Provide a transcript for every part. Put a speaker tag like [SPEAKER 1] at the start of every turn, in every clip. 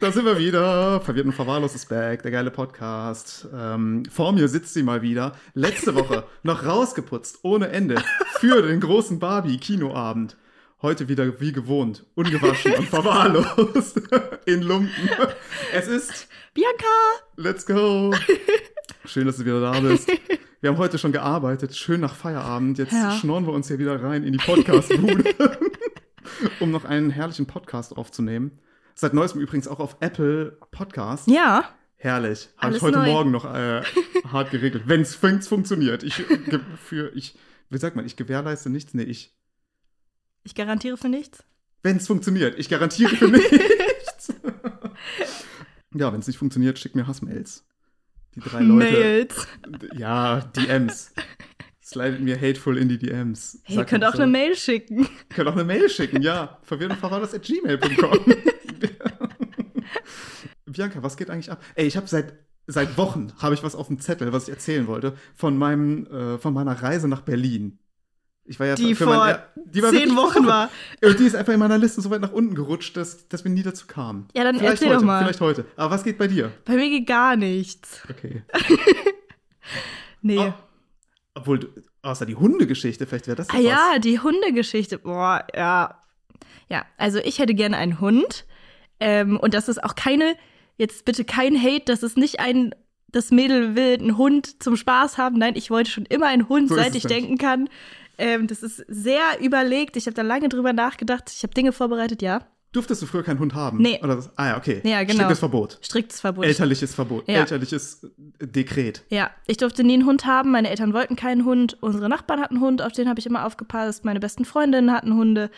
[SPEAKER 1] da sind wir wieder. Verwirrt und Verwahrlos ist back, der geile Podcast. Ähm, vor mir sitzt sie mal wieder. Letzte Woche noch rausgeputzt, ohne Ende, für den großen Barbie-Kinoabend. Heute wieder wie gewohnt, ungewaschen und verwahrlost in Lumpen. Es ist
[SPEAKER 2] Bianca!
[SPEAKER 1] Let's go. Schön, dass du wieder da bist. Wir haben heute schon gearbeitet, schön nach Feierabend. Jetzt
[SPEAKER 2] Ja.
[SPEAKER 1] schnorren wir uns hier wieder rein in die Podcast-Bude, um noch einen herrlichen Podcast aufzunehmen. Seit neuestem übrigens auch auf Apple Podcast.
[SPEAKER 2] Ja,
[SPEAKER 1] Herrlich. Habe ich
[SPEAKER 2] Alles
[SPEAKER 1] heute
[SPEAKER 2] neu.
[SPEAKER 1] Morgen noch äh, hart geregelt. Wenn es funktioniert. Ich, ge- für, ich, wie sagt man, ich gewährleiste nichts. Nee, ich.
[SPEAKER 2] ich garantiere für nichts.
[SPEAKER 1] Wenn es funktioniert. Ich garantiere für nichts. ja, wenn es nicht funktioniert, schick mir Hassmails. Die drei Leute.
[SPEAKER 2] Mails.
[SPEAKER 1] Ja, DMs. Slidet mir hateful in die DMs.
[SPEAKER 2] Hey, ihr
[SPEAKER 1] Sagt
[SPEAKER 2] könnt
[SPEAKER 1] uns
[SPEAKER 2] auch
[SPEAKER 1] so.
[SPEAKER 2] eine Mail schicken.
[SPEAKER 1] Könnt auch eine Mail schicken, ja. Verwirrendverwahrlos at gmail.com. Bianca, was geht eigentlich ab? Ey, ich habe seit, seit Wochen habe ich was auf dem Zettel, was ich erzählen wollte, von, meinem, äh, von meiner Reise nach Berlin. Ich war ja
[SPEAKER 2] Die
[SPEAKER 1] für mein-
[SPEAKER 2] vor
[SPEAKER 1] ja, die war
[SPEAKER 2] Zehn
[SPEAKER 1] wirklich
[SPEAKER 2] Wochen war.
[SPEAKER 1] Und die ist einfach in meiner Liste so weit nach unten gerutscht, dass, dass wir nie dazu kamen.
[SPEAKER 2] Ja, dann
[SPEAKER 1] vielleicht
[SPEAKER 2] erzähl
[SPEAKER 1] heute,
[SPEAKER 2] doch mal.
[SPEAKER 1] Vielleicht heute. Aber was geht bei dir?
[SPEAKER 2] Bei mir geht gar nichts.
[SPEAKER 1] Okay.
[SPEAKER 2] Nee.
[SPEAKER 1] Oh, obwohl, du- außer die Hundegeschichte, vielleicht wäre das
[SPEAKER 2] ah
[SPEAKER 1] was.
[SPEAKER 2] ja, die Hundegeschichte. Boah, ja. Ja, also ich hätte gerne einen Hund. Ähm, und das ist auch keine, jetzt bitte kein Hate, das ist nicht ein, das Mädel will einen Hund zum Spaß haben. Nein, ich wollte schon immer einen Hund,
[SPEAKER 1] So ist
[SPEAKER 2] seit
[SPEAKER 1] es
[SPEAKER 2] ich
[SPEAKER 1] nämlich.
[SPEAKER 2] denken kann. Ähm, das ist sehr überlegt. Ich habe da lange drüber nachgedacht. Ich habe Dinge vorbereitet, ja.
[SPEAKER 1] Durftest du früher keinen Hund haben?
[SPEAKER 2] Nee.
[SPEAKER 1] Oder was? Ah ja, okay.
[SPEAKER 2] Ja, genau.
[SPEAKER 1] Striktes Verbot.
[SPEAKER 2] Striktes Verbot.
[SPEAKER 1] Elterliches Verbot.
[SPEAKER 2] Ja.
[SPEAKER 1] Elterliches äh, Dekret.
[SPEAKER 2] Ja, ich durfte nie einen Hund haben, meine Eltern wollten keinen Hund, unsere Nachbarn hatten einen Hund, auf den habe ich immer aufgepasst, meine besten Freundinnen hatten Hunde.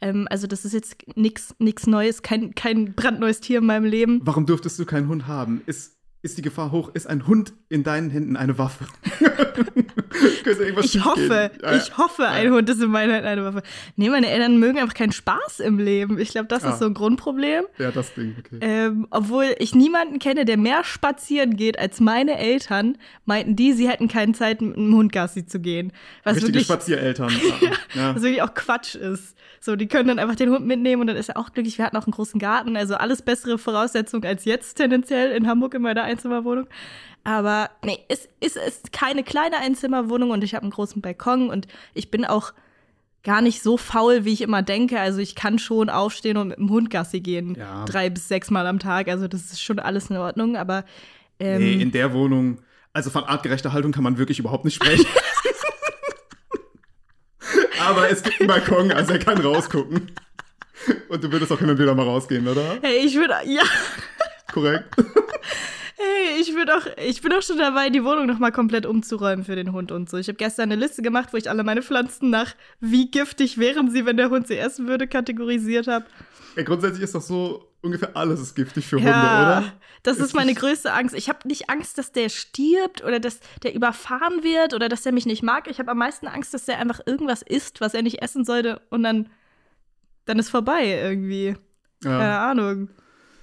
[SPEAKER 2] Ähm, also das ist jetzt nichts nix Neues, kein, kein brandneues Tier in meinem Leben.
[SPEAKER 1] Warum durftest du keinen Hund haben? Ist, ist die Gefahr hoch? Ist ein Hund in deinen Händen eine Waffe? Könnte irgendwas
[SPEAKER 2] Ich hoffe,
[SPEAKER 1] schiefgehen? Ja, ja.
[SPEAKER 2] ich hoffe, ein Hund ist in meiner Hand eine Waffe. Nee, meine Eltern mögen einfach keinen Spaß im Leben. Ich glaube, das
[SPEAKER 1] Ah.
[SPEAKER 2] ist so ein Grundproblem.
[SPEAKER 1] Ja, das Ding, okay.
[SPEAKER 2] Ähm, obwohl ich niemanden kenne, der mehr spazieren geht als meine Eltern, meinten die, sie hätten keine Zeit, mit einem Hund Gassi zu gehen. Was
[SPEAKER 1] Richtige
[SPEAKER 2] wirklich Also,
[SPEAKER 1] Spaziereltern. Ah, ja.
[SPEAKER 2] Was wirklich auch Quatsch ist. So, die können dann einfach den Hund mitnehmen und dann ist er auch glücklich. Wir hatten auch einen großen Garten, also alles bessere Voraussetzungen als jetzt tendenziell in Hamburg in meiner Einzimmerwohnung. Aber nee, es ist, ist keine kleine Einzimmerwohnung und ich habe einen großen Balkon und ich bin auch gar nicht so faul, wie ich immer denke. Also ich kann schon aufstehen und mit dem Hund Gassi gehen.
[SPEAKER 1] Ja.
[SPEAKER 2] Drei bis sechs Mal am Tag. Also das ist schon alles in Ordnung, aber ähm,
[SPEAKER 1] Nee, in der Wohnung, also von artgerechter Haltung kann man wirklich überhaupt nicht sprechen. Aber es gibt einen Balkon, also er kann rausgucken. Und du würdest auch hin und wieder mal rausgehen, oder?
[SPEAKER 2] hey, ich würde, ja,
[SPEAKER 1] Korrekt.
[SPEAKER 2] Hey, ich bin, auch, ich bin auch schon dabei, die Wohnung nochmal komplett umzuräumen für den Hund und so. Ich habe gestern eine Liste gemacht, wo ich alle meine Pflanzen nach wie giftig wären sie, wenn der Hund sie essen würde, kategorisiert habe.
[SPEAKER 1] Ja, grundsätzlich ist doch so, ungefähr alles ist giftig für
[SPEAKER 2] Ja,
[SPEAKER 1] Hunde, oder?
[SPEAKER 2] das
[SPEAKER 1] Ist
[SPEAKER 2] ist meine
[SPEAKER 1] das-
[SPEAKER 2] größte Angst. Ich habe nicht Angst, dass der stirbt oder dass der überfahren wird oder dass er mich nicht mag. Ich habe am meisten Angst, dass der einfach irgendwas isst, was er nicht essen sollte und dann, dann ist vorbei irgendwie. Keine Ahnung.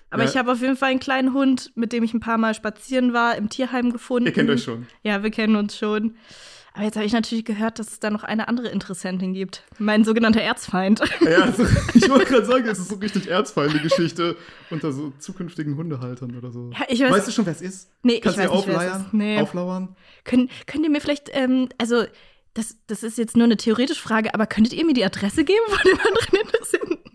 [SPEAKER 2] Aber
[SPEAKER 1] Ja.
[SPEAKER 2] ich habe auf jeden Fall einen kleinen Hund, mit dem ich ein paar Mal spazieren war, im Tierheim gefunden.
[SPEAKER 1] Ihr kennt euch schon.
[SPEAKER 2] Ja, wir kennen uns schon. Aber jetzt habe ich natürlich gehört, dass es da noch eine andere Interessentin gibt. Mein sogenannter Erzfeind.
[SPEAKER 1] Ja, also, ich wollte gerade sagen, es ist so richtig erzfeinde Geschichte unter so zukünftigen Hundehaltern oder so.
[SPEAKER 2] Ja, ich weiß-
[SPEAKER 1] weißt du schon, wer es ist?
[SPEAKER 2] Nee,
[SPEAKER 1] Kannst
[SPEAKER 2] ich
[SPEAKER 1] du
[SPEAKER 2] weiß nicht, wer es
[SPEAKER 1] aufleiern?
[SPEAKER 2] ist. Nee.
[SPEAKER 1] Auflauern?
[SPEAKER 2] Können, könnt ihr mir vielleicht, ähm, also das, das ist jetzt nur eine theoretische Frage, aber könntet ihr mir die Adresse geben von dem anderen Interessenten?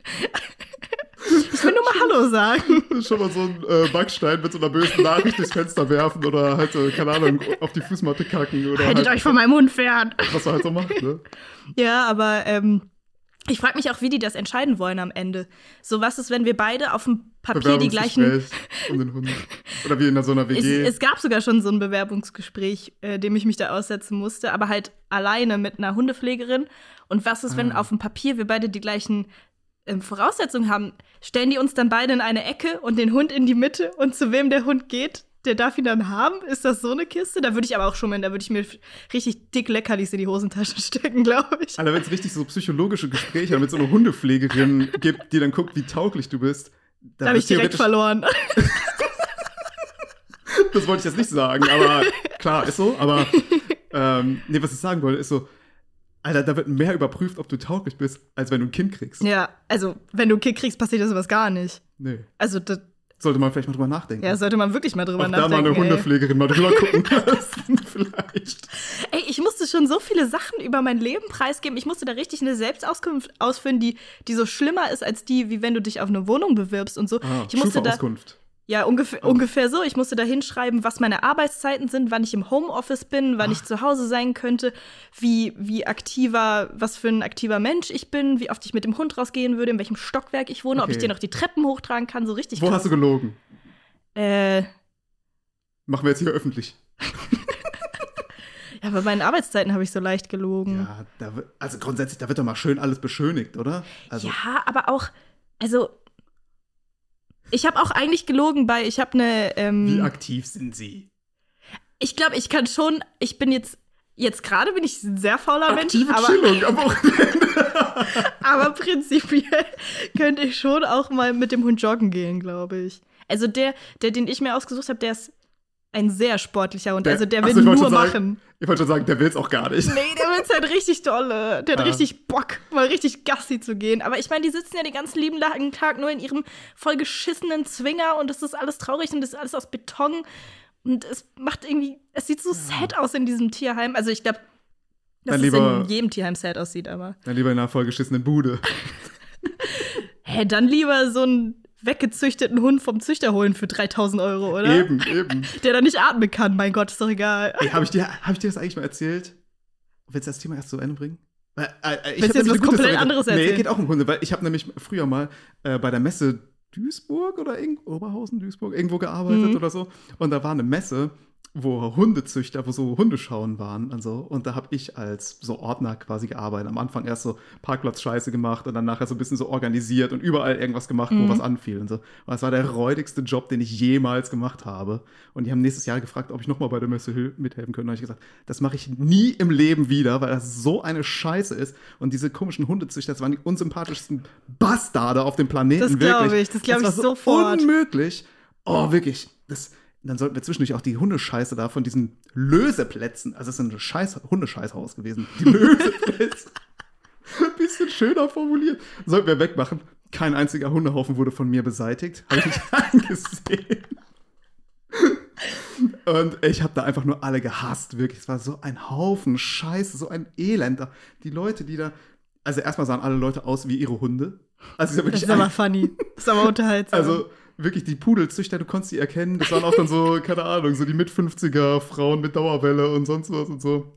[SPEAKER 2] Ich will nur mal Hallo sagen.
[SPEAKER 1] Schon mal so einen äh, Backstein mit so einer bösen Nachricht durchs Fenster werfen oder halt, äh, keine Ahnung, auf die Fußmatte kacken oder
[SPEAKER 2] Haltet
[SPEAKER 1] halt,
[SPEAKER 2] euch von meinem Hund fern.
[SPEAKER 1] was er halt so macht, ne?
[SPEAKER 2] Ja, aber ähm, ich frage mich auch, wie die das entscheiden wollen am Ende. So was ist, wenn wir beide auf dem Papier die gleichen
[SPEAKER 1] Bewerbungsgespräch um den Hund. Oder wie in so einer
[SPEAKER 2] Es,
[SPEAKER 1] WG.
[SPEAKER 2] es gab sogar schon so ein Bewerbungsgespräch, äh, dem ich mich da aussetzen musste, aber halt alleine mit einer Hundepflegerin. Und was ist, wenn
[SPEAKER 1] Ah.
[SPEAKER 2] auf dem Papier wir beide die gleichen ähm, Voraussetzungen haben? Stellen die uns dann beide in eine Ecke und den Hund in die Mitte und zu wem der Hund geht, der darf ihn dann haben? Ist das so eine Kiste? Da würde ich aber auch schummeln, da würde ich mir f- richtig dick Leckerlis in die Hosentasche stecken, glaube ich.
[SPEAKER 1] Alter, wenn es richtig so psychologische Gespräche mit so einer Hundepflegerin gibt, die dann guckt, wie tauglich du bist,
[SPEAKER 2] Da habe ich direkt
[SPEAKER 1] verloren.
[SPEAKER 2] verloren.
[SPEAKER 1] Das wollte ich jetzt nicht sagen, aber klar, ist so. Aber ähm, nee, was ich sagen wollte, ist so, Alter, da wird mehr überprüft, ob du tauglich bist, als wenn du ein Kind kriegst.
[SPEAKER 2] ja, also wenn du einen Kick kriegst, passiert das sowas gar nicht.
[SPEAKER 1] Nee.
[SPEAKER 2] Also, das,
[SPEAKER 1] Sollte man vielleicht mal drüber nachdenken.
[SPEAKER 2] Ja, sollte man wirklich mal drüber
[SPEAKER 1] Auch da
[SPEAKER 2] nachdenken.
[SPEAKER 1] mal eine
[SPEAKER 2] ey.
[SPEAKER 1] Hundepflegerin mal drüber gucken lassen, vielleicht.
[SPEAKER 2] Ey, ich musste schon so viele Sachen über mein Leben preisgeben. Ich musste da richtig eine Selbstauskunft ausführen, die, die so schlimmer ist als die, wie wenn du dich auf eine Wohnung bewirbst und so.
[SPEAKER 1] Ah,
[SPEAKER 2] ich musste da,
[SPEAKER 1] Schufa-Auskunft. Ah.
[SPEAKER 2] ja, ungefähr, ungefähr so. Ich musste da hinschreiben, was meine Arbeitszeiten sind, wann ich im Homeoffice bin,
[SPEAKER 1] Ah.
[SPEAKER 2] wann ich zu Hause sein könnte, wie, wie aktiver, was für ein aktiver Mensch ich bin, wie oft ich mit dem Hund rausgehen würde, in welchem Stockwerk ich wohne, ob ich
[SPEAKER 1] Okay.
[SPEAKER 2] dir noch die Treppen hochtragen kann, so richtig.
[SPEAKER 1] Wo
[SPEAKER 2] krass.
[SPEAKER 1] hast du gelogen?
[SPEAKER 2] äh,
[SPEAKER 1] Machen wir jetzt hier öffentlich.
[SPEAKER 2] ja, bei meinen Arbeitszeiten habe ich so leicht gelogen.
[SPEAKER 1] Ja, da, wi- also grundsätzlich, da wird doch mal schön alles beschönigt, oder? Also,
[SPEAKER 2] ja, aber auch, also ich habe auch eigentlich gelogen bei, ich habe eine,
[SPEAKER 1] wie
[SPEAKER 2] ähm,
[SPEAKER 1] aktiv sind sie?
[SPEAKER 2] ich glaube, ich kann schon, ich bin jetzt, jetzt gerade bin ich ein sehr fauler Mensch,
[SPEAKER 1] Aktive
[SPEAKER 2] aber,
[SPEAKER 1] Chillung am Wochenende.
[SPEAKER 2] aber prinzipiell könnte ich schon auch mal mit dem Hund joggen gehen, glaube ich. Also der, der, den ich mir ausgesucht habe, der ist ein sehr sportlicher Hund,
[SPEAKER 1] Der-
[SPEAKER 2] also der
[SPEAKER 1] Ach so,
[SPEAKER 2] will
[SPEAKER 1] ich wollte
[SPEAKER 2] nur
[SPEAKER 1] schon sagen-
[SPEAKER 2] machen.
[SPEAKER 1] Ich wollte schon sagen, der will es auch gar nicht.
[SPEAKER 2] Nee, der wird's halt richtig dolle. Der hat
[SPEAKER 1] Ah.
[SPEAKER 2] richtig Bock, mal richtig Gassi zu gehen. Aber ich meine, die sitzen ja den ganzen lieben langen Tag nur in ihrem voll geschissenen Zwinger und das ist alles traurig und das ist alles aus Beton. Und es macht irgendwie, es sieht so sad aus in diesem Tierheim. Also ich glaube,
[SPEAKER 1] Dann
[SPEAKER 2] dass es
[SPEAKER 1] lieber-
[SPEAKER 2] in jedem Tierheim sad aussieht, aber.
[SPEAKER 1] Dann lieber in einer vollgeschissenen Bude.
[SPEAKER 2] Hä, dann lieber so einen weggezüchteten Hund vom Züchter holen für 3000 Euro, oder?
[SPEAKER 1] Eben, eben.
[SPEAKER 2] Der dann nicht atmen kann, mein Gott, ist doch egal.
[SPEAKER 1] Ey, habe ich, dir- hab ich dir das eigentlich mal erzählt? Willst du das Thema erst zu Ende bringen? Weil, äh, äh, ich
[SPEAKER 2] Willst du
[SPEAKER 1] hab
[SPEAKER 2] jetzt
[SPEAKER 1] nämlich
[SPEAKER 2] was
[SPEAKER 1] eine gute
[SPEAKER 2] komplett
[SPEAKER 1] Story.
[SPEAKER 2] anderes
[SPEAKER 1] Nee,
[SPEAKER 2] erzählen?
[SPEAKER 1] geht auch um Hunde, weil ich habe nämlich früher mal äh, bei der Messe Duisburg oder irgend, Oberhausen, Duisburg, irgendwo gearbeitet
[SPEAKER 2] Mhm.
[SPEAKER 1] oder so. Und da war eine Messe, wo Hundezüchter, wo so Hundeschauen waren und so. Und da habe ich als so Ordner quasi gearbeitet. Am Anfang erst so Parkplatz-Scheiße gemacht und dann nachher so ein bisschen so organisiert und überall irgendwas gemacht, wo
[SPEAKER 2] Mhm.
[SPEAKER 1] was anfiel und so. Und das war der räudigste Job, den ich jemals gemacht habe. Und die haben nächstes Jahr gefragt, ob ich nochmal bei der Messe hil- mithelfen könnte. Und ich gesagt, das mache ich nie im Leben wieder, weil das so eine Scheiße ist. Und diese komischen Hundezüchter, das waren die unsympathischsten Bastarde auf dem Planeten.
[SPEAKER 2] Das glaub
[SPEAKER 1] wirklich.
[SPEAKER 2] ich, das glaub
[SPEAKER 1] war
[SPEAKER 2] ich
[SPEAKER 1] so
[SPEAKER 2] sofort.
[SPEAKER 1] Unmöglich. Oh, wirklich. Das, dann sollten wir zwischendurch auch die Hundescheiße da von diesen Löseplätzen, also es ist ein scheiß Hundescheißhaus gewesen, die Löseplätze. ein bisschen schöner formuliert. Sollten wir wegmachen. Kein einziger Hundehaufen wurde von mir beseitigt. Habe ich nicht angesehen. Und ich habe da einfach nur alle gehasst, wirklich. Es war so ein Haufen Scheiße, so ein Elend. da. Die Leute, die da. Also, erstmal sahen alle Leute aus wie ihre Hunde. Also, es ist ja
[SPEAKER 2] Das
[SPEAKER 1] wirklich
[SPEAKER 2] ist aber funny. Das ist aber unterhaltsam.
[SPEAKER 1] also wirklich, die Pudelzüchter, du konntest die erkennen. Das waren auch dann so, keine Ahnung, so die mit 50er Frauen mit Dauerwelle und sonst was und so.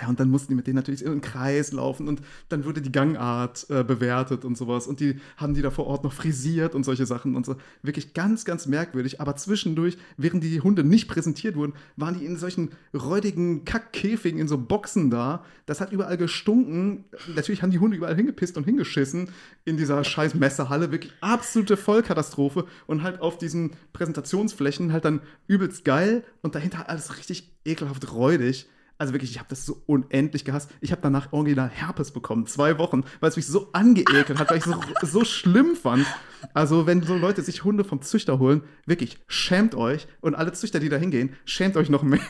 [SPEAKER 1] Ja, und dann mussten die mit denen natürlich in einen Kreis laufen und dann wurde die Gangart äh, bewertet und sowas. Und die haben die da vor Ort noch frisiert und solche Sachen und so. Wirklich ganz, ganz merkwürdig. Aber zwischendurch, während die Hunde nicht präsentiert wurden, waren die in solchen räudigen Kackkäfigen, in so Boxen da. Das hat überall gestunken. Natürlich haben die Hunde überall hingepisst und hingeschissen in dieser scheiß Messehalle. Wirklich absolute Vollkatastrophe. Und halt auf diesen Präsentationsflächen halt dann übelst geil und dahinter alles richtig ekelhaft räudig. Also wirklich, ich habe das so unendlich gehasst. Ich habe danach original Herpes bekommen, zwei Wochen, weil es mich so angeekelt hat, weil ich es so, so schlimm fand. Also wenn so Leute sich Hunde vom Züchter holen, wirklich, schämt euch. Und alle Züchter, die da hingehen, schämt euch noch mehr.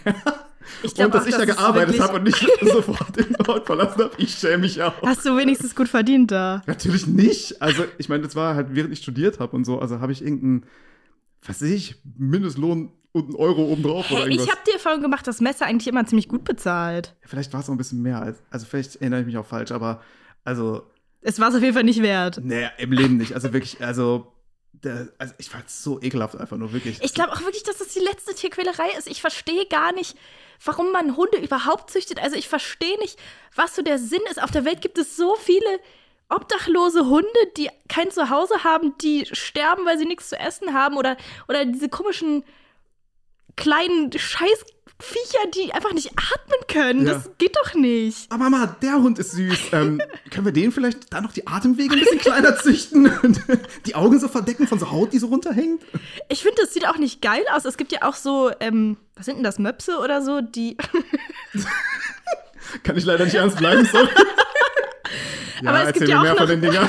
[SPEAKER 2] Ich glaub
[SPEAKER 1] und dass
[SPEAKER 2] auch,
[SPEAKER 1] ich da
[SPEAKER 2] das ist
[SPEAKER 1] gearbeitet
[SPEAKER 2] wirklich-
[SPEAKER 1] habe und nicht sofort den Ort verlassen habe, ich schäme mich auch.
[SPEAKER 2] Hast du wenigstens gut verdient da.
[SPEAKER 1] Natürlich nicht. Also, ich meine, das war halt, während ich studiert habe und so. Also, habe ich irgendeinen, was weiß ich, Mindestlohn und einen Euro obendrauf oder
[SPEAKER 2] Hey,
[SPEAKER 1] irgendwas.
[SPEAKER 2] ich habe die Erfahrung gemacht, dass Messer eigentlich immer ziemlich gut bezahlt.
[SPEAKER 1] Vielleicht war es auch ein bisschen mehr. Als, also, vielleicht erinnere ich mich auch falsch, aber also,
[SPEAKER 2] Es war es auf jeden Fall nicht wert.
[SPEAKER 1] nee, im Leben nicht. Also, wirklich, also, da, also ich fand es so ekelhaft einfach nur, wirklich.
[SPEAKER 2] Ich glaube auch wirklich, dass das die letzte Tierquälerei ist. Ich verstehe gar nicht, warum man Hunde überhaupt züchtet. Also ich verstehe nicht, was so der Sinn ist. Auf der Welt gibt es so viele obdachlose Hunde, die kein Zuhause haben, die sterben, weil sie nichts zu essen haben oder, oder diese komischen kleinen Scheißviecher, die einfach nicht atmen können.
[SPEAKER 1] Ja.
[SPEAKER 2] Das geht doch nicht.
[SPEAKER 1] Ah, Mama, der Hund ist süß. Ähm, können wir den vielleicht da noch die Atemwege ein bisschen kleiner züchten und die Augen so verdecken von so Haut, die so runterhängt?
[SPEAKER 2] Ich finde, das sieht auch nicht geil aus. Es gibt ja auch so, ähm, was sind denn das, Möpse oder so, die.
[SPEAKER 1] Kann ich leider nicht ernst bleiben, sorry. Ja,
[SPEAKER 2] Aber es gibt
[SPEAKER 1] erzähl
[SPEAKER 2] ja
[SPEAKER 1] mir mehr
[SPEAKER 2] auch
[SPEAKER 1] von
[SPEAKER 2] noch-
[SPEAKER 1] den Dingern.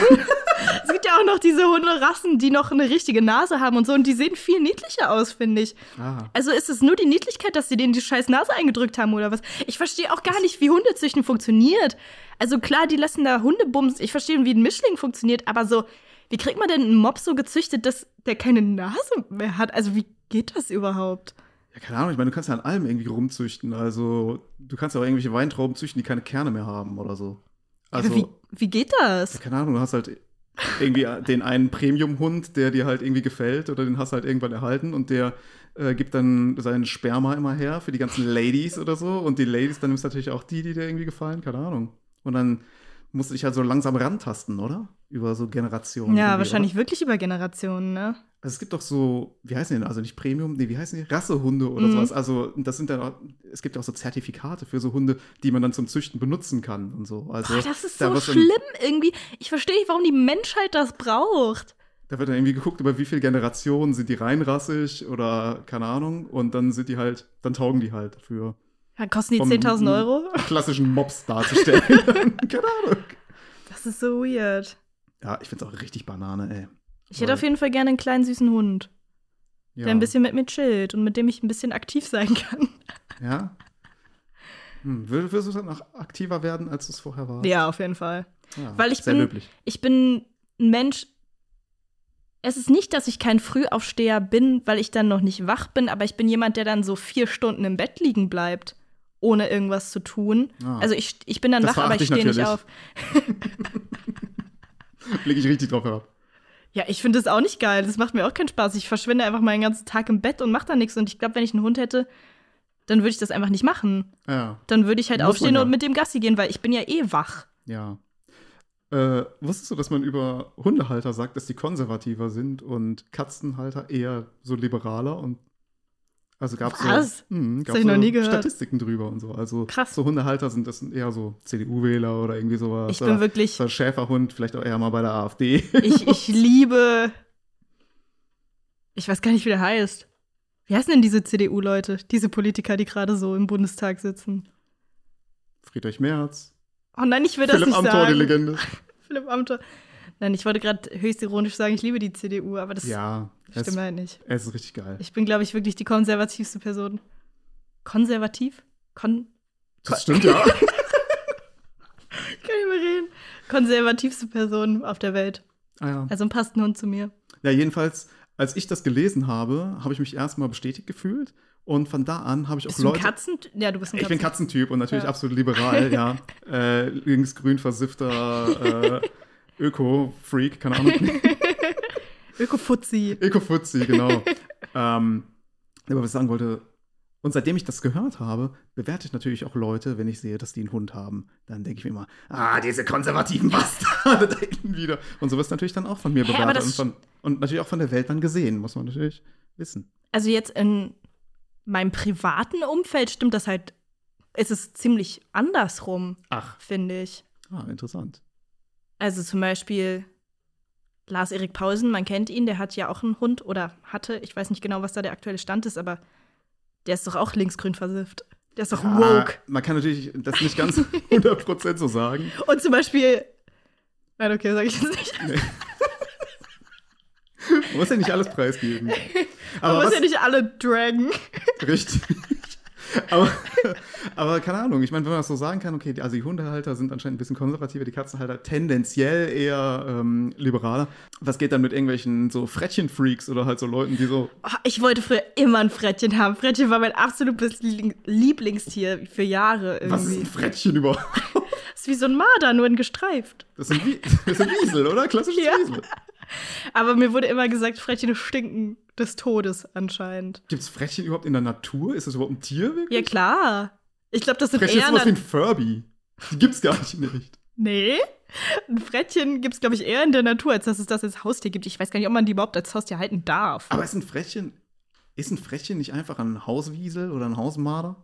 [SPEAKER 2] es gibt ja auch noch diese Hunderassen, die noch eine richtige Nase haben und so. Und die sehen viel niedlicher aus, finde ich.
[SPEAKER 1] Ah.
[SPEAKER 2] Also ist es nur die Niedlichkeit, dass sie denen die scheiß Nase eingedrückt haben oder was? Ich verstehe auch gar nicht, wie Hundezüchten funktioniert. Also klar, die lassen da Hundebums. Ich verstehe, wie ein Mischling funktioniert, aber so, Wie kriegt man denn einen Mob so gezüchtet, dass der keine Nase mehr hat? Also wie geht das überhaupt?
[SPEAKER 1] Ja, keine Ahnung, ich meine, du kannst ja an allem irgendwie rumzüchten. Also, du kannst ja auch irgendwelche Weintrauben züchten, die keine Kerne mehr haben oder so.
[SPEAKER 2] Also,
[SPEAKER 1] Also,
[SPEAKER 2] wie, wie geht das?
[SPEAKER 1] ja, keine Ahnung, du hast halt irgendwie den einen Premium-Hund, der dir halt irgendwie gefällt oder den hast du halt irgendwann erhalten und der äh, gibt dann seinen Sperma immer her für die ganzen Ladies oder so. Und die Ladies, dann nimmst du natürlich auch die, die dir irgendwie gefallen, keine Ahnung. Und dann musst du dich halt so langsam rantasten, oder? Über so Generationen.
[SPEAKER 2] Ja,
[SPEAKER 1] irgendwie,
[SPEAKER 2] wahrscheinlich
[SPEAKER 1] Oder?
[SPEAKER 2] wirklich über Generationen, ne?
[SPEAKER 1] Also es gibt doch so, wie heißen die denn? Also nicht Premium, nee, wie heißen die? Rassehunde oder
[SPEAKER 2] Mhm.
[SPEAKER 1] sowas. Also das sind dann auch, es gibt auch so Zertifikate für so Hunde, die man dann zum Züchten benutzen kann und so. Also
[SPEAKER 2] Boah, das ist
[SPEAKER 1] da
[SPEAKER 2] so
[SPEAKER 1] wirst du-
[SPEAKER 2] schlimm irgendwie. Ich verstehe nicht, warum die Menschheit das braucht.
[SPEAKER 1] Da wird dann irgendwie geguckt, über wie viele Generationen sind die reinrassig oder keine Ahnung. Und dann sind die halt, dann taugen die halt für
[SPEAKER 2] Dann kosten die
[SPEAKER 1] Vom-
[SPEAKER 2] 10.000 Euro.
[SPEAKER 1] klassischen Mobs darzustellen. keine Ahnung.
[SPEAKER 2] Das ist so weird.
[SPEAKER 1] Ja, ich find's auch richtig Banane, ey.
[SPEAKER 2] Ich hätte
[SPEAKER 1] Weil-
[SPEAKER 2] auf jeden Fall gerne einen kleinen süßen Hund,
[SPEAKER 1] Ja.
[SPEAKER 2] der ein bisschen mit mir chillt und mit dem ich ein bisschen aktiv sein kann.
[SPEAKER 1] Ja. Hm, würd- würdest du dann noch aktiver werden, als du es vorher warst?
[SPEAKER 2] Ja, auf jeden Fall.
[SPEAKER 1] Ja,
[SPEAKER 2] weil ich
[SPEAKER 1] Sehr
[SPEAKER 2] bin-
[SPEAKER 1] löblich.
[SPEAKER 2] Ich bin ein Mensch. Es ist nicht, dass ich kein Frühaufsteher bin, weil ich dann noch nicht wach bin, aber ich bin jemand, der dann so vier Stunden im Bett liegen bleibt, ohne irgendwas zu tun.
[SPEAKER 1] Ah.
[SPEAKER 2] Also ich, ich bin dann
[SPEAKER 1] Das
[SPEAKER 2] wach, aber
[SPEAKER 1] verachte
[SPEAKER 2] ich
[SPEAKER 1] ich
[SPEAKER 2] stehe nicht
[SPEAKER 1] natürlich.
[SPEAKER 2] auf.
[SPEAKER 1] Blick ich richtig drauf herab.
[SPEAKER 2] Ja, ich finde das auch nicht geil. Das macht mir auch keinen Spaß. Ich verschwinde einfach meinen ganzen Tag im Bett und mache da nichts. Und ich glaube, wenn ich einen Hund hätte, dann würde ich das einfach nicht machen.
[SPEAKER 1] Ja.
[SPEAKER 2] Dann würde ich halt
[SPEAKER 1] Muss man
[SPEAKER 2] aufstehen
[SPEAKER 1] ja.
[SPEAKER 2] und mit dem Gassi gehen, weil ich bin ja eh wach.
[SPEAKER 1] Ja. Äh, wusstest du, dass man über Hundehalter sagt, dass die konservativer sind und Katzenhalter eher so liberaler und also gab es
[SPEAKER 2] Was?
[SPEAKER 1] so, hm,
[SPEAKER 2] hab ich noch nie gehört.
[SPEAKER 1] Statistiken drüber und so. Also
[SPEAKER 2] Krass.
[SPEAKER 1] so Hundehalter sind das sind eher so CDU-Wähler oder irgendwie sowas.
[SPEAKER 2] Ich bin
[SPEAKER 1] oder
[SPEAKER 2] wirklich-
[SPEAKER 1] So ein Schäferhund, vielleicht auch eher mal bei der AfD.
[SPEAKER 2] Ich, ich liebe. Ich weiß gar nicht, wie der heißt. Wie heißen denn diese CDU-Leute? Diese Politiker, die gerade so im Bundestag sitzen.
[SPEAKER 1] Friedrich Merz,
[SPEAKER 2] Oh nein, ich will das
[SPEAKER 1] Philipp
[SPEAKER 2] nicht
[SPEAKER 1] Amthor, die
[SPEAKER 2] sagen.
[SPEAKER 1] Legende.
[SPEAKER 2] Philipp Amthor. Nein, ich wollte gerade höchst ironisch sagen, ich liebe die CDU, aber das
[SPEAKER 1] Ja, es,
[SPEAKER 2] stimmt halt nicht.
[SPEAKER 1] es ist richtig geil.
[SPEAKER 2] Ich bin, glaube ich, wirklich die konservativste Person. Konservativ? Kon
[SPEAKER 1] Das stimmt ja.
[SPEAKER 2] ich kann nicht mehr reden. Konservativste Person auf der Welt.
[SPEAKER 1] ah, ja.
[SPEAKER 2] Also passt ein Hund zu mir.
[SPEAKER 1] Ja, jedenfalls, als ich das gelesen habe, habe ich mich erstmal bestätigt gefühlt. Und von da an habe ich auch
[SPEAKER 2] Bist du
[SPEAKER 1] Leute.
[SPEAKER 2] ein Katzen? Ja, du bist ein
[SPEAKER 1] Ich bin
[SPEAKER 2] Katzen.
[SPEAKER 1] Katzentyp und natürlich
[SPEAKER 2] Ja.
[SPEAKER 1] absolut liberal, ja. äh, linksgrün versiffter äh, Öko-Freak, keine Ahnung.
[SPEAKER 2] Öko-Fuzzi.
[SPEAKER 1] Öko-Fuzzi, genau. ähm, aber was ich sagen wollte, und seitdem ich das gehört habe, bewerte ich natürlich auch Leute, wenn ich sehe, dass die einen Hund haben. Dann denke ich mir immer, ah, diese konservativen Bastarde da hinten wieder. Und so wird natürlich dann auch von mir
[SPEAKER 2] Hä,
[SPEAKER 1] bewertet
[SPEAKER 2] aber das-
[SPEAKER 1] und, von, und natürlich auch von der Welt dann gesehen, muss man natürlich wissen.
[SPEAKER 2] Also jetzt in meinem privaten Umfeld stimmt das halt. Es ist ziemlich andersrum,
[SPEAKER 1] Ach,
[SPEAKER 2] finde ich.
[SPEAKER 1] ah, interessant.
[SPEAKER 2] Also zum Beispiel Lars-Erik Pausen, man kennt ihn, der hat ja auch einen Hund oder hatte, ich weiß nicht genau, was da der aktuelle Stand ist, aber der ist doch auch linksgrün versifft. Der ist doch woke.
[SPEAKER 1] Ah, man kann natürlich das nicht ganz 100% so sagen.
[SPEAKER 2] Und zum Beispiel. Nein, okay, sag ich jetzt nicht.
[SPEAKER 1] Man muss ja nicht alles preisgeben.
[SPEAKER 2] Man
[SPEAKER 1] Aber
[SPEAKER 2] muss
[SPEAKER 1] was,
[SPEAKER 2] ja nicht alle dragen.
[SPEAKER 1] Richtig. Aber, aber keine Ahnung, ich meine, wenn man das so sagen kann, okay, die- also die Hundehalter sind anscheinend ein bisschen konservativer, die Katzenhalter tendenziell eher ähm, liberaler. Was geht dann mit irgendwelchen so Frettchen-Freaks oder halt so Leuten, die so,
[SPEAKER 2] Oh, ich wollte früher immer ein Frettchen haben. Frettchen war mein absolutes Lie- Lieblingstier für Jahre
[SPEAKER 1] was ist
[SPEAKER 2] irgendwie.
[SPEAKER 1] ein Frettchen überhaupt?
[SPEAKER 2] ist wie so ein Marder, nur in gestreift.
[SPEAKER 1] Das sind, Wie das sind Wiesel, oder? Klassisches
[SPEAKER 2] Ja.
[SPEAKER 1] Wiesel.
[SPEAKER 2] Aber mir wurde immer gesagt, Frettchen stinken des Todes anscheinend.
[SPEAKER 1] Gibt es Frettchen überhaupt in der Natur? Ist das überhaupt ein Tier? Wirklich?
[SPEAKER 2] Ja, klar. Ich glaube, das sind
[SPEAKER 1] Frettchen ist
[SPEAKER 2] eher.
[SPEAKER 1] sowas wie
[SPEAKER 2] Na-
[SPEAKER 1] ein Furby. Die gibt's gar nicht in echt.
[SPEAKER 2] nee. Ein Frettchen gibt es, glaube ich, eher in der Natur, als dass es das als Haustier gibt. Ich weiß gar nicht, ob man die überhaupt als Haustier halten darf.
[SPEAKER 1] Aber ist ein Frettchen, ist ein Frettchen nicht einfach ein Hauswiesel oder ein Hausmarder?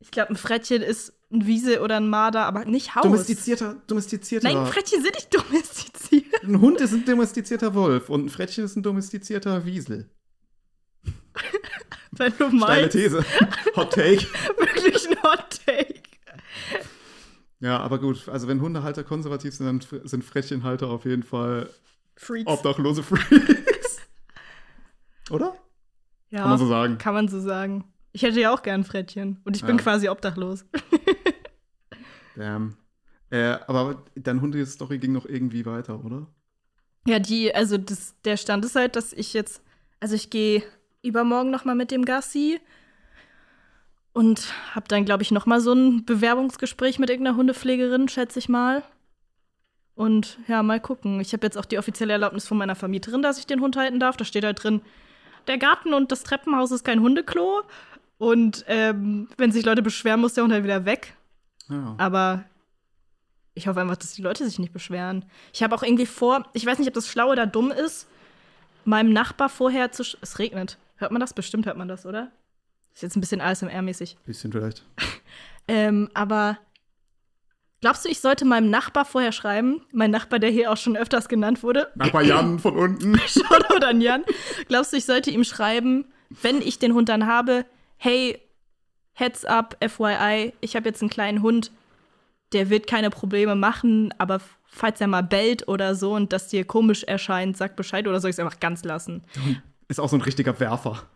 [SPEAKER 2] Ich glaube, ein Frettchen ist ein Wiesel oder ein Marder, aber nicht Haus.
[SPEAKER 1] Domestizierter, domestizierter.
[SPEAKER 2] Nein, Frettchen sind nicht domestiziert.
[SPEAKER 1] Ein Hund ist ein domestizierter Wolf und ein Frettchen ist ein domestizierter Wiesel.
[SPEAKER 2] Sei du
[SPEAKER 1] Steile
[SPEAKER 2] meinst,
[SPEAKER 1] These. Hot Take.
[SPEAKER 2] wirklich ein Hot Take.
[SPEAKER 1] Ja, aber gut, also wenn Hundehalter konservativ sind, dann fr- sind Frettchenhalter auf jeden Fall
[SPEAKER 2] Freaks.
[SPEAKER 1] obdachlose Freaks. Oder?
[SPEAKER 2] ja,
[SPEAKER 1] Kann man so sagen.
[SPEAKER 2] kann man so sagen. Ich hätte ja auch gern ein Frettchen. Und ich bin
[SPEAKER 1] Ja.
[SPEAKER 2] quasi obdachlos.
[SPEAKER 1] Damn. Äh, aber deine Hundestory ging noch irgendwie weiter, oder?
[SPEAKER 2] Ja, die, also das, der Stand ist halt, dass ich jetzt, also ich gehe übermorgen noch mal mit dem Gassi und habe dann, glaube ich, noch mal so ein Bewerbungsgespräch mit irgendeiner Hundepflegerin, schätze ich mal. Und ja, mal gucken. Ich habe jetzt auch die offizielle Erlaubnis von meiner Vermieterin, dass ich den Hund halten darf. Da steht halt drin, der Garten und das Treppenhaus ist kein Hundeklo. Und ähm, wenn sich Leute beschweren, muss der Hund halt wieder weg.
[SPEAKER 1] Ja.
[SPEAKER 2] Aber ich hoffe einfach, dass die Leute sich nicht beschweren. Ich habe auch irgendwie vor, ich weiß nicht, ob das schlau oder dumm ist, meinem Nachbar vorher zu. sch- Es regnet. Hört man das? Bestimmt hört man das, oder? Ist jetzt ein bisschen ASMR-mäßig.
[SPEAKER 1] Bisschen vielleicht.
[SPEAKER 2] Ähm, aber glaubst du, ich sollte meinem Nachbar vorher schreiben? Mein Nachbar, der hier auch schon öfters genannt wurde.
[SPEAKER 1] Nachbar Jan von unten.
[SPEAKER 2] Shoutout an Jan. Glaubst du, ich sollte ihm schreiben, wenn ich den Hund dann habe, hey, heads up, FYI, ich habe jetzt einen kleinen Hund, der wird keine Probleme machen, aber falls er mal bellt oder so und das dir komisch erscheint, sag Bescheid oder soll ich es einfach ganz lassen?
[SPEAKER 1] Ist auch so ein richtiger Werfer.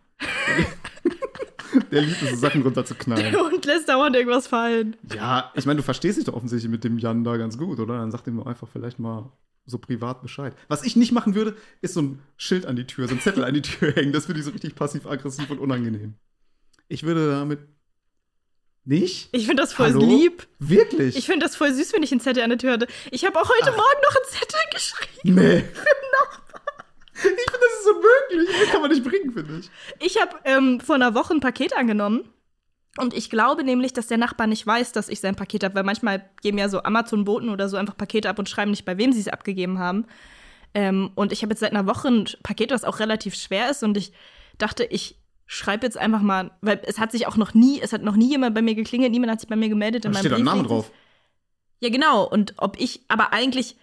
[SPEAKER 1] Der liebt es, so Sachen runterzuknallen.
[SPEAKER 2] Und lässt dauernd irgendwas fallen.
[SPEAKER 1] Ja, ich meine, du verstehst dich doch offensichtlich mit dem Jan da ganz gut, oder? Dann sag dem einfach vielleicht mal so privat Bescheid. Was ich nicht machen würde, ist so ein Schild an die Tür, so ein Zettel an die Tür hängen. Das finde ich so richtig passiv-aggressiv und unangenehm. Ich würde damit nicht?
[SPEAKER 2] Ich finde das voll
[SPEAKER 1] Hallo?
[SPEAKER 2] lieb.
[SPEAKER 1] Wirklich?
[SPEAKER 2] Ich finde das voll süß, wenn ich einen Zettel an der Tür hatte. Ich habe auch heute Morgen noch einen Zettel geschrieben.
[SPEAKER 1] nee. Ich finde, das ist unmöglich. Das kann man nicht bringen, finde ich.
[SPEAKER 2] Ich habe ähm, vor einer Woche ein Paket angenommen. Und ich glaube nämlich, dass der Nachbar nicht weiß, dass ich sein Paket habe, weil manchmal geben ja so Amazon-Boten oder so einfach Pakete ab und schreiben nicht, bei wem sie es abgegeben haben. Ähm, und ich habe jetzt seit einer Woche ein Paket, was auch relativ schwer ist. Und ich dachte, ich schreibe jetzt einfach mal, weil es hat sich auch noch nie, es hat noch nie jemand bei mir geklingelt, niemand hat sich bei mir gemeldet. In
[SPEAKER 1] Da
[SPEAKER 2] meinem
[SPEAKER 1] steht da ein Name
[SPEAKER 2] Briefkasten.
[SPEAKER 1] drauf.
[SPEAKER 2] Ja, genau. Und ob ich, aber eigentlich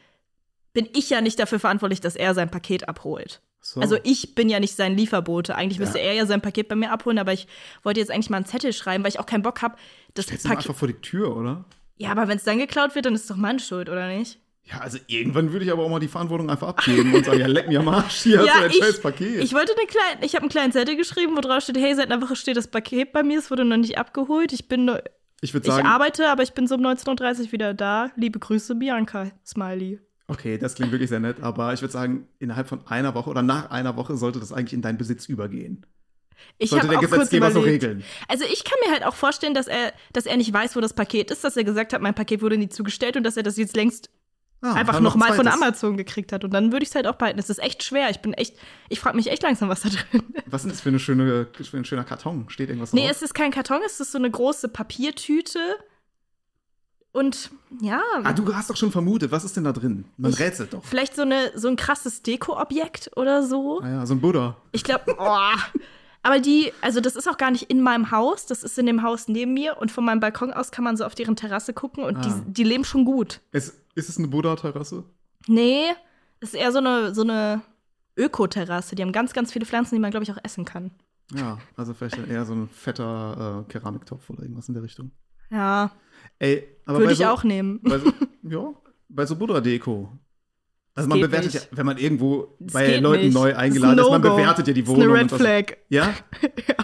[SPEAKER 2] bin ich ja nicht dafür verantwortlich, dass er sein Paket abholt.
[SPEAKER 1] So.
[SPEAKER 2] Also ich bin ja nicht sein Lieferbote. Eigentlich
[SPEAKER 1] Ja.
[SPEAKER 2] müsste er ja sein Paket bei mir abholen, aber ich wollte jetzt eigentlich mal einen Zettel schreiben, weil ich auch keinen Bock habe, das
[SPEAKER 1] Stellst du
[SPEAKER 2] Paket.
[SPEAKER 1] einfach vor die Tür, oder?
[SPEAKER 2] Ja, aber wenn es dann geklaut wird, dann ist es doch meine Schuld, oder nicht?
[SPEAKER 1] Ja, also irgendwann würde ich aber auch mal die Verantwortung einfach abgeben und sagen, ja, leck mir am Arsch, hier hast du dein scheiß Paket.
[SPEAKER 2] ich wollte eine kleine, ich habe einen kleinen Zettel geschrieben, wo drauf steht, hey, seit einer Woche steht das Paket bei mir, es wurde noch nicht abgeholt. Ich bin, nur-
[SPEAKER 1] ich würde
[SPEAKER 2] ich
[SPEAKER 1] sagen,
[SPEAKER 2] arbeite, aber ich bin so um 19.30 Uhr wieder da. Liebe Grüße, Bianca. Smiley.
[SPEAKER 1] Okay, das klingt wirklich sehr nett, aber ich würde sagen, innerhalb von einer Woche oder nach einer Woche sollte das eigentlich in deinen Besitz übergehen.
[SPEAKER 2] Ich
[SPEAKER 1] sollte
[SPEAKER 2] hab
[SPEAKER 1] der
[SPEAKER 2] auch kurz
[SPEAKER 1] Gesetzgeber so
[SPEAKER 2] überlegt.
[SPEAKER 1] regeln.
[SPEAKER 2] Also ich kann mir halt auch vorstellen, dass er, dass er nicht weiß, wo das Paket ist, dass er gesagt hat, mein Paket wurde nie zugestellt und dass er das jetzt längst
[SPEAKER 1] Ah,
[SPEAKER 2] einfach
[SPEAKER 1] dann noch ein
[SPEAKER 2] nochmal von
[SPEAKER 1] zweites.
[SPEAKER 2] Amazon gekriegt hat. Und dann würde ich es halt auch behalten. Es ist echt schwer. Ich bin echt, ich frage mich echt langsam, was da drin ist.
[SPEAKER 1] Was ist das für, eine schöne, für ein schöner Karton? Steht irgendwas
[SPEAKER 2] Nee,
[SPEAKER 1] drauf?
[SPEAKER 2] es ist kein Karton, es ist so eine große Papiertüte. Und ja,
[SPEAKER 1] ah, du hast doch schon vermutet, was ist denn da drin? Man
[SPEAKER 2] Ich-
[SPEAKER 1] rätselt doch.
[SPEAKER 2] vielleicht so, eine, so ein krasses Dekoobjekt oder so.
[SPEAKER 1] Ah ja, so ein Buddha.
[SPEAKER 2] Ich glaube, oh. aber die, also das ist auch gar nicht in meinem Haus, das ist in dem Haus neben mir und von meinem Balkon aus kann man so auf deren Terrasse gucken und
[SPEAKER 1] Ah.
[SPEAKER 2] die, die leben schon gut.
[SPEAKER 1] Es, ist es eine Buddha-Terrasse?
[SPEAKER 2] Nee, das ist eher so eine, so eine Ökoterrasse. Die haben ganz, ganz viele Pflanzen, die man, glaube ich, auch essen kann.
[SPEAKER 1] Ja, also vielleicht eher so ein fetter äh, Keramiktopf oder irgendwas in der Richtung.
[SPEAKER 2] Ja,
[SPEAKER 1] Ey, aber
[SPEAKER 2] würde
[SPEAKER 1] bei
[SPEAKER 2] ich
[SPEAKER 1] so,
[SPEAKER 2] auch nehmen.
[SPEAKER 1] Bei so, ja, bei so Buddha-Deko. Also man
[SPEAKER 2] geht
[SPEAKER 1] bewertet
[SPEAKER 2] nicht.
[SPEAKER 1] ja, wenn man irgendwo
[SPEAKER 2] Das
[SPEAKER 1] bei
[SPEAKER 2] geht
[SPEAKER 1] Leuten
[SPEAKER 2] nicht.
[SPEAKER 1] neu
[SPEAKER 2] Das
[SPEAKER 1] eingeladen
[SPEAKER 2] ein
[SPEAKER 1] ist, man
[SPEAKER 2] No-Go.
[SPEAKER 1] bewertet ja die
[SPEAKER 2] Das
[SPEAKER 1] Wohnung.
[SPEAKER 2] Ist eine
[SPEAKER 1] und
[SPEAKER 2] Red
[SPEAKER 1] was-
[SPEAKER 2] Flag.
[SPEAKER 1] Ja?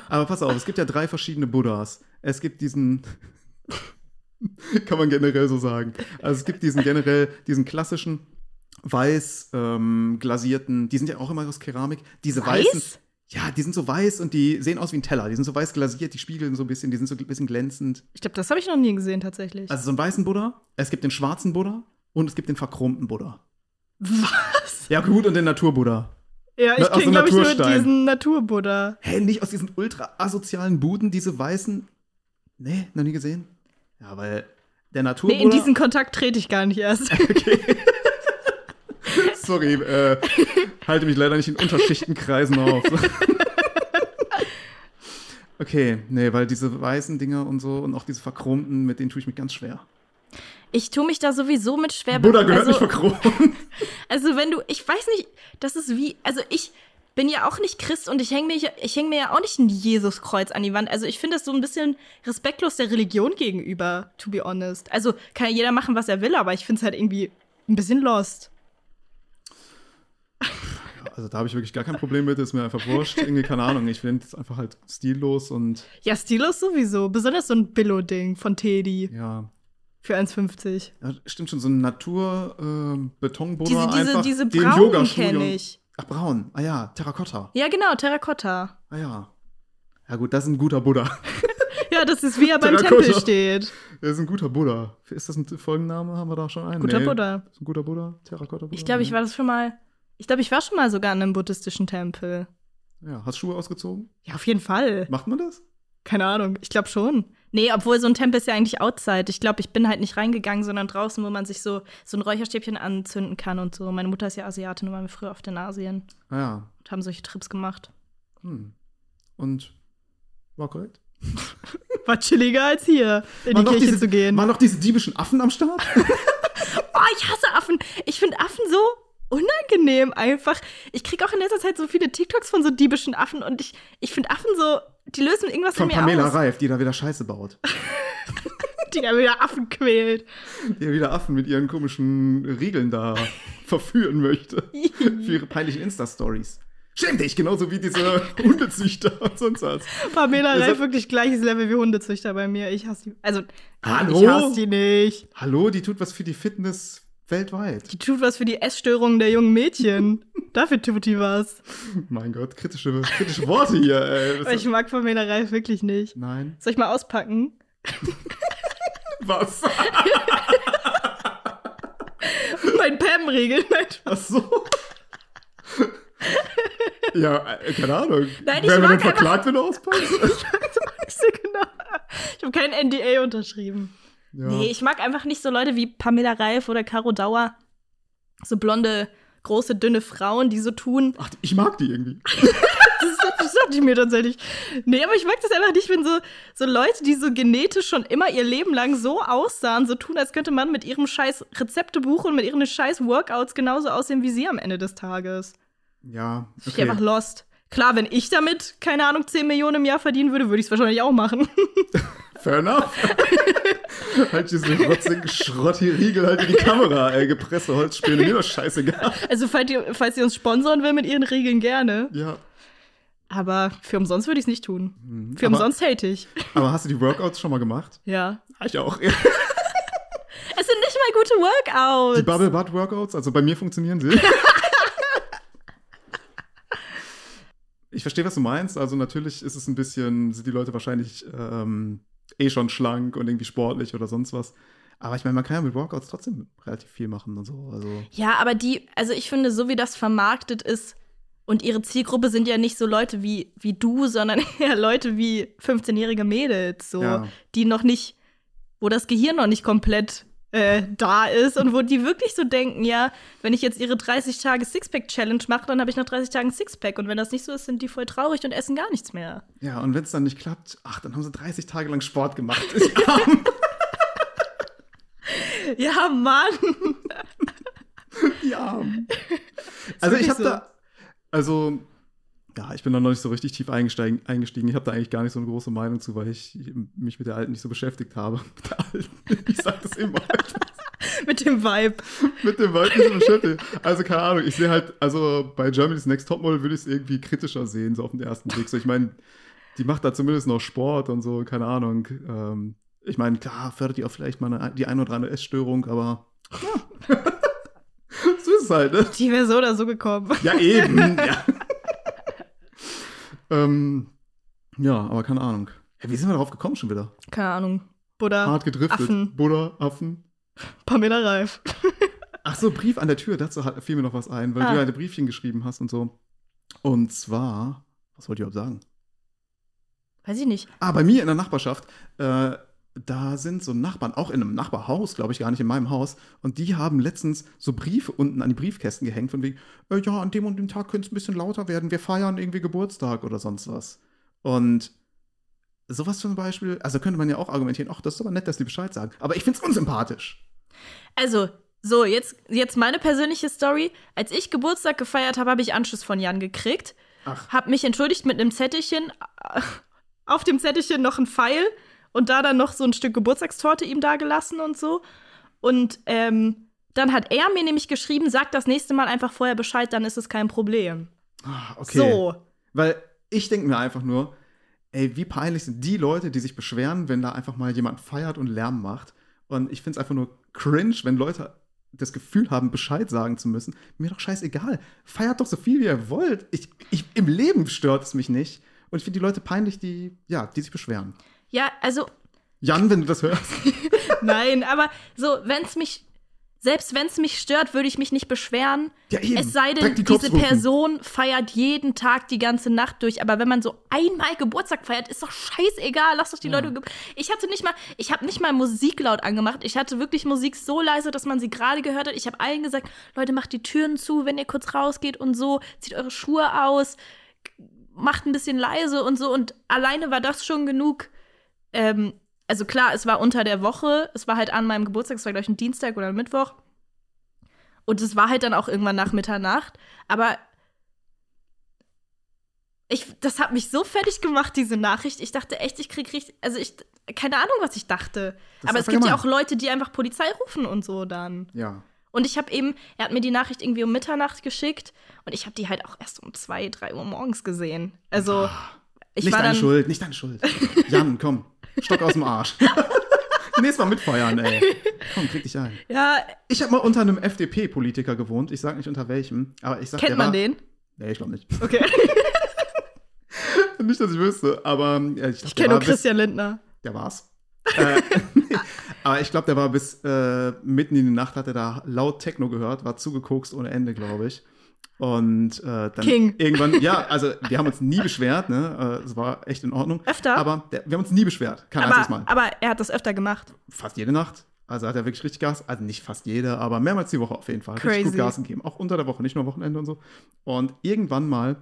[SPEAKER 1] Aber pass auf, es gibt ja drei verschiedene Buddhas. Es gibt diesen. kann man generell so sagen. Also es gibt diesen generell, diesen klassischen weiß ähm, glasierten, die sind ja auch immer aus Keramik. Diese
[SPEAKER 2] Weiß?
[SPEAKER 1] weißen. Ja, die sind so weiß und die sehen aus wie ein Teller. Die sind so weiß glasiert, die spiegeln so ein bisschen, die sind so ein bisschen glänzend.
[SPEAKER 2] Ich glaube, das habe ich noch nie gesehen, tatsächlich.
[SPEAKER 1] Also so einen weißen Buddha, es gibt den schwarzen Buddha und es gibt den verchromten Buddha.
[SPEAKER 2] Was?
[SPEAKER 1] Ja, gut, und den Naturbuddha.
[SPEAKER 2] Ja,
[SPEAKER 1] Na,
[SPEAKER 2] ich
[SPEAKER 1] aus
[SPEAKER 2] kenne,
[SPEAKER 1] dem
[SPEAKER 2] glaube ich, nur
[SPEAKER 1] Naturstein.
[SPEAKER 2] diesen Naturbuddha.
[SPEAKER 1] Hä, nicht aus diesen ultra asozialen Buden, diese weißen. Nee, noch nie gesehen. Ja, weil der Naturbuddha.
[SPEAKER 2] Nee, in diesen Kontakt trete ich gar nicht erst.
[SPEAKER 1] Sorry, äh, halte mich leider nicht in Unterschichtenkreisen auf. okay, nee, weil diese weißen Dinger und so und auch diese verchromten, mit denen tue ich mich ganz schwer.
[SPEAKER 2] Ich tue mich da sowieso mit schwer.
[SPEAKER 1] Buddha gehört
[SPEAKER 2] also,
[SPEAKER 1] nicht verchromt.
[SPEAKER 2] Also wenn du, ich weiß nicht, das ist wie, also ich bin ja auch nicht Christ und ich hänge mir, ich häng mir ja auch nicht ein Jesuskreuz an die Wand. Also ich finde das so ein bisschen respektlos der Religion gegenüber, to be honest. Also kann ja jeder machen, was er will, aber ich finde es halt irgendwie ein bisschen lost.
[SPEAKER 1] Also da habe ich wirklich gar kein Problem mit, ist mir einfach wurscht. Irgendwie, keine Ahnung, ich finde es einfach halt stillos und
[SPEAKER 2] Ja, stillos sowieso. Besonders so ein Billo-Ding von Teddy.
[SPEAKER 1] ja.
[SPEAKER 2] Für 1,50.
[SPEAKER 1] Ja, stimmt schon, so ein Natur-Betonboden.
[SPEAKER 2] Diese, diese,
[SPEAKER 1] einfach
[SPEAKER 2] diese
[SPEAKER 1] die im
[SPEAKER 2] braunen
[SPEAKER 1] Yogastudio-
[SPEAKER 2] kenne ich.
[SPEAKER 1] Ach, braun. Ah ja, Terrakotta.
[SPEAKER 2] Ja, genau, Terrakotta.
[SPEAKER 1] Ah ja. Ja gut, das ist ein guter Buddha.
[SPEAKER 2] Ja, das ist wie er beim
[SPEAKER 1] Terrakotta.
[SPEAKER 2] Tempel steht.
[SPEAKER 1] Das ist ein guter Buddha. Ist das ein Folgenname? Haben wir da schon einen?
[SPEAKER 2] Guter
[SPEAKER 1] Nee.
[SPEAKER 2] Buddha.
[SPEAKER 1] Ist ein guter Buddha? Terrakotta Buddha?
[SPEAKER 2] Ich glaube, ich
[SPEAKER 1] Nee.
[SPEAKER 2] war das schon mal. Ich glaube, ich war schon mal sogar in einem buddhistischen Tempel.
[SPEAKER 1] Ja, hast Schuhe ausgezogen?
[SPEAKER 2] Ja, auf jeden Fall.
[SPEAKER 1] Macht man das?
[SPEAKER 2] Keine Ahnung. Ich glaube schon. Nee, obwohl so ein Tempel ist ja eigentlich outside. Ich glaube, ich bin halt nicht reingegangen, sondern draußen, wo man sich so, so ein Räucherstäbchen anzünden kann und so. Meine Mutter ist ja Asiatin und waren wir früher oft in Asien
[SPEAKER 1] Ah ja.
[SPEAKER 2] und haben solche Trips gemacht.
[SPEAKER 1] Hm. Und war korrekt.
[SPEAKER 2] War chilliger als hier,
[SPEAKER 1] Waren
[SPEAKER 2] in die
[SPEAKER 1] noch
[SPEAKER 2] Kirche
[SPEAKER 1] diese,
[SPEAKER 2] zu gehen.
[SPEAKER 1] Waren noch diese diebischen Affen am Start?
[SPEAKER 2] Oh, ich hasse Affen. Ich finde Affen so unangenehm einfach. Ich kriege auch in letzter Zeit so viele TikToks von so diebischen Affen und ich, ich finde Affen so, die lösen irgendwas
[SPEAKER 1] Von
[SPEAKER 2] in mir
[SPEAKER 1] Pamela
[SPEAKER 2] aus.
[SPEAKER 1] Reif, die da wieder Scheiße baut.
[SPEAKER 2] Die da wieder Affen quält.
[SPEAKER 1] Die wieder Affen mit ihren komischen Regeln da verführen möchte. Für ihre peinlichen Insta-Stories. Schäm dich, genauso wie diese Hundezüchter und sonst was.
[SPEAKER 2] Pamela
[SPEAKER 1] Also-
[SPEAKER 2] Reif wirklich gleiches Level wie Hundezüchter bei mir. Ich hasse die. Also,
[SPEAKER 1] Hallo?
[SPEAKER 2] ich hasse die nicht.
[SPEAKER 1] Hallo, die tut was für die Fitness weltweit.
[SPEAKER 2] Die tut was für die Essstörungen der jungen Mädchen. Dafür tut die was.
[SPEAKER 1] Mein Gott, kritische, kritische Worte hier. Ey.
[SPEAKER 2] Aber ich mag Pamela Reif wirklich nicht.
[SPEAKER 1] Nein.
[SPEAKER 2] Soll ich mal auspacken?
[SPEAKER 1] Was?
[SPEAKER 2] mein Pam-Riegel. Nein,
[SPEAKER 1] Ach so. ja, äh, keine Ahnung.
[SPEAKER 2] Nein, ich
[SPEAKER 1] Werden wir
[SPEAKER 2] mag
[SPEAKER 1] dann verklagt, wenn du auspackst?
[SPEAKER 2] nicht so genau. Ich habe kein NDA unterschrieben.
[SPEAKER 1] ja.
[SPEAKER 2] Nee, ich mag einfach nicht so Leute wie Pamela Reif oder Caro Dauer. So blonde, große, dünne Frauen, die so tun.
[SPEAKER 1] Ach, ich mag die irgendwie.
[SPEAKER 2] Das, das dachte ich mir tatsächlich. Nee, aber ich mag das einfach nicht, wenn so, so Leute, die so genetisch schon immer ihr Leben lang so aussahen, so tun, als könnte man mit ihrem scheiß Rezeptebuch und mit ihren scheiß Workouts genauso aussehen wie sie am Ende des Tages.
[SPEAKER 1] Ja,
[SPEAKER 2] Das find Ich einfach
[SPEAKER 1] okay.
[SPEAKER 2] lost. Klar, wenn ich damit, keine Ahnung, 10 Millionen im Jahr verdienen würde, würde ich es wahrscheinlich auch machen.
[SPEAKER 1] Fair enough. halt diesen rotzigen Schrott hier, Riegel halt in die Kamera, ey. Gepresste Holzspäne, mir doch scheißegal.
[SPEAKER 2] Also, falls ihr, falls ihr uns sponsoren will mit ihren Regeln, gerne.
[SPEAKER 1] Ja.
[SPEAKER 2] Aber für umsonst würde ich es nicht tun. Für
[SPEAKER 1] Mhm. aber-
[SPEAKER 2] umsonst hate ich.
[SPEAKER 1] Aber hast du die Workouts schon mal gemacht?
[SPEAKER 2] Ja.
[SPEAKER 1] Ich auch.
[SPEAKER 2] Es sind nicht mal gute Workouts.
[SPEAKER 1] Die Bubble Butt Workouts, also bei mir funktionieren sie. ich verstehe, was du meinst. Also natürlich ist es ein bisschen, sind die Leute wahrscheinlich ähm, eh schon schlank und irgendwie sportlich oder sonst was. Aber ich meine, man kann ja mit Workouts trotzdem relativ viel machen und so. Also
[SPEAKER 2] ja, aber die, also ich finde, so wie das vermarktet ist und ihre Zielgruppe sind ja nicht so Leute wie, wie du, sondern eher Leute wie 15-jährige Mädels, so,
[SPEAKER 1] Ja.
[SPEAKER 2] die noch nicht, wo das Gehirn noch nicht komplett äh, da ist und wo die wirklich so denken, ja, wenn ich jetzt ihre 30 Tage Sixpack-Challenge mache, dann habe ich nach 30 Tagen Sixpack und wenn das nicht so ist, sind die voll traurig und essen gar nichts mehr.
[SPEAKER 1] ja, und wenn es dann nicht klappt, ach, dann haben sie 30 Tage lang Sport gemacht. Die Armen,
[SPEAKER 2] Ja, Mann.
[SPEAKER 1] die Armen. Also ich
[SPEAKER 2] wirklich
[SPEAKER 1] habe
[SPEAKER 2] so.
[SPEAKER 1] da, also ja, ich bin da noch nicht so richtig tief eingestiegen. eingestiegen. Ich habe da eigentlich gar nicht so eine große Meinung zu, weil ich mich mit der Alten nicht so beschäftigt habe. Mit der Alten. Ich sag das immer.
[SPEAKER 2] Mit dem Vibe.
[SPEAKER 1] mit dem Wald nicht so beschäftigt. Also keine Ahnung. Ich sehe halt, also bei Germany's Next Topmodel würde ich es irgendwie kritischer sehen, so auf den ersten Blick. So, ich meine, die macht da zumindest noch Sport und so, keine Ahnung. Ähm, ich meine, klar, fördert die auch vielleicht mal eine, die ein oder andere Essstörung, aber ja. so ist es halt, ne?
[SPEAKER 2] Die wäre so oder so gekommen.
[SPEAKER 1] Ja, eben. ja. ähm, ja, aber keine Ahnung. Hey, wie sind wir darauf gekommen schon wieder?
[SPEAKER 2] Keine Ahnung. Buddha,
[SPEAKER 1] Hart gedriftet.
[SPEAKER 2] Affen.
[SPEAKER 1] Buddha, Ah, Affen.
[SPEAKER 2] Pamela Reif.
[SPEAKER 1] Ach so, Brief an der Tür. Dazu hat, fiel mir noch was ein, weil
[SPEAKER 2] Ah.
[SPEAKER 1] du ja ein Briefchen geschrieben hast und so. Und zwar, was wollte ich überhaupt sagen?
[SPEAKER 2] Weiß ich nicht.
[SPEAKER 1] Ah, bei mir in der Nachbarschaft, äh, da sind so Nachbarn, auch in einem Nachbarhaus, glaube ich, gar nicht in meinem Haus. Und die haben letztens so Briefe unten an die Briefkästen gehängt, von wegen, äh, ja, an dem und dem Tag könnte es ein bisschen lauter werden, wir feiern irgendwie Geburtstag oder sonst was. Und sowas zum Beispiel, also könnte man ja auch argumentieren, ach, das ist aber nett, dass die Bescheid sagen. Aber ich finde es unsympathisch.
[SPEAKER 2] Also, so, jetzt, jetzt meine persönliche Story. Als ich Geburtstag gefeiert habe, habe ich Anschluss von Jan gekriegt.
[SPEAKER 1] Ach,
[SPEAKER 2] Hab mich entschuldigt mit einem Zettelchen. äh, Auf dem Zettelchen noch ein Pfeil und da dann noch so ein Stück Geburtstagstorte ihm dagelassen und so. Und ähm, dann hat er mir nämlich geschrieben, sag das nächste Mal einfach vorher Bescheid, dann ist es kein Problem.
[SPEAKER 1] ah, okay.
[SPEAKER 2] So.
[SPEAKER 1] Weil ich denke mir einfach nur, ey, wie peinlich sind die Leute, die sich beschweren, wenn da einfach mal jemand feiert und Lärm macht Und ich finde es einfach nur cringe, wenn Leute das Gefühl haben, Bescheid sagen zu müssen. Mir doch scheißegal. Feiert doch so viel, wie ihr wollt. Ich, ich, Im Leben stört es mich nicht. Und ich finde die Leute peinlich, die, ja, die sich beschweren.
[SPEAKER 2] Ja, also
[SPEAKER 1] Jan, wenn du das hörst.
[SPEAKER 2] nein, aber so, wenn es mich, selbst wenn es mich stört, würde ich mich nicht beschweren.
[SPEAKER 1] Ja, eben.
[SPEAKER 2] Es sei denn,
[SPEAKER 1] Direkt die Cops
[SPEAKER 2] diese
[SPEAKER 1] rufen.
[SPEAKER 2] Person feiert jeden Tag die ganze Nacht durch. Aber wenn man so einmal Geburtstag feiert, ist doch scheißegal. Lass doch die
[SPEAKER 1] Ja.
[SPEAKER 2] Leute. ge- Ich hatte nicht mal, ich habe nicht mal Musik laut angemacht. Ich hatte wirklich Musik so leise, dass man sie gerade gehört hat. Ich habe allen gesagt, Leute, macht die Türen zu, wenn ihr kurz rausgeht und so. Zieht eure Schuhe aus. Macht ein bisschen leise und so. Und alleine war das schon genug. Ähm, also klar, es war unter der Woche. Es war halt an meinem Geburtstag. Es war, glaube ich, ein Dienstag oder ein Mittwoch. Und es war halt dann auch irgendwann nach Mitternacht. Aber ich, das hat mich so fertig gemacht, diese Nachricht. Ich dachte echt, ich krieg richtig. Also ich. Keine Ahnung, was ich dachte.
[SPEAKER 1] Das ist
[SPEAKER 2] Aber es
[SPEAKER 1] einfach
[SPEAKER 2] gibt ja
[SPEAKER 1] gemein.
[SPEAKER 2] auch Leute, die einfach Polizei rufen und so dann.
[SPEAKER 1] Ja.
[SPEAKER 2] Und ich habe eben, er hat mir die Nachricht irgendwie um Mitternacht geschickt und ich habe die halt auch erst um zwei, drei Uhr morgens gesehen. Also ich
[SPEAKER 1] nicht
[SPEAKER 2] war
[SPEAKER 1] deine
[SPEAKER 2] dann.
[SPEAKER 1] Schuld, nicht deine Schuld. Jan, komm, Stock aus dem Arsch. Nächstes Mal mitfeuern, ey. Komm, krieg dich ein.
[SPEAKER 2] Ja,
[SPEAKER 1] Ich habe mal unter einem FDP-Politiker gewohnt. Ich sag nicht unter welchem, aber ich sag
[SPEAKER 2] kennt
[SPEAKER 1] der
[SPEAKER 2] man
[SPEAKER 1] war,
[SPEAKER 2] den?
[SPEAKER 1] Nee, ich glaube nicht.
[SPEAKER 2] Okay.
[SPEAKER 1] Nicht, dass ich wüsste, aber äh, ich, glaub,
[SPEAKER 2] Ich kenne nur
[SPEAKER 1] der, war bis,
[SPEAKER 2] Christian Lindner.
[SPEAKER 1] der war's. äh, nee. aber ich glaube, der war bis äh, mitten in die Nacht, hat er da laut Techno gehört, war zugekokst ohne Ende, glaube ich. Und äh, dann
[SPEAKER 2] King.
[SPEAKER 1] irgendwann, ja, also wir haben uns nie beschwert, ne? Äh, es war echt in Ordnung.
[SPEAKER 2] Öfter?
[SPEAKER 1] Aber der, wir haben uns nie beschwert. Kein einziges Mal.
[SPEAKER 2] Aber, aber er hat das öfter gemacht.
[SPEAKER 1] fast jede Nacht. Also hat er wirklich richtig Gas. Also nicht fast jede, aber mehrmals die Woche auf jeden Fall. Richtig
[SPEAKER 2] Crazy.
[SPEAKER 1] gut Gas gegeben. Auch unter der Woche, nicht nur am Wochenende und so. Und irgendwann mal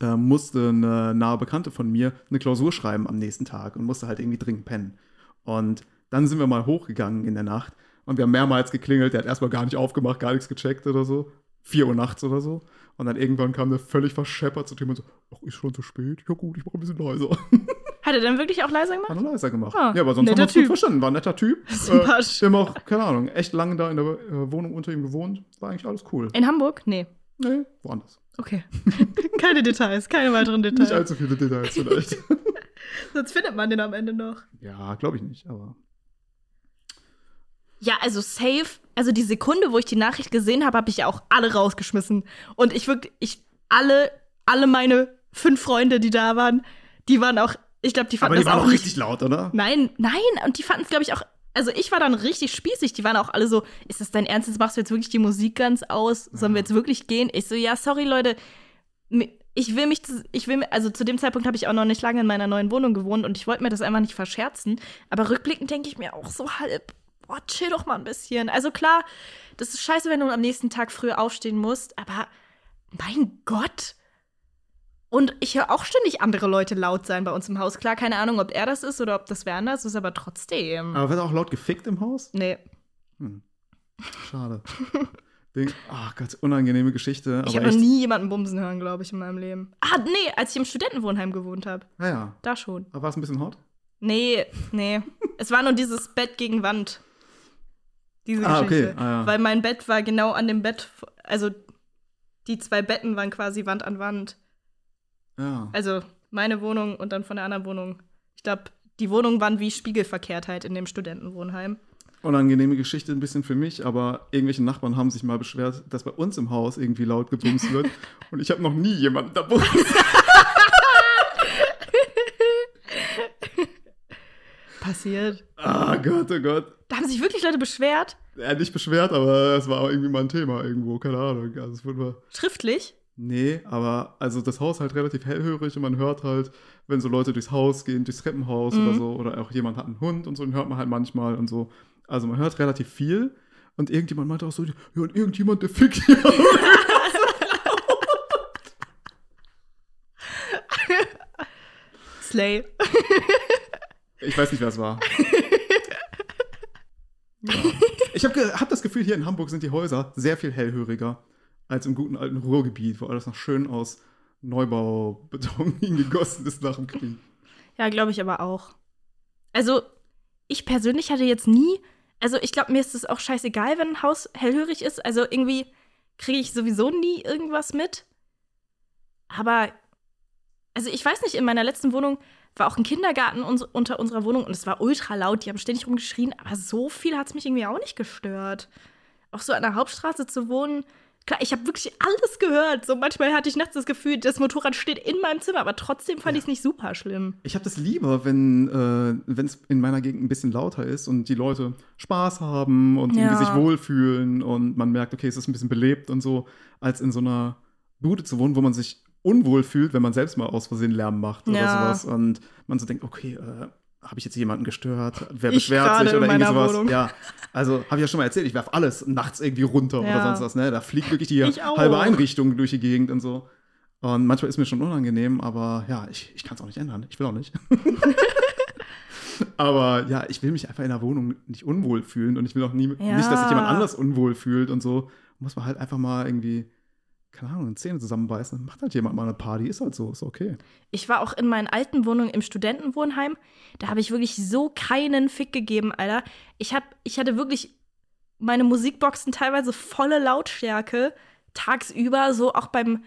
[SPEAKER 1] äh, musste eine nahe Bekannte von mir eine Klausur schreiben am nächsten Tag und musste halt irgendwie dringend pennen. Und dann sind wir mal hochgegangen in der Nacht und wir haben mehrmals geklingelt. Der hat erstmal gar nicht aufgemacht, gar nichts gecheckt oder so. 4 Uhr nachts oder so. Und dann irgendwann kam der völlig verscheppert zu Tim und so: Ach, ist schon zu spät? Ja, gut, ich mach ein bisschen leiser.
[SPEAKER 2] Hat er dann wirklich auch leise
[SPEAKER 1] Hat
[SPEAKER 2] gemacht?
[SPEAKER 1] er leiser gemacht.
[SPEAKER 2] Ah,
[SPEAKER 1] ja, aber sonst haben
[SPEAKER 2] netter
[SPEAKER 1] wir uns gut
[SPEAKER 2] Typ.
[SPEAKER 1] verstanden. War ein netter Typ.
[SPEAKER 2] Sympathisch.
[SPEAKER 1] Äh, wir haben auch, keine Ahnung, echt lange da in der äh, Wohnung unter ihm gewohnt. War eigentlich alles cool.
[SPEAKER 2] In Hamburg? Nee.
[SPEAKER 1] Nee, woanders.
[SPEAKER 2] Okay. keine Details, keine weiteren
[SPEAKER 1] Nicht
[SPEAKER 2] Details.
[SPEAKER 1] allzu viele Details vielleicht.
[SPEAKER 2] Sonst findet man den am Ende noch.
[SPEAKER 1] ja, glaube ich nicht, aber.
[SPEAKER 2] Ja, also safe. Also die Sekunde, wo ich die Nachricht gesehen habe, habe ich ja auch alle rausgeschmissen. Und ich wirklich, ich, alle, alle meine fünf Freunde, die da waren, die waren auch, ich glaube, die fanden
[SPEAKER 1] Aber die
[SPEAKER 2] das
[SPEAKER 1] waren
[SPEAKER 2] auch
[SPEAKER 1] auch richtig laut, oder?
[SPEAKER 2] Nein, nein, und die fanden es, glaube ich, auch. Also ich war dann richtig spießig. Die waren auch alle so, ist das dein Ernst? Jetzt machst du jetzt wirklich die Musik ganz aus? Sollen wir jetzt wirklich gehen? Ich so, ja, sorry, Leute. Mi- Ich will mich, zu- ich will, mi- also zu dem Zeitpunkt habe ich auch noch nicht lange in meiner neuen Wohnung gewohnt und ich wollte mir das einfach nicht verscherzen. Aber rückblickend denke ich mir auch so halb, boah, chill doch mal ein bisschen. Also klar, das ist scheiße, wenn du am nächsten Tag früh aufstehen musst, aber mein Gott. Und ich höre auch ständig andere Leute laut sein bei uns im Haus. Klar, keine Ahnung, ob er das ist oder ob das wer anders ist, aber trotzdem.
[SPEAKER 1] Aber wird auch laut gefickt im Haus?
[SPEAKER 2] Nee.
[SPEAKER 1] Hm. Schade. Ding. Ach Gott, unangenehme Geschichte.
[SPEAKER 2] Ich
[SPEAKER 1] aber
[SPEAKER 2] habe noch
[SPEAKER 1] echt.
[SPEAKER 2] nie jemanden bumsen hören, glaube ich, in meinem Leben. Ah, nee, als ich im Studentenwohnheim gewohnt habe.
[SPEAKER 1] Naja.
[SPEAKER 2] Da schon.
[SPEAKER 1] Ah, Aber war es ein bisschen hot?
[SPEAKER 2] Nee, nee. es war nur dieses Bett gegen Wand. Diese
[SPEAKER 1] Ah, okay.
[SPEAKER 2] Geschichte.
[SPEAKER 1] Ah, ja.
[SPEAKER 2] Weil mein Bett war genau an dem Bett. Also, die zwei Betten waren quasi Wand an Wand.
[SPEAKER 1] Ja.
[SPEAKER 2] Also meine Wohnung und dann von der anderen Wohnung. Ich glaube, die Wohnungen waren wie spiegelverkehrt halt in dem Studentenwohnheim.
[SPEAKER 1] Unangenehme Geschichte ein bisschen für mich, aber irgendwelche Nachbarn haben sich mal beschwert, dass bei uns im Haus irgendwie laut gebumst wird. und ich habe noch nie jemanden da bumst.
[SPEAKER 2] Passiert.
[SPEAKER 1] Ah Gott, oh Gott.
[SPEAKER 2] Da haben sich wirklich Leute beschwert,
[SPEAKER 1] Ja, nicht beschwert, aber es war auch irgendwie mal ein Thema irgendwo, keine Ahnung. Also es wurde mal,
[SPEAKER 2] schriftlich.
[SPEAKER 1] nee, aber also das Haus halt relativ hellhörig und man hört halt, wenn so Leute durchs Haus gehen, durchs Treppenhaus
[SPEAKER 2] Mhm.
[SPEAKER 1] oder so, oder auch jemand hat einen Hund und so, den hört man halt manchmal und so. Also man hört relativ viel und irgendjemand meinte auch so, ja, und irgendjemand, der fickt hier.
[SPEAKER 2] Slay.
[SPEAKER 1] Ich weiß nicht, wer es war. ja. Ich habe ge hab das Gefühl, hier in Hamburg sind die Häuser sehr viel hellhöriger als im guten alten Ruhrgebiet, wo alles noch schön aus Neubaubeton hingegossen ist nach dem Krieg.
[SPEAKER 2] Ja, glaube ich aber auch. Also, ich persönlich hatte jetzt nie, also ich glaube, mir ist es auch scheißegal, wenn ein Haus hellhörig ist. Also irgendwie kriege ich sowieso nie irgendwas mit. Aber, also ich weiß nicht, in meiner letzten Wohnung war auch ein Kindergarten uns unter unserer Wohnung und es war ultra laut. Die haben ständig rumgeschrien, aber so viel hat es mich irgendwie auch nicht gestört. Auch so an der Hauptstraße zu wohnen. Klar, ich habe wirklich alles gehört. So manchmal hatte ich nachts das Gefühl, das Motorrad steht in meinem Zimmer, aber trotzdem fand
[SPEAKER 1] Ja.
[SPEAKER 2] ich es nicht super schlimm.
[SPEAKER 1] Ich habe das lieber, wenn äh, es in meiner Gegend ein bisschen lauter ist und die Leute Spaß haben und
[SPEAKER 2] Ja.
[SPEAKER 1] irgendwie sich wohlfühlen und man merkt, okay, es ist ein bisschen belebt und so, als in so einer Bude zu wohnen, wo man sich unwohl fühlt, wenn man selbst mal aus Versehen Lärm macht oder
[SPEAKER 2] Ja.
[SPEAKER 1] sowas und man so denkt, okay, äh, habe ich jetzt jemanden gestört? Wer
[SPEAKER 2] Ich
[SPEAKER 1] beschwert
[SPEAKER 2] gerade
[SPEAKER 1] sich oder
[SPEAKER 2] in
[SPEAKER 1] irgendwie
[SPEAKER 2] meiner
[SPEAKER 1] sowas?
[SPEAKER 2] Wohnung.
[SPEAKER 1] Ja, also habe ich ja schon mal erzählt, ich werf alles nachts irgendwie runter oder
[SPEAKER 2] Ja.
[SPEAKER 1] sonst was. Ne? Da fliegt wirklich die
[SPEAKER 2] Ich auch.
[SPEAKER 1] halbe Einrichtung durch die Gegend und so. Und manchmal ist mir schon unangenehm, aber ja, ich, ich kann es auch nicht ändern. Ich will auch nicht. aber ja, ich will mich einfach in der Wohnung nicht unwohl fühlen und ich will auch nie,
[SPEAKER 2] Ja.
[SPEAKER 1] nicht, dass sich jemand anders unwohl fühlt und so. Muss man halt einfach mal irgendwie, keine Ahnung, Zähne zusammenbeißen. Dann Macht halt jemand mal eine Party, ist halt so, ist okay.
[SPEAKER 2] Ich war auch in meinen alten Wohnungen im Studentenwohnheim. Da habe ich wirklich so keinen Fick gegeben, Alter. Ich, hab, ich hatte wirklich meine Musikboxen teilweise volle Lautstärke tagsüber, so auch beim.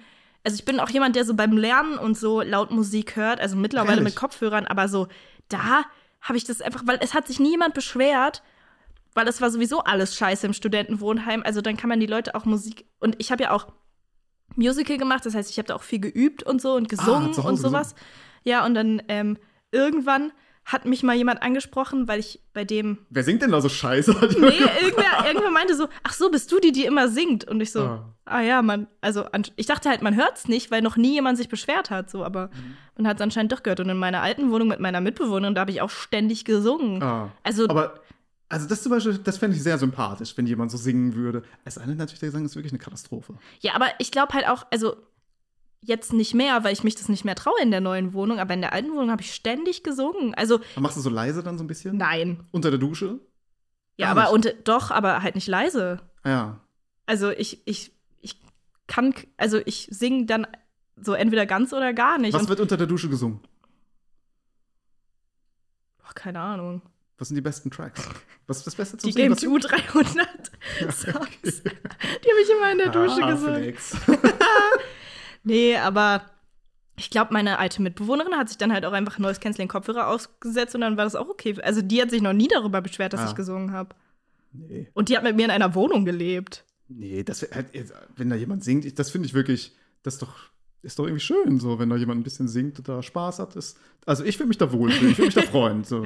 [SPEAKER 2] Also ich bin auch jemand, der so beim Lernen und so laut Musik hört, also mittlerweile
[SPEAKER 1] Ehrlich?
[SPEAKER 2] mit Kopfhörern, aber so da habe ich das einfach, weil es hat sich niemand beschwert, weil es war sowieso alles scheiße im Studentenwohnheim. Also dann kann man die Leute auch Musik und ich habe ja auch Musical gemacht, das heißt, ich habe da auch viel geübt und so und gesungen
[SPEAKER 1] Ah, zu Hause
[SPEAKER 2] und sowas. Ja, und dann ähm, irgendwann hat mich mal jemand angesprochen, weil ich bei dem
[SPEAKER 1] Wer singt denn da so scheiße? Hat
[SPEAKER 2] Nee,
[SPEAKER 1] jemand gefragt.
[SPEAKER 2] irgendwer, irgendwer meinte so, ach so, bist du die, die immer singt? Und ich so,
[SPEAKER 1] Ah.
[SPEAKER 2] ah, ja, man, also an- ich dachte halt, man hört's nicht, weil noch nie jemand sich beschwert hat, so, aber
[SPEAKER 1] Mhm.
[SPEAKER 2] man hat's anscheinend doch gehört. Und in meiner alten Wohnung mit meiner Mitbewohnerin, da habe ich auch ständig gesungen.
[SPEAKER 1] Ah.
[SPEAKER 2] Also,
[SPEAKER 1] Aber, also das zum Beispiel, das fände ich sehr sympathisch, wenn jemand so singen würde. Es sei denn natürlich, der Gesang ist wirklich eine Katastrophe.
[SPEAKER 2] ja, aber ich glaube halt auch, also jetzt nicht mehr, weil ich mich das nicht mehr traue in der neuen Wohnung, aber in der alten Wohnung habe ich ständig gesungen. Also,
[SPEAKER 1] Aber machst du so leise dann so ein bisschen?
[SPEAKER 2] nein.
[SPEAKER 1] Unter der Dusche?
[SPEAKER 2] Ja,
[SPEAKER 1] Gar
[SPEAKER 2] aber und, doch, aber halt nicht leise.
[SPEAKER 1] Ja.
[SPEAKER 2] Also ich, ich, ich kann, k- also ich singe dann so entweder ganz oder gar nicht.
[SPEAKER 1] Was
[SPEAKER 2] Und,
[SPEAKER 1] wird unter der Dusche gesungen?
[SPEAKER 2] boah, keine Ahnung.
[SPEAKER 1] Was sind die besten Tracks? Was ist das Beste zum
[SPEAKER 2] Die Game
[SPEAKER 1] Was-
[SPEAKER 2] Two 300 Songs. Die habe ich immer
[SPEAKER 1] Ah,
[SPEAKER 2] in der Dusche gesungen.
[SPEAKER 1] Flex.
[SPEAKER 2] Nee, aber ich glaube, meine alte Mitbewohnerin hat sich dann halt auch einfach Noise Canceling Kopfhörer ausgesetzt und dann war das auch okay. Also die hat sich noch nie darüber beschwert, dass
[SPEAKER 1] Ah.
[SPEAKER 2] ich gesungen habe.
[SPEAKER 1] Nee,
[SPEAKER 2] Und die hat mit mir in einer Wohnung gelebt.
[SPEAKER 1] nee das, wär- halt, jetzt, wenn da jemand singt, ich, das finde ich wirklich, das ist doch, ist doch irgendwie schön, so, wenn da jemand ein bisschen singt und da Spaß hat. Ist, also ich würde mich da wohlfühlen, ich würde mich da freuen. So.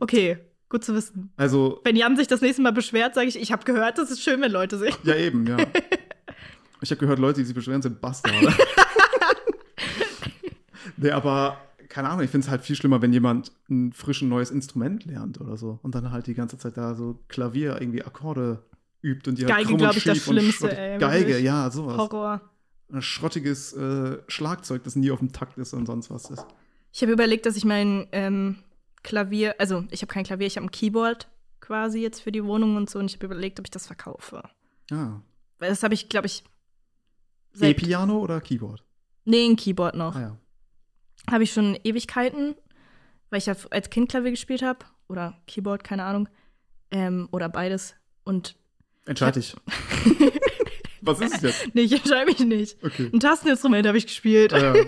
[SPEAKER 2] Okay, gut zu wissen.
[SPEAKER 1] Also
[SPEAKER 2] Wenn Jan sich das nächste Mal beschwert, sage ich, ich habe gehört, das ist schön, wenn Leute singen.
[SPEAKER 1] Ja, eben, ja. Ich habe gehört, Leute, die sich beschweren, sind Bastarde. nee, aber keine Ahnung, ich finde es halt viel schlimmer, wenn jemand ein frisch ein neues Instrument lernt oder so und dann halt die ganze Zeit da so Klavier irgendwie Akkorde übt und die halt
[SPEAKER 2] Geige,
[SPEAKER 1] krumm und
[SPEAKER 2] glaub ich, das
[SPEAKER 1] schief und
[SPEAKER 2] Schlimmste,
[SPEAKER 1] schrottig-
[SPEAKER 2] ey,
[SPEAKER 1] Geige,
[SPEAKER 2] wirklich.
[SPEAKER 1] ja, sowas.
[SPEAKER 2] Horror.
[SPEAKER 1] Ein schrottiges äh, Schlagzeug, das nie auf dem Takt ist und sonst was ist.
[SPEAKER 2] Ich habe überlegt, dass ich mein ähm, Klavier, also ich habe kein Klavier, ich habe ein Keyboard quasi jetzt für die Wohnung und so und ich habe überlegt, ob ich das verkaufe.
[SPEAKER 1] Ja.
[SPEAKER 2] Weil das habe ich, glaube ich, seit
[SPEAKER 1] E-Piano oder Keyboard?
[SPEAKER 2] nee, ein Keyboard noch.
[SPEAKER 1] E Ah ja.
[SPEAKER 2] Habe ich schon Ewigkeiten, weil ich ja als Kind Klavier gespielt habe oder Keyboard, keine Ahnung, ähm, oder beides. Und
[SPEAKER 1] Entscheide ich. was ist es jetzt?
[SPEAKER 2] nee, ich entscheide mich nicht.
[SPEAKER 1] Okay. Ah,
[SPEAKER 2] Ein Tasteninstrument habe ich gespielt.
[SPEAKER 1] Ja.
[SPEAKER 2] Aber-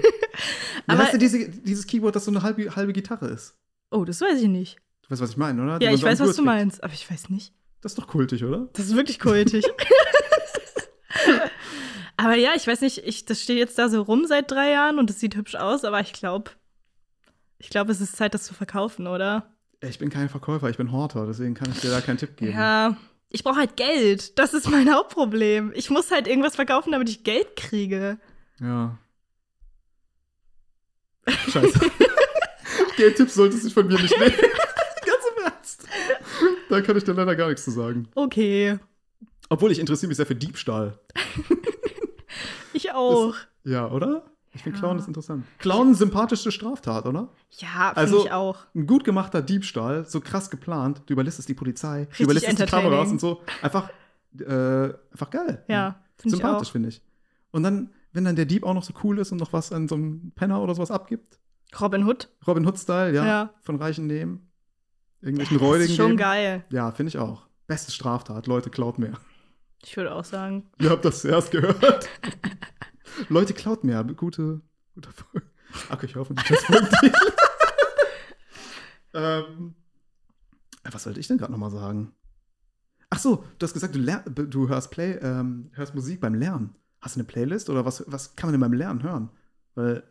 [SPEAKER 1] Aber hast du diese, dieses Keyboard, das so eine halbe, halbe Gitarre ist?
[SPEAKER 2] Oh, das weiß ich nicht.
[SPEAKER 1] Du weißt, was ich meine, oder? Die
[SPEAKER 2] Ja,
[SPEAKER 1] man
[SPEAKER 2] ich
[SPEAKER 1] so am
[SPEAKER 2] weiß, was
[SPEAKER 1] Gurt
[SPEAKER 2] du
[SPEAKER 1] trägt.
[SPEAKER 2] meinst, aber ich weiß nicht.
[SPEAKER 1] Das ist doch kultig, oder?
[SPEAKER 2] Das ist wirklich kultig. aber ja, ich weiß nicht, ich, das steht jetzt da so rum seit drei Jahren und es sieht hübsch aus, aber ich glaube, ich glaube, es ist Zeit, das zu verkaufen, oder?
[SPEAKER 1] Ich bin kein Verkäufer, ich bin Horter, deswegen kann ich dir da keinen Tipp geben.
[SPEAKER 2] Ja. Ich brauche halt Geld. Das ist mein Hauptproblem. Ich muss halt irgendwas verkaufen, damit ich Geld kriege.
[SPEAKER 1] Ja. Scheiße. Geldtipps solltest du von mir nicht nehmen. Ganz im Ernst. Da kann ich dir leider gar nichts zu sagen.
[SPEAKER 2] Okay.
[SPEAKER 1] Obwohl, ich interessiere mich sehr für Diebstahl.
[SPEAKER 2] Ich auch.
[SPEAKER 1] Ja, oder? Ich finde
[SPEAKER 2] Ja.
[SPEAKER 1] Clown ist interessant. Clown ist sympathische Straftat, oder?
[SPEAKER 2] ja, finde
[SPEAKER 1] Also-
[SPEAKER 2] ich auch.
[SPEAKER 1] Ein gut gemachter Diebstahl, so krass geplant, du überlistest die Polizei, du
[SPEAKER 2] Richtig
[SPEAKER 1] überlistest die
[SPEAKER 2] entertaining.
[SPEAKER 1] Kameras und so. Einfach, äh, einfach geil.
[SPEAKER 2] Ja, finde ich
[SPEAKER 1] Sympathisch,
[SPEAKER 2] auch.
[SPEAKER 1] finde ich. Und dann, wenn dann der Dieb auch noch so cool ist und noch was an so einem Penner oder sowas abgibt.
[SPEAKER 2] Robin Hood.
[SPEAKER 1] Robin Hood-Style, ja,
[SPEAKER 2] Ja.
[SPEAKER 1] Von Reichen nehmen. Irgendwelchen
[SPEAKER 2] Das
[SPEAKER 1] Räudigen
[SPEAKER 2] ist schon
[SPEAKER 1] nehmen.
[SPEAKER 2] geil.
[SPEAKER 1] Ja, finde ich auch. Beste Straftat. Leute, klaut mehr.
[SPEAKER 2] Ich würde auch sagen.
[SPEAKER 1] Ihr habt das zuerst gehört. Leute, klaut mehr. Gute, gute Folge. Okay, ich hoffe nicht, dass Folge Ähm, äh, was sollte ich denn gerade nochmal sagen? Ach so, du hast gesagt, du, ler- du hörst, Play, ähm, hörst Musik beim Lernen. Hast du eine Playlist oder was, was kann man denn beim Lernen hören? Weil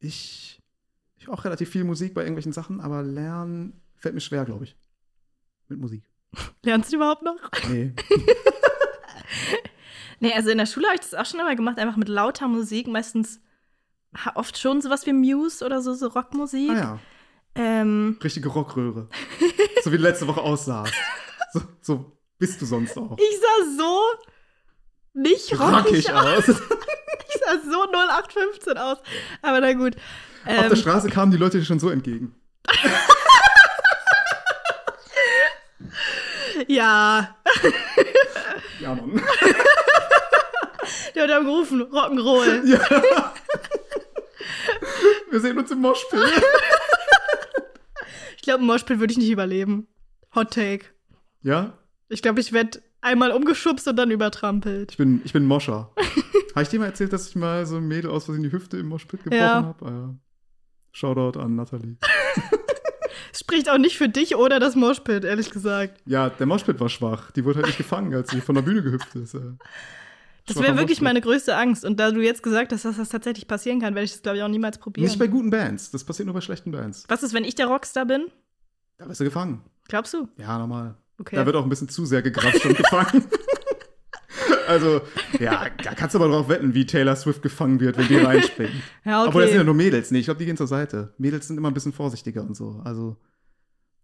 [SPEAKER 1] ich, ich höre auch relativ viel Musik bei irgendwelchen Sachen, aber Lernen fällt mir schwer, glaube ich. Mit Musik.
[SPEAKER 2] Lernst du überhaupt noch?
[SPEAKER 1] Nee.
[SPEAKER 2] Nee, also in der Schule habe ich das auch schon immer gemacht, einfach mit lauter Musik, meistens ha- oft schon sowas wie Muse oder so, so Rockmusik.
[SPEAKER 1] ah ja,
[SPEAKER 2] ähm,
[SPEAKER 1] richtige Rockröhre. so wie du letzte Woche aussahst. So, so bist du sonst auch.
[SPEAKER 2] ich sah so nicht rockig,
[SPEAKER 1] Rockig aus.
[SPEAKER 2] aus. Ich sah so 0815 aus. Aber na gut.
[SPEAKER 1] Auf der
[SPEAKER 2] Ähm,
[SPEAKER 1] Straße kamen die Leute dir schon so entgegen.
[SPEAKER 2] ja,
[SPEAKER 1] Ja, Mann.
[SPEAKER 2] die Leute haben gerufen, Rock'n'Roll.
[SPEAKER 1] Ja. Wir sehen uns im Moschpit.
[SPEAKER 2] Ich glaube, ein Moshpit würde ich nicht überleben. Hot Take.
[SPEAKER 1] Ja,
[SPEAKER 2] Ich glaube, ich werde einmal umgeschubst und dann übertrampelt.
[SPEAKER 1] ich bin, ich bin Moscher. Habe ich dir mal erzählt, dass ich mal so ein Mädel aus Versehen die Hüfte im Moschpit gebrochen
[SPEAKER 2] Ja.
[SPEAKER 1] habe? Ah, ja. Shoutout an Nathalie.
[SPEAKER 2] Es spricht auch nicht für dich oder das Moshpit, ehrlich gesagt.
[SPEAKER 1] Ja, der Moschpit war schwach. Die wurde halt nicht gefangen, als sie von der Bühne gehüpft ist. äh.
[SPEAKER 2] Das
[SPEAKER 1] Schwacher
[SPEAKER 2] wäre wirklich
[SPEAKER 1] Moshpit.
[SPEAKER 2] meine größte Angst. Und da du jetzt gesagt hast, dass das tatsächlich passieren kann, werde ich das, glaube ich, auch niemals
[SPEAKER 1] Nicht bei
[SPEAKER 2] probieren.
[SPEAKER 1] guten Bands. Das passiert nur bei schlechten Bands.
[SPEAKER 2] Was ist, wenn ich der Rockstar bin?
[SPEAKER 1] Da bist du gefangen.
[SPEAKER 2] Glaubst du?
[SPEAKER 1] Ja, normal.
[SPEAKER 2] Okay.
[SPEAKER 1] Da wird auch ein bisschen zu sehr gegrapscht und gefangen. Also, ja, da kannst du aber drauf wetten, wie Taylor Swift gefangen wird, wenn die reinspringen.
[SPEAKER 2] ja, okay.
[SPEAKER 1] Aber das sind ja nur Mädels. Nee, ich glaube, die gehen zur Seite. Mädels sind immer ein bisschen vorsichtiger und so. Also,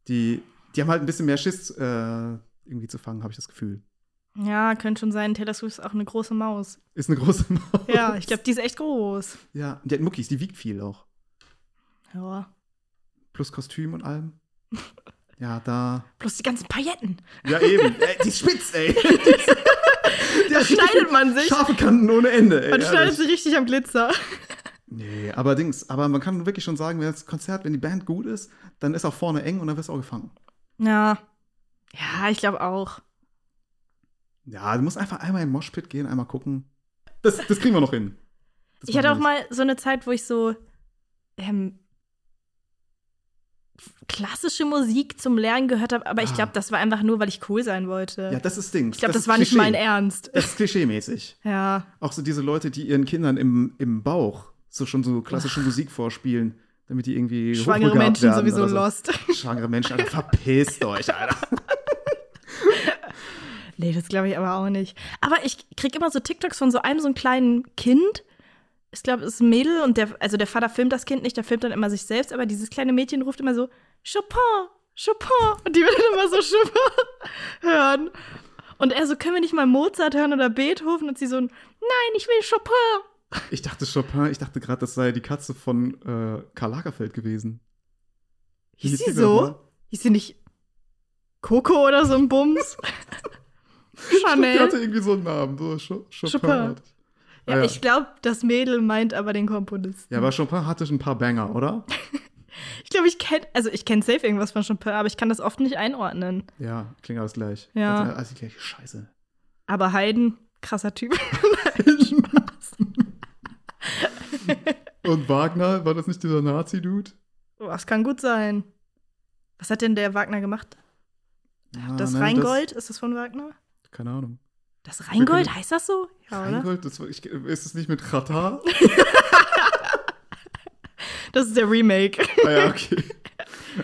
[SPEAKER 1] die, die haben halt ein bisschen mehr Schiss, äh, irgendwie zu fangen, habe ich das Gefühl.
[SPEAKER 2] ja, könnte schon sein. Taylor Swift ist auch eine große Maus.
[SPEAKER 1] Ist eine große Maus.
[SPEAKER 2] Ja, ich glaube, die ist echt groß.
[SPEAKER 1] Ja, und die hat Muckis, die wiegt viel auch.
[SPEAKER 2] Ja.
[SPEAKER 1] Plus Kostüm und allem. Ja, da.
[SPEAKER 2] Plus die ganzen Pailletten.
[SPEAKER 1] Ja, eben. Ey, die ist spitz, ey. Die ist- die hat
[SPEAKER 2] Schneidet man sich.
[SPEAKER 1] Scharfe Kanten ohne Ende, ey.
[SPEAKER 2] Man schneidet
[SPEAKER 1] ehrlich.
[SPEAKER 2] sie richtig am Glitzer.
[SPEAKER 1] Nee, aber Dings, aber man kann wirklich schon sagen, wenn das Konzert, wenn die Band gut ist, dann ist auch vorne eng und dann wirst du auch gefangen.
[SPEAKER 2] Ja. Ja, ich glaube auch.
[SPEAKER 1] Ja, du musst einfach einmal in den Moshpit gehen, einmal gucken. Das, das kriegen wir noch hin. Das
[SPEAKER 2] ich hatte auch
[SPEAKER 1] machen wir
[SPEAKER 2] mal so eine Zeit, wo ich so ähm, klassische Musik zum Lernen gehört habe, aber ich
[SPEAKER 1] Ah.
[SPEAKER 2] glaube, das war einfach nur, weil ich cool sein wollte.
[SPEAKER 1] nicht. Ja, das ist Dings.
[SPEAKER 2] ich glaube, das,
[SPEAKER 1] ist
[SPEAKER 2] war nicht
[SPEAKER 1] Klischee.
[SPEAKER 2] mein Ernst.
[SPEAKER 1] Das ist klischeemäßig.
[SPEAKER 2] Ja.
[SPEAKER 1] Auch so diese Leute, die ihren Kindern im, im Bauch so schon so klassische Musik vorspielen, damit die irgendwie
[SPEAKER 2] Schwangere
[SPEAKER 1] hochbegabt
[SPEAKER 2] Menschen
[SPEAKER 1] werden
[SPEAKER 2] sowieso
[SPEAKER 1] oder so.
[SPEAKER 2] lost.
[SPEAKER 1] Schwangere Menschen, Alter, verpisst euch, Alter.
[SPEAKER 2] Nee, das glaube ich aber auch nicht. Aber ich krieg immer so TikToks von so einem so einem kleinen Kind. Ich glaube, es ist ein Mädel und der, also der Vater filmt das Kind nicht, der filmt dann immer sich selbst, aber dieses kleine Mädchen ruft immer so, Chopin, Chopin. Und die will dann immer so Chopin hören. Und er so, können wir nicht mal Mozart hören oder Beethoven? Und sie so, nein, ich will Chopin.
[SPEAKER 1] Ich dachte Chopin, ich dachte gerade, das sei die Katze von äh, Karl Lagerfeld gewesen. Wie
[SPEAKER 2] Hieß sie
[SPEAKER 1] die noch mal?
[SPEAKER 2] so? Hieß sie nicht Coco oder so ein Bums?
[SPEAKER 1] Die hatte
[SPEAKER 2] Chanel.
[SPEAKER 1] irgendwie so einen Namen, so Cho- Chopin.
[SPEAKER 2] Chopin.
[SPEAKER 1] Chopin.
[SPEAKER 2] Ja, Ich glaube, das Mädel meint aber den Komponisten.
[SPEAKER 1] ja, aber Chopin hatte schon ein paar Banger, oder?
[SPEAKER 2] Ich glaube, ich kenne, also ich kenne safe irgendwas von Chopin, aber ich kann das oft nicht einordnen.
[SPEAKER 1] Ja, klingt alles gleich.
[SPEAKER 2] Ja.
[SPEAKER 1] Ganz- Also die gleiche Scheiße.
[SPEAKER 2] Aber Haydn, krasser Typ.
[SPEAKER 1] Und Wagner, war das nicht dieser Nazi-Dude?
[SPEAKER 2] Oh, das kann gut sein. Was hat denn der Wagner gemacht?
[SPEAKER 1] Ja,
[SPEAKER 2] Das
[SPEAKER 1] ne,
[SPEAKER 2] Rheingold, ist das von Wagner?
[SPEAKER 1] Das, keine Ahnung.
[SPEAKER 2] Das Rheingold,
[SPEAKER 1] können-
[SPEAKER 2] heißt das so? Ja, oder?
[SPEAKER 1] Rheingold, das, war- ich, ist es nicht mit Rata?
[SPEAKER 2] Das ist der Remake.
[SPEAKER 1] ah ja, okay.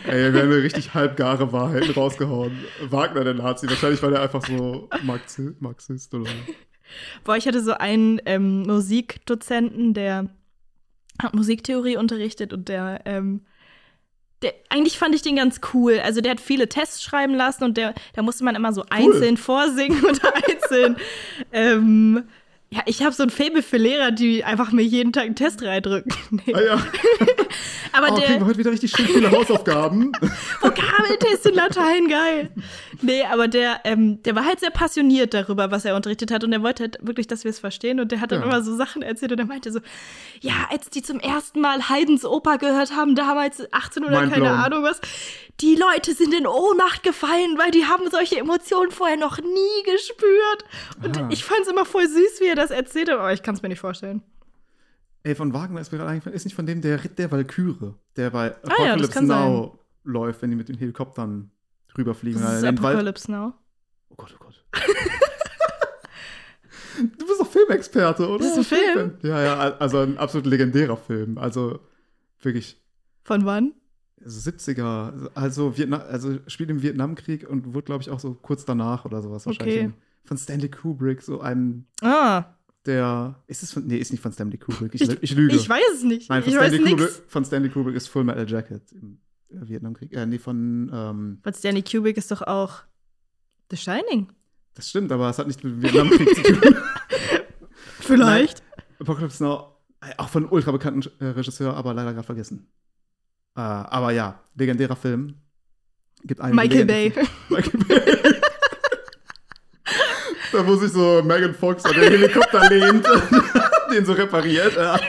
[SPEAKER 1] Ey, wir haben hier richtig halbgare Wahrheiten rausgehauen. Wagner, der Nazi. Wahrscheinlich war der einfach so Marxi Marxist oder so.
[SPEAKER 2] Boah, ich hatte so einen ähm, Musikdozenten, der hat Musiktheorie unterrichtet und der, ähm, der, eigentlich fand ich den ganz cool. Also der hat viele Tests schreiben lassen und der, da musste man immer so einzeln vorsingen und einzeln. ähm, ja, ich habe so ein Faible für Lehrer, die einfach mir jeden Tag einen Test reindrücken. nee.
[SPEAKER 1] Ah ja,
[SPEAKER 2] Aber
[SPEAKER 1] oh, kriegen wir
[SPEAKER 2] der
[SPEAKER 1] heute wieder richtig schön viele Hausaufgaben.
[SPEAKER 2] Vokabeltest in Latein, geil. Nee, aber der, ähm, der war halt sehr passioniert darüber, was er unterrichtet hat. Und er wollte halt wirklich, dass wir es verstehen. Und der hat dann
[SPEAKER 1] Ja.
[SPEAKER 2] immer so Sachen erzählt. Und er meinte so, ja, als die zum ersten Mal Haydns Oper gehört haben, damals 18 oder
[SPEAKER 1] Mind
[SPEAKER 2] keine
[SPEAKER 1] blown.
[SPEAKER 2] Ahnung was, die Leute sind in Ohnmacht gefallen, weil die haben solche Emotionen vorher noch nie gespürt. Und
[SPEAKER 1] Ah.
[SPEAKER 2] ich fand es immer voll süß, wie er das erzählt hat. Aber ich kann es mir nicht vorstellen.
[SPEAKER 1] Ey, von Wagner ist mir gerade eingefallen, ist nicht von dem der Ritt der Walküre, der bei
[SPEAKER 2] Ah das
[SPEAKER 1] Apocalypse
[SPEAKER 2] kann
[SPEAKER 1] Now läuft, wenn die mit den Helikoptern rüberfliegen.
[SPEAKER 2] Das ist
[SPEAKER 1] oder in den Wald-
[SPEAKER 2] Apocalypse Now.
[SPEAKER 1] Oh Gott, oh Gott. du bist doch Filmexperte, oder?
[SPEAKER 2] Das ist ein Film.
[SPEAKER 1] Ja, ja, also ein absolut legendärer Film. Also wirklich
[SPEAKER 2] Von wann?
[SPEAKER 1] 70er, also, Vietnam, also spielt im Vietnamkrieg und wurde, glaube ich, auch so kurz danach oder sowas wahrscheinlich.
[SPEAKER 2] Okay.
[SPEAKER 1] in- Von Stanley Kubrick, so einem
[SPEAKER 2] Ah,
[SPEAKER 1] der. Ist es von. Nee, ist nicht von Stanley Kubrick. Ich,
[SPEAKER 2] Ich-
[SPEAKER 1] lü- ich lüge.
[SPEAKER 2] ich weiß es nicht.
[SPEAKER 1] Nein, von
[SPEAKER 2] ich weiß
[SPEAKER 1] Stanley, Kubrick,
[SPEAKER 2] nichts.
[SPEAKER 1] von Stanley Kubrick ist Full Metal Jacket im äh, Vietnamkrieg. Äh, nee, von. Ähm,
[SPEAKER 2] Weil Stanley Kubrick ist doch auch The Shining.
[SPEAKER 1] das stimmt, aber es hat nicht mit Vietnamkrieg zu tun.
[SPEAKER 2] Vielleicht.
[SPEAKER 1] Apocalypse Now, äh, auch von ultra bekannten äh, Regisseur, aber leider gerade vergessen. Äh, aber ja, legendärer Film. Gibt einen
[SPEAKER 2] Michael Bay.
[SPEAKER 1] Michael Bay. da wo sich so Megan Fox an den Helikopter lehnt und den so repariert. Ja.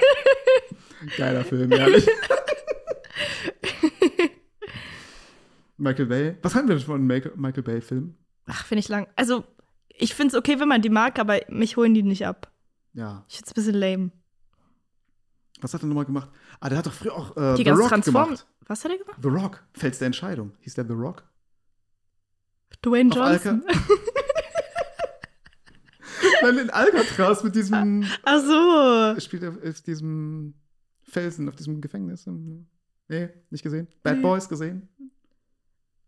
[SPEAKER 1] Geiler Film, ehrlich. Michael Bay. Was halten wir denn von Michael Michael Bay-Filmen?
[SPEAKER 2] Ach, finde ich lang. Also, ich finde es okay, wenn man die mag, aber mich holen die nicht ab.
[SPEAKER 1] Ja.
[SPEAKER 2] Ich finde es ein bisschen lame.
[SPEAKER 1] Was hat er nochmal gemacht? Ah, der hat doch früher auch äh,
[SPEAKER 2] Die
[SPEAKER 1] The
[SPEAKER 2] ganzen
[SPEAKER 1] Rock
[SPEAKER 2] Transform-
[SPEAKER 1] gemacht.
[SPEAKER 2] Was hat er gemacht?
[SPEAKER 1] The Rock. Fels der Entscheidung. Hieß der The Rock?
[SPEAKER 2] Dwayne
[SPEAKER 1] Auf
[SPEAKER 2] Johnson.
[SPEAKER 1] Nein, in Alcatraz mit diesem.
[SPEAKER 2] Ach so.
[SPEAKER 1] Spielt er auf diesem Felsen, auf diesem Gefängnis. im- Nee, nicht gesehen. Bad
[SPEAKER 2] Nee.
[SPEAKER 1] Boys gesehen?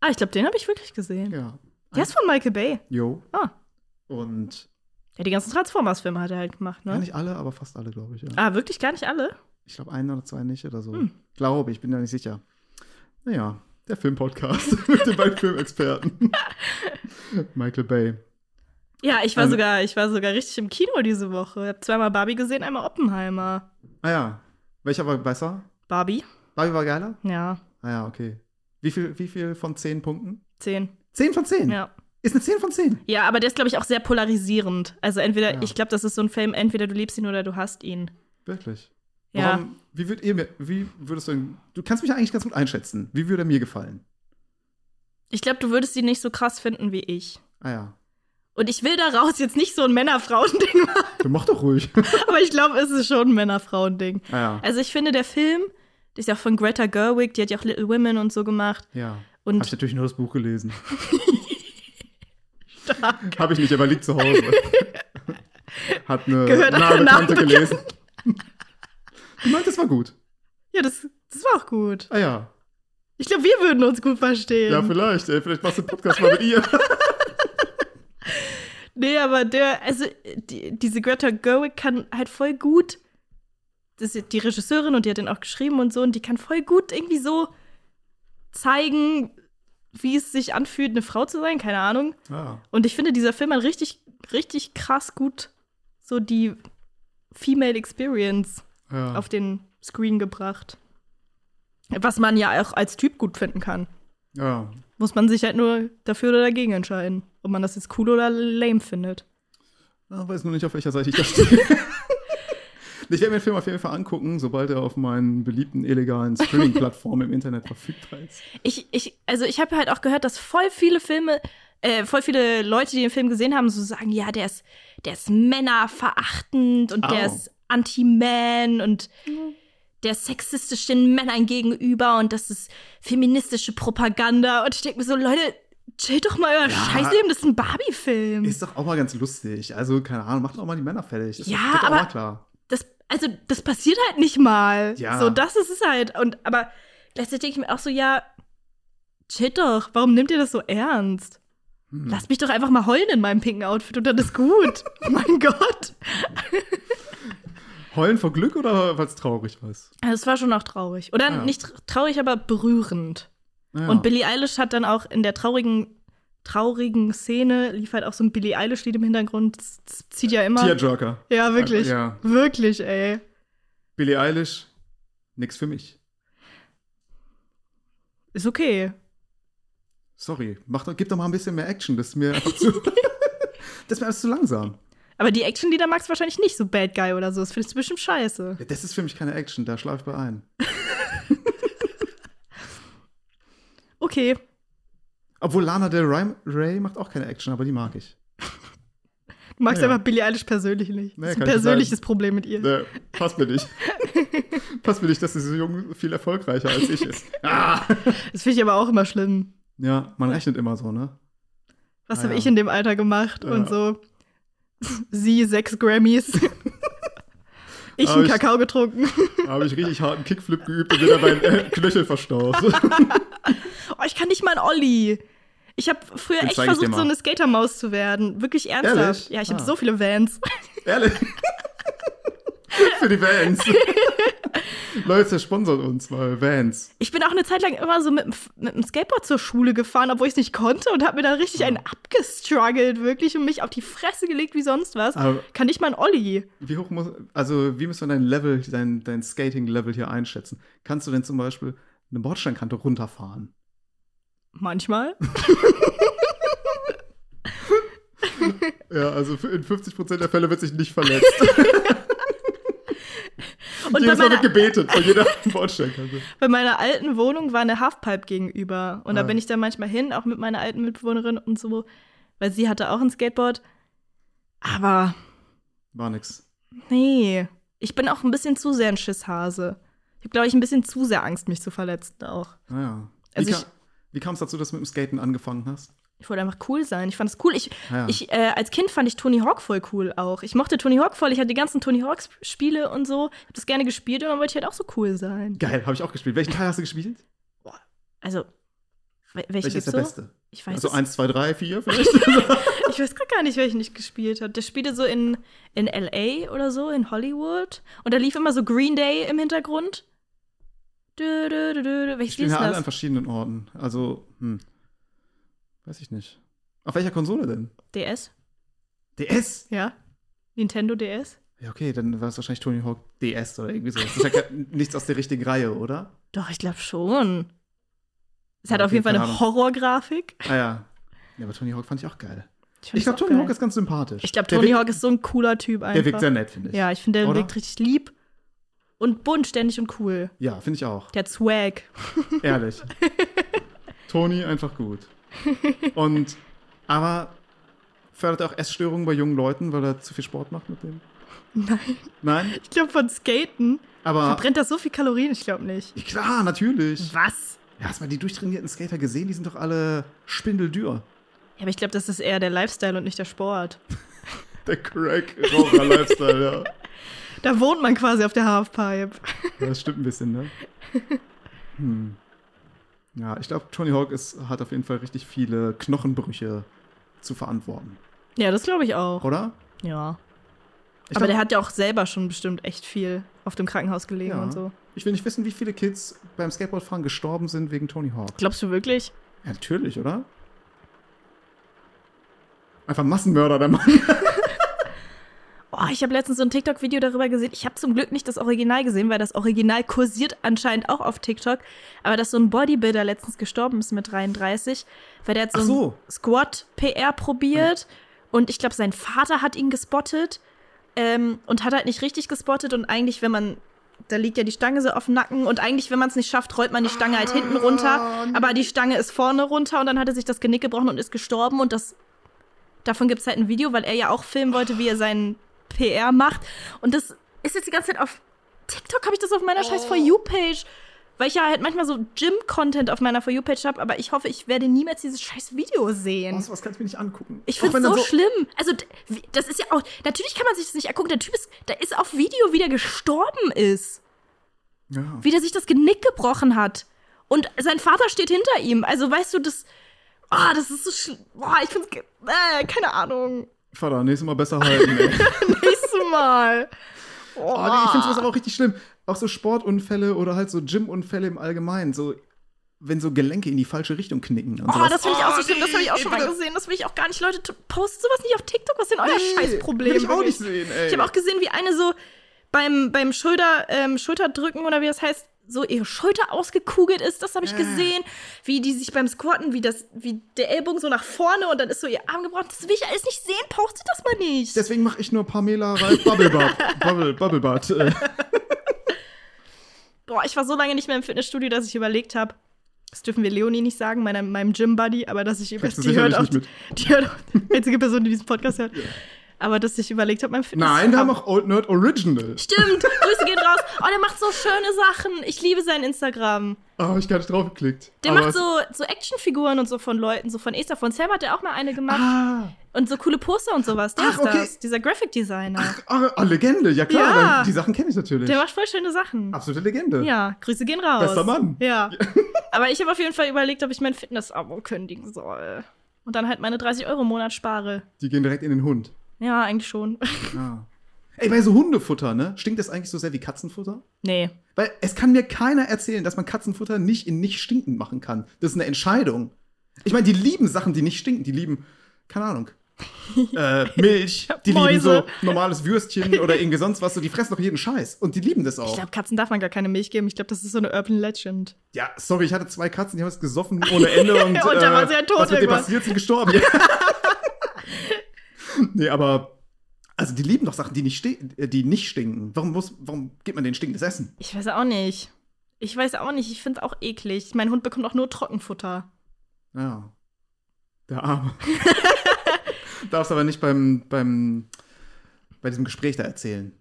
[SPEAKER 2] Ah, ich glaube, den habe ich wirklich gesehen.
[SPEAKER 1] Ja.
[SPEAKER 2] Der ist von Michael Bay.
[SPEAKER 1] Jo.
[SPEAKER 2] Ah.
[SPEAKER 1] Und.
[SPEAKER 2] Ja, die ganzen Transformers-Filme hat er halt gemacht,
[SPEAKER 1] Ja,
[SPEAKER 2] ne?
[SPEAKER 1] nicht alle, aber fast alle, glaube ich. Ja.
[SPEAKER 2] Ah, wirklich gar nicht alle?
[SPEAKER 1] Ich glaube, ein oder zwei nicht oder so.
[SPEAKER 2] Hm.
[SPEAKER 1] Glaube ich, bin da nicht sicher. Naja, der Filmpodcast mit den beiden Filmexperten. Michael Bay.
[SPEAKER 2] Ja, ich war,
[SPEAKER 1] Also-
[SPEAKER 2] sogar, ich war sogar richtig im Kino diese Woche. Ich habe zweimal Barbie gesehen, einmal Oppenheimer.
[SPEAKER 1] Ah ja. Welcher war besser?
[SPEAKER 2] Barbie?
[SPEAKER 1] Barbie war geiler?
[SPEAKER 2] Ja,
[SPEAKER 1] Ah ja, okay. Wie viel, wie viel von 10 Punkten?
[SPEAKER 2] zehn.
[SPEAKER 1] 10 von 10?
[SPEAKER 2] Ja.
[SPEAKER 1] Ist eine 10 von 10.
[SPEAKER 2] Ja, aber der ist, glaube ich, auch sehr polarisierend. Also entweder,
[SPEAKER 1] Ja.
[SPEAKER 2] ich glaube, das ist so ein Film, entweder du liebst ihn oder du hasst ihn.
[SPEAKER 1] Wirklich.
[SPEAKER 2] Ja.
[SPEAKER 1] Warum, wie, würd ihr mir, wie würdest du denn, Du kannst mich ja eigentlich ganz gut einschätzen. Wie würde er mir gefallen?
[SPEAKER 2] Ich glaube, du würdest ihn nicht so krass finden wie ich.
[SPEAKER 1] Ah ja.
[SPEAKER 2] Und ich will daraus jetzt nicht so ein Männer-Frauen-Ding machen,
[SPEAKER 1] Du mach doch ruhig.
[SPEAKER 2] aber ich glaube, es ist schon ein Männer-Frauen-Ding.
[SPEAKER 1] ah ja.
[SPEAKER 2] Also ich finde, der Film, der ist ja auch von Greta Gerwig, die hat ja auch Little Women und so gemacht.
[SPEAKER 1] Ja. Habe ich
[SPEAKER 2] Und
[SPEAKER 1] natürlich nur das Buch gelesen. Habe ich nicht, aber liegt zu Hause. Hat eine
[SPEAKER 2] Gehört
[SPEAKER 1] nahe
[SPEAKER 2] einer
[SPEAKER 1] Bekannte
[SPEAKER 2] Namen
[SPEAKER 1] gelesen. Du meint, das war gut.
[SPEAKER 2] ja, das, das war auch gut.
[SPEAKER 1] Ah ja.
[SPEAKER 2] Ich glaube, wir würden uns gut verstehen.
[SPEAKER 1] Ja, vielleicht. Ey, vielleicht machst du einen Podcast mal mit ihr.
[SPEAKER 2] Nee, aber der, also die, diese Greta Gerwig kann halt voll gut, das ist die Regisseurin und die hat den auch geschrieben und so, und die kann voll gut irgendwie so zeigen, wie es sich anfühlt, eine Frau zu sein, keine Ahnung.
[SPEAKER 1] Ah,
[SPEAKER 2] Und ich finde, dieser Film hat richtig, richtig krass gut so die Female Experience
[SPEAKER 1] ja.
[SPEAKER 2] auf den Screen gebracht. Was man ja auch als Typ gut finden kann.
[SPEAKER 1] ja.
[SPEAKER 2] Muss man sich halt nur dafür oder dagegen entscheiden, ob man das jetzt cool oder lame findet.
[SPEAKER 1] Ah, weiß nur nicht, auf welcher Seite ich da stehe. ich werde mir den Film auf jeden Fall angucken, sobald er auf meinen beliebten illegalen Streaming-Plattformen im Internet verfügbar ist.
[SPEAKER 2] Ich, ich, also ich habe halt auch gehört, dass voll viele Filme, äh, voll viele Leute, die den Film gesehen haben, so sagen, ja, der ist, der ist männerverachtend und der
[SPEAKER 1] Au.
[SPEAKER 2] ist Anti-Man und der ist sexistisch den Männern gegenüber und das ist feministische Propaganda. Und ich denke mir so, Leute, chill doch mal euer
[SPEAKER 1] Ja.
[SPEAKER 2] Scheißleben, das ist ein Barbie-Film.
[SPEAKER 1] Ist doch auch mal ganz lustig. Also, keine Ahnung, macht auch mal die Männer fertig. Das
[SPEAKER 2] Ja,
[SPEAKER 1] geht doch auch
[SPEAKER 2] aber-
[SPEAKER 1] mal klar.
[SPEAKER 2] das, also das passiert halt nicht mal.
[SPEAKER 1] Ja.
[SPEAKER 2] So, das ist es halt. Und aber gleichzeitig denke ich mir auch so, ja, chill doch, warum nehmt ihr das so ernst?
[SPEAKER 1] Hm.
[SPEAKER 2] Lasst mich doch einfach mal heulen in meinem pinken Outfit und dann ist gut. Oh mein Gott.
[SPEAKER 1] Heulen vor Glück oder weil es traurig ist?
[SPEAKER 2] Also, es war schon auch traurig. Oder
[SPEAKER 1] Ja.
[SPEAKER 2] nicht traurig, aber berührend.
[SPEAKER 1] Naja.
[SPEAKER 2] Und Billie Eilish hat dann auch in der traurigen, traurigen Szene lief halt auch so ein Billie Eilish-Lied im Hintergrund. Das das zieht ja immer.
[SPEAKER 1] Tearjerker.
[SPEAKER 2] ja, wirklich.
[SPEAKER 1] Ja.
[SPEAKER 2] Wirklich, ey.
[SPEAKER 1] Billie Eilish, nix für mich.
[SPEAKER 2] Ist okay.
[SPEAKER 1] Sorry, mach doch, gib doch mal ein bisschen mehr Action. Das ist mir einfach zu. das ist mir alles zu langsam.
[SPEAKER 2] Aber die Action-Lieder magst du wahrscheinlich nicht, so Bad Guy oder so. Das findest du bestimmt scheiße.
[SPEAKER 1] Ja, das ist für mich keine Action, da schlafe ich bei ein.
[SPEAKER 2] Okay.
[SPEAKER 1] Obwohl Lana Del Rey, Rey macht auch keine Action, aber die mag ich.
[SPEAKER 2] Du magst
[SPEAKER 1] Naja.
[SPEAKER 2] einfach Billie Eilish persönlich nicht.
[SPEAKER 1] Naja,
[SPEAKER 2] das ist
[SPEAKER 1] kann ich
[SPEAKER 2] ein
[SPEAKER 1] nicht
[SPEAKER 2] persönliches Problem mit ihr.
[SPEAKER 1] Nee, Ne, passt mir nicht. Passt mir nicht, dass dieser Junge viel erfolgreicher als ich ist. Ah!
[SPEAKER 2] Das finde ich aber auch immer schlimm.
[SPEAKER 1] Ja, man rechnet immer so, ne?
[SPEAKER 2] Was
[SPEAKER 1] Ah,
[SPEAKER 2] habe
[SPEAKER 1] ja.
[SPEAKER 2] ich in dem Alter gemacht?
[SPEAKER 1] Ja.
[SPEAKER 2] Und so, sie sechs Grammys. ich
[SPEAKER 1] Aber
[SPEAKER 2] einen
[SPEAKER 1] ich-
[SPEAKER 2] Kakao getrunken.
[SPEAKER 1] Da habe ich richtig harten Kickflip geübt und mir dabei einen äh, Knöchel verstaucht.
[SPEAKER 2] Oh, ich kann nicht mal einen Olli. Ich habe früher
[SPEAKER 1] Dann
[SPEAKER 2] echt
[SPEAKER 1] zeig ich dir
[SPEAKER 2] versucht,
[SPEAKER 1] mal.
[SPEAKER 2] so eine Skatermaus zu werden. Wirklich ernsthaft.
[SPEAKER 1] Ehrlich?
[SPEAKER 2] Ja, ich habe
[SPEAKER 1] Ah.
[SPEAKER 2] so viele Vans.
[SPEAKER 1] Ehrlich. Für die Vans. Leute, sponsert uns mal, Vans.
[SPEAKER 2] Ich bin auch eine Zeit lang immer so mit, dem F- mit dem Skateboard zur Schule gefahren, obwohl ich es nicht konnte und habe mir da richtig einen abgestruggelt, wirklich, und mich auf die Fresse gelegt wie sonst was.
[SPEAKER 1] Aber-
[SPEAKER 2] Kann nicht mal einen Olli.
[SPEAKER 1] Wie hoch muss, also wie müssen wir dein Level, dein, dein Skating-Level hier einschätzen? Kannst du denn zum Beispiel eine Bordsteinkante runterfahren?
[SPEAKER 2] Manchmal.
[SPEAKER 1] Ja, also für- in 50% der Fälle wird sich nicht verletzt.
[SPEAKER 2] bei
[SPEAKER 1] Jedes Mal
[SPEAKER 2] meiner-
[SPEAKER 1] wird gebetet von jeder Bordsteinkante.
[SPEAKER 2] Bei meiner alten Wohnung war eine Halfpipe gegenüber. Und
[SPEAKER 1] Ah.
[SPEAKER 2] da bin ich dann manchmal hin, auch mit meiner alten Mitbewohnerin und so, weil sie hatte auch ein Skateboard. Aber
[SPEAKER 1] War nix.
[SPEAKER 2] nee, ich bin auch ein bisschen zu sehr ein Schisshase. Ich habe, glaube ich, ein bisschen zu sehr Angst, mich zu verletzen auch.
[SPEAKER 1] Naja. Wie,
[SPEAKER 2] Also
[SPEAKER 1] ka
[SPEAKER 2] ich-
[SPEAKER 1] wie kam es dazu, dass du mit dem Skaten angefangen hast?
[SPEAKER 2] Ich wollte einfach cool sein. Ich fand es cool. Ich,
[SPEAKER 1] Ah ja.
[SPEAKER 2] ich äh, als Kind fand ich Tony Hawk voll cool auch. Ich mochte Tony Hawk voll. Ich hatte die ganzen Tony Hawk Spiele und so. Ich habe das gerne gespielt und dann wollte ich halt auch so cool sein.
[SPEAKER 1] Geil, habe ich auch gespielt. Welchen Teil hast du gespielt?
[SPEAKER 2] Also wel- welche
[SPEAKER 1] Welcher
[SPEAKER 2] gibt's
[SPEAKER 1] ist der
[SPEAKER 2] so?
[SPEAKER 1] beste?
[SPEAKER 2] Ich weiß
[SPEAKER 1] also
[SPEAKER 2] es
[SPEAKER 1] 1, 2, 3, 4 vielleicht?
[SPEAKER 2] Ich weiß grad gar nicht, welchen ich gespielt habe. Der spielte so in, in L.A. oder so, in Hollywood. Und da lief immer so Green Day im Hintergrund. Dö, dö, dö, dö, dö. Welches Lied
[SPEAKER 1] spielen
[SPEAKER 2] ist
[SPEAKER 1] ja alle an
[SPEAKER 2] das?
[SPEAKER 1] verschiedenen Orten. Also, hm. Weiß ich nicht. Auf welcher Konsole denn?
[SPEAKER 2] DS?
[SPEAKER 1] DS?
[SPEAKER 2] Ja. Nintendo DS?
[SPEAKER 1] Ja, okay, dann war es wahrscheinlich Tony Hawk DS oder irgendwie so. Das ist ja gar- nichts aus der richtigen Reihe, oder?
[SPEAKER 2] Doch, ich glaube schon. Es hat
[SPEAKER 1] Ja,
[SPEAKER 2] auf jeden Fall
[SPEAKER 1] keine
[SPEAKER 2] eine
[SPEAKER 1] Ahnung.
[SPEAKER 2] Horrorgrafik.
[SPEAKER 1] Ah ja. Ja, aber Tony Hawk fand ich auch geil.
[SPEAKER 2] fand
[SPEAKER 1] Ich
[SPEAKER 2] das
[SPEAKER 1] glaube,
[SPEAKER 2] auch
[SPEAKER 1] Tony
[SPEAKER 2] geil.
[SPEAKER 1] Hawk ist ganz sympathisch.
[SPEAKER 2] Ich glaube,
[SPEAKER 1] Der
[SPEAKER 2] Tony
[SPEAKER 1] wirkt-
[SPEAKER 2] Hawk ist so ein cooler Typ einfach.
[SPEAKER 1] Der wirkt sehr nett, finde ich.
[SPEAKER 2] ja, ich finde, der
[SPEAKER 1] Oder?
[SPEAKER 2] wirkt richtig lieb und bunt, ständig und cool.
[SPEAKER 1] Ja, finde ich auch.
[SPEAKER 2] Der hat Swag.
[SPEAKER 1] Ehrlich. Tony einfach gut. Und, aber fördert er auch Essstörungen bei jungen Leuten, weil er zu viel Sport macht mit dem?
[SPEAKER 2] Nein.
[SPEAKER 1] Nein?
[SPEAKER 2] Ich glaube, von Skaten
[SPEAKER 1] Aber.
[SPEAKER 2] verbrennt das so viel Kalorien, ich glaube nicht.
[SPEAKER 1] Ja, Klar, natürlich.
[SPEAKER 2] Was?
[SPEAKER 1] Ja, hast du mal die durchtrainierten Skater gesehen? Die sind doch alle spindeldür.
[SPEAKER 2] Ja, aber ich glaube, das ist eher der Lifestyle und nicht der Sport.
[SPEAKER 1] Der Crack Raucher Lifestyle, ja.
[SPEAKER 2] Da wohnt man quasi auf der Halfpipe.
[SPEAKER 1] Das stimmt ein bisschen, ne? Hm. Ja, ich glaube, Tony Hawk ist, hat auf jeden Fall richtig viele Knochenbrüche zu verantworten,
[SPEAKER 2] Ja, das glaube ich auch.
[SPEAKER 1] oder?
[SPEAKER 2] Ja.
[SPEAKER 1] Ich glaub-
[SPEAKER 2] Aber der hat ja auch selber schon bestimmt echt viel auf dem Krankenhaus gelegen
[SPEAKER 1] Ja.
[SPEAKER 2] und so.
[SPEAKER 1] Ich will nicht wissen, wie viele Kids beim Skateboardfahren gestorben sind wegen Tony Hawk.
[SPEAKER 2] Glaubst du wirklich?
[SPEAKER 1] Ja, natürlich, oder? Einfach Massenmörder, der Mann.
[SPEAKER 2] Oh, ich habe letztens so ein TikTok-Video darüber gesehen. Ich habe zum Glück nicht das Original gesehen, weil das Original kursiert anscheinend auch auf TikTok. Aber dass so ein Bodybuilder letztens gestorben ist mit 33, weil der hat so,
[SPEAKER 1] Ach so.
[SPEAKER 2] ein Squat-PR probiert und ich glaube, sein Vater hat ihn gespottet ähm, und hat halt nicht richtig gespottet und eigentlich, wenn man. Da liegt ja die Stange so auf dem Nacken und eigentlich, wenn man es nicht schafft, rollt man die Stange halt hinten
[SPEAKER 1] Oh,
[SPEAKER 2] runter. Aber die Stange ist vorne runter und dann hat er sich das Genick gebrochen und ist gestorben und das Davon gibt es halt ein Video, weil er ja auch filmen wollte, wie er seinen PR macht. Und das ist jetzt die ganze Zeit auf TikTok, habe ich das auf meiner scheiß
[SPEAKER 1] Oh.
[SPEAKER 2] For You-Page. Weil ich ja halt manchmal so Gym-Content auf meiner For You-Page habe, aber ich hoffe, ich werde niemals dieses scheiß Video sehen.
[SPEAKER 1] Was, was kannst du mir nicht angucken?
[SPEAKER 2] Ich
[SPEAKER 1] Auch
[SPEAKER 2] finde
[SPEAKER 1] wenn
[SPEAKER 2] es so,
[SPEAKER 1] dann
[SPEAKER 2] schlimm. Also, d- wie- das ist ja auch. Natürlich kann man sich das nicht angucken. Der Typ ist, der ist auf Video, wie der gestorben ist.
[SPEAKER 1] Ja.
[SPEAKER 2] Wie der sich das Genick gebrochen hat. Und sein Vater steht hinter ihm. Also, weißt du, das. Ah, das ist so schlimm. Boah, ich finde Äh, keine Ahnung.
[SPEAKER 1] Vater, nächstes Mal besser halten, ey.
[SPEAKER 2] Nächstes Mal. Oh,
[SPEAKER 1] Oh, nee, ich finde sowas aber auch richtig schlimm. Auch so Sportunfälle oder halt so Gymunfälle im Allgemeinen. So, wenn so Gelenke in die falsche Richtung knicken. Und
[SPEAKER 2] Oh,
[SPEAKER 1] sowas.
[SPEAKER 2] das finde ich auch so
[SPEAKER 1] nee,
[SPEAKER 2] schlimm. Das habe ich auch
[SPEAKER 1] ey,
[SPEAKER 2] schon mal
[SPEAKER 1] bitte.
[SPEAKER 2] gesehen. Das will ich auch gar nicht. Leute, t- postet sowas nicht auf TikTok. Was ist denn euer
[SPEAKER 1] Nee,
[SPEAKER 2] Scheißproblem?
[SPEAKER 1] Will ich auch
[SPEAKER 2] wirklich?
[SPEAKER 1] nicht sehen, ey.
[SPEAKER 2] Ich habe auch gesehen, wie eine so beim, beim Schulter, ähm, Schulterdrücken oder wie das heißt, so ihre Schulter ausgekugelt ist. Das habe ich
[SPEAKER 1] Äh.
[SPEAKER 2] gesehen. Wie die sich beim Squatten, wie, das, wie der Ellbogen so nach vorne und dann ist so ihr Arm gebrochen. Das will ich alles nicht sehen. Postet das mal nicht.
[SPEAKER 1] Deswegen mache ich nur Pamela Reif Bubblebutt. Bubble, Bubblebutt. Äh,
[SPEAKER 2] Boah, ich war so lange nicht mehr im Fitnessstudio, dass ich überlegt habe, das dürfen wir Leonie nicht sagen, meiner, meinem Gym-Buddy, aber dass ich über
[SPEAKER 1] Kriegst du
[SPEAKER 2] die hört,
[SPEAKER 1] sicherlich
[SPEAKER 2] auch,
[SPEAKER 1] nicht
[SPEAKER 2] die hört auch die einzige Person, die diesen Podcast hört. Aber dass ich überlegt habe, mein Fitness.
[SPEAKER 1] Nein, wir haben auch Old Nerd Original.
[SPEAKER 2] Stimmt, Grüße gehen raus. Oh, der macht so schöne Sachen. Ich liebe sein Instagram.
[SPEAKER 1] Ah, ich gar nicht draufgeklickt.
[SPEAKER 2] Der
[SPEAKER 1] Aber
[SPEAKER 2] macht
[SPEAKER 1] es-
[SPEAKER 2] so, so Actionfiguren und so von Leuten, so von Esther. Von Sam hat er auch mal eine gemacht.
[SPEAKER 1] Ah,
[SPEAKER 2] Und so coole Poster und sowas. Der
[SPEAKER 1] Ach,
[SPEAKER 2] ist
[SPEAKER 1] okay.
[SPEAKER 2] das, dieser Graphic Designer.
[SPEAKER 1] ah, ah, Legende, ja klar,
[SPEAKER 2] Ja.
[SPEAKER 1] weil die Sachen kenne ich natürlich.
[SPEAKER 2] der macht voll schöne Sachen.
[SPEAKER 1] Absolute Legende.
[SPEAKER 2] Ja, Grüße gehen raus.
[SPEAKER 1] Bester Mann.
[SPEAKER 2] Ja. Aber ich habe auf jeden Fall überlegt, ob ich mein Fitness-Abo kündigen soll. Und dann halt meine 30 Euro im Monat spare.
[SPEAKER 1] Die gehen direkt in den Hund.
[SPEAKER 2] Ja, eigentlich schon.
[SPEAKER 1] Ah. Ey, bei so Hundefutter, ne? Stinkt das eigentlich so sehr wie Katzenfutter?
[SPEAKER 2] nee.
[SPEAKER 1] Weil es kann mir keiner erzählen, dass man Katzenfutter nicht in nicht stinkend machen kann. Das ist eine Entscheidung. Ich meine, die lieben Sachen, die nicht stinken. Die lieben, keine Ahnung, äh, Milch. Die lieben so
[SPEAKER 2] Mäuse.
[SPEAKER 1] normales Würstchen oder irgendwie sonst was. So, die fressen doch jeden Scheiß. Und die lieben das
[SPEAKER 2] Ich
[SPEAKER 1] auch.
[SPEAKER 2] glaube, Katzen darf man gar keine Milch geben. Ich glaube, das ist so eine Urban Legend.
[SPEAKER 1] Ja, sorry, ich hatte zwei Katzen, die haben es gesoffen ohne Ende und, äh,
[SPEAKER 2] Und dann waren sie ja tot
[SPEAKER 1] was mit denen
[SPEAKER 2] irgendwann.
[SPEAKER 1] passiert, sind gestorben. nee, aber also die lieben doch Sachen, die nicht, ste- äh, die nicht stinken. Warum, muss, warum gibt man denen stinkendes Essen?
[SPEAKER 2] Ich weiß auch nicht. Ich weiß auch nicht. Ich finde es auch eklig. Mein Hund bekommt auch nur Trockenfutter.
[SPEAKER 1] Ja, der Arme. Darfst aber nicht beim, beim bei diesem Gespräch da erzählen.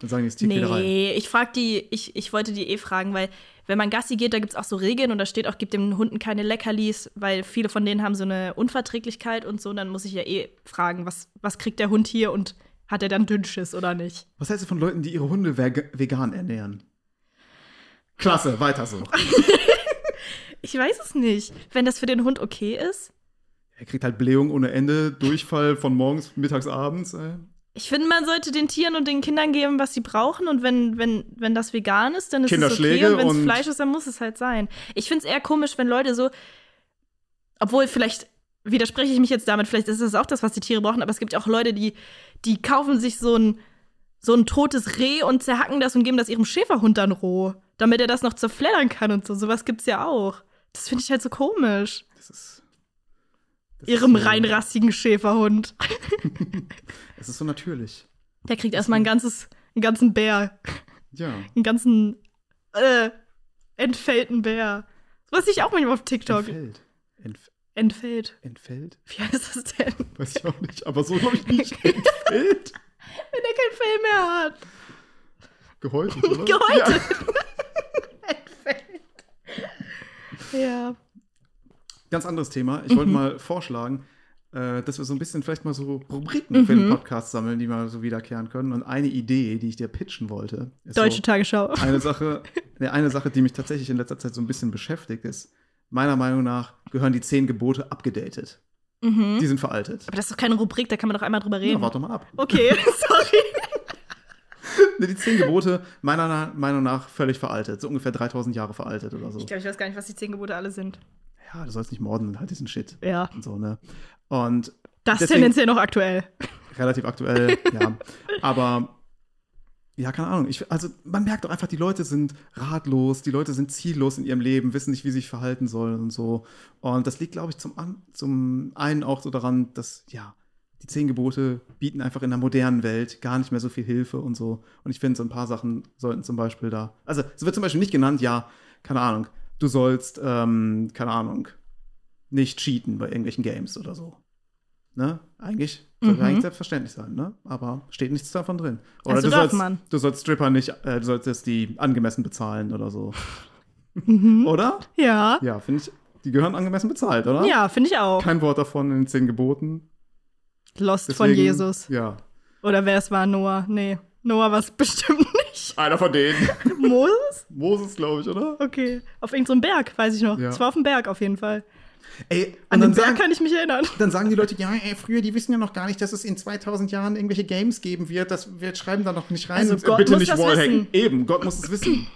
[SPEAKER 1] Dann sagen die es
[SPEAKER 2] nee,
[SPEAKER 1] wieder rein.
[SPEAKER 2] ich frag die, ich, ich wollte die eh fragen, weil wenn man Gassi geht, da gibt es auch so Regeln und da steht auch, gibt den Hunden keine Leckerlis, weil viele von denen haben so eine Unverträglichkeit und so. Und dann muss ich ja eh fragen, was, was kriegt der Hund hier und hat er dann Dünnschiss oder nicht?
[SPEAKER 1] Was hältst du von Leuten, die ihre Hunde veg- vegan ernähren? Klasse, weiter so.
[SPEAKER 2] Ich weiß es nicht. Wenn das für den Hund okay ist.
[SPEAKER 1] Er kriegt halt Blähung ohne Ende, Durchfall von morgens, mittags, abends. äh. Ey.
[SPEAKER 2] Ich finde, man sollte den Tieren und den Kindern geben, was sie brauchen. Und wenn, wenn, wenn das vegan ist, dann ist es okay.
[SPEAKER 1] Kinderschläge
[SPEAKER 2] Und wenn es
[SPEAKER 1] und-
[SPEAKER 2] Fleisch ist, dann muss es halt sein. Ich finde es eher komisch, wenn Leute so, obwohl vielleicht widerspreche ich mich jetzt damit, vielleicht ist das auch das, was die Tiere brauchen, aber es gibt auch Leute, die, die kaufen sich so ein, so ein totes Reh und zerhacken das und geben das ihrem Schäferhund dann roh, damit er das noch zerfleddern kann und so. Sowas gibt's ja auch. Das finde ich halt so komisch.
[SPEAKER 1] Das ist. das
[SPEAKER 2] Ihrem
[SPEAKER 1] ist so,
[SPEAKER 2] rein rassigen Schäferhund.
[SPEAKER 1] Es ist so natürlich.
[SPEAKER 2] Der kriegt erstmal ein ganzes, einen ganzen Bär.
[SPEAKER 1] Ja.
[SPEAKER 2] einen ganzen äh, entfällten Bär. Was ich auch manchmal auf TikTok.
[SPEAKER 1] Entfällt. Entf
[SPEAKER 2] Entfällt.
[SPEAKER 1] entfällt?
[SPEAKER 2] Wie heißt das denn? Wenn
[SPEAKER 1] Weiß ich auch nicht, aber so glaube ich nicht. Entfällt?
[SPEAKER 2] er kein Fell mehr hat.
[SPEAKER 1] Gehäutet, oder?
[SPEAKER 2] Gehäutet.
[SPEAKER 1] Ja.
[SPEAKER 2] Ja.
[SPEAKER 1] Ganz anderes Thema.
[SPEAKER 2] Mhm.
[SPEAKER 1] Ich wollte mal vorschlagen, äh, dass wir so ein bisschen vielleicht mal so Rubriken
[SPEAKER 2] Mhm.
[SPEAKER 1] für den Podcast sammeln, die mal so wiederkehren können. Und eine Idee, die ich dir pitchen wollte, ist
[SPEAKER 2] Deutsche
[SPEAKER 1] so
[SPEAKER 2] Tagesschau.
[SPEAKER 1] eine Sache, ne, eine Sache, die mich tatsächlich in letzter Zeit so ein bisschen beschäftigt ist. Meiner Meinung nach gehören die zehn Gebote abgedatet.
[SPEAKER 2] Mhm.
[SPEAKER 1] Die sind veraltet.
[SPEAKER 2] Aber das ist doch keine Rubrik, da kann man doch einmal drüber
[SPEAKER 1] Ja,
[SPEAKER 2] reden.
[SPEAKER 1] warte mal ab.
[SPEAKER 2] okay, sorry.
[SPEAKER 1] Ne, Die zehn Gebote, meiner Na- Meinung nach, völlig veraltet. So ungefähr 3000 Jahre veraltet oder so.
[SPEAKER 2] Ich glaube, ich weiß gar nicht, was die zehn Gebote alle sind.
[SPEAKER 1] Ja, du sollst nicht morden und halt diesen Shit.
[SPEAKER 2] Ja.
[SPEAKER 1] Und so, ne? Und
[SPEAKER 2] Das ist
[SPEAKER 1] Deswegen-
[SPEAKER 2] tendenziell noch aktuell.
[SPEAKER 1] relativ aktuell, ja. Aber, ja, keine Ahnung. Ich, also, man merkt doch einfach, die Leute sind ratlos, die Leute sind ziellos in ihrem Leben, wissen nicht, wie sie sich verhalten sollen und so. Und das liegt, glaube ich, zum, an, zum einen auch so daran, dass, ja, die zehn Gebote bieten einfach in der modernen Welt gar nicht mehr so viel Hilfe und so. Und ich finde, so ein paar Sachen sollten zum Beispiel da. Also, es wird zum Beispiel nicht genannt, ja, keine Ahnung, du sollst, ähm, keine Ahnung, nicht cheaten bei irgendwelchen Games oder so. Ne? Eigentlich sollte
[SPEAKER 2] Mhm.
[SPEAKER 1] eigentlich selbstverständlich sein, ne? Aber steht nichts davon drin. Oder
[SPEAKER 2] Also
[SPEAKER 1] du,
[SPEAKER 2] darf
[SPEAKER 1] sollst,
[SPEAKER 2] man.
[SPEAKER 1] du sollst Stripper nicht, äh, du solltest die angemessen bezahlen oder so.
[SPEAKER 2] Mhm.
[SPEAKER 1] Oder?
[SPEAKER 2] Ja.
[SPEAKER 1] Ja, finde ich, die gehören angemessen bezahlt, oder?
[SPEAKER 2] Ja, finde ich auch.
[SPEAKER 1] Kein Wort davon in den zehn Geboten.
[SPEAKER 2] Lost von
[SPEAKER 1] Deswegen-
[SPEAKER 2] Jesus.
[SPEAKER 1] Ja.
[SPEAKER 2] Oder wer es war, Noah. Nee, Noah war es bestimmt nicht.
[SPEAKER 1] Einer von denen.
[SPEAKER 2] Moses?
[SPEAKER 1] Moses, glaube ich, oder?
[SPEAKER 2] Okay. Auf irgendeinem Berg, weiß ich noch.
[SPEAKER 1] Ja.
[SPEAKER 2] Es war auf dem Berg auf jeden Fall.
[SPEAKER 1] Ey,
[SPEAKER 2] An
[SPEAKER 1] und dann
[SPEAKER 2] den Berg
[SPEAKER 1] sagen,
[SPEAKER 2] kann ich mich erinnern.
[SPEAKER 1] dann sagen die Leute, ja, ey, früher, die wissen ja noch gar nicht, dass es in 2000 Jahren irgendwelche Games geben wird. Das, wir schreiben da noch nicht rein.
[SPEAKER 2] Also
[SPEAKER 1] Und, äh,
[SPEAKER 2] Gott
[SPEAKER 1] bitte
[SPEAKER 2] muss
[SPEAKER 1] nicht
[SPEAKER 2] das
[SPEAKER 1] Wallhacken.
[SPEAKER 2] wissen.
[SPEAKER 1] Eben, Gott muss es wissen.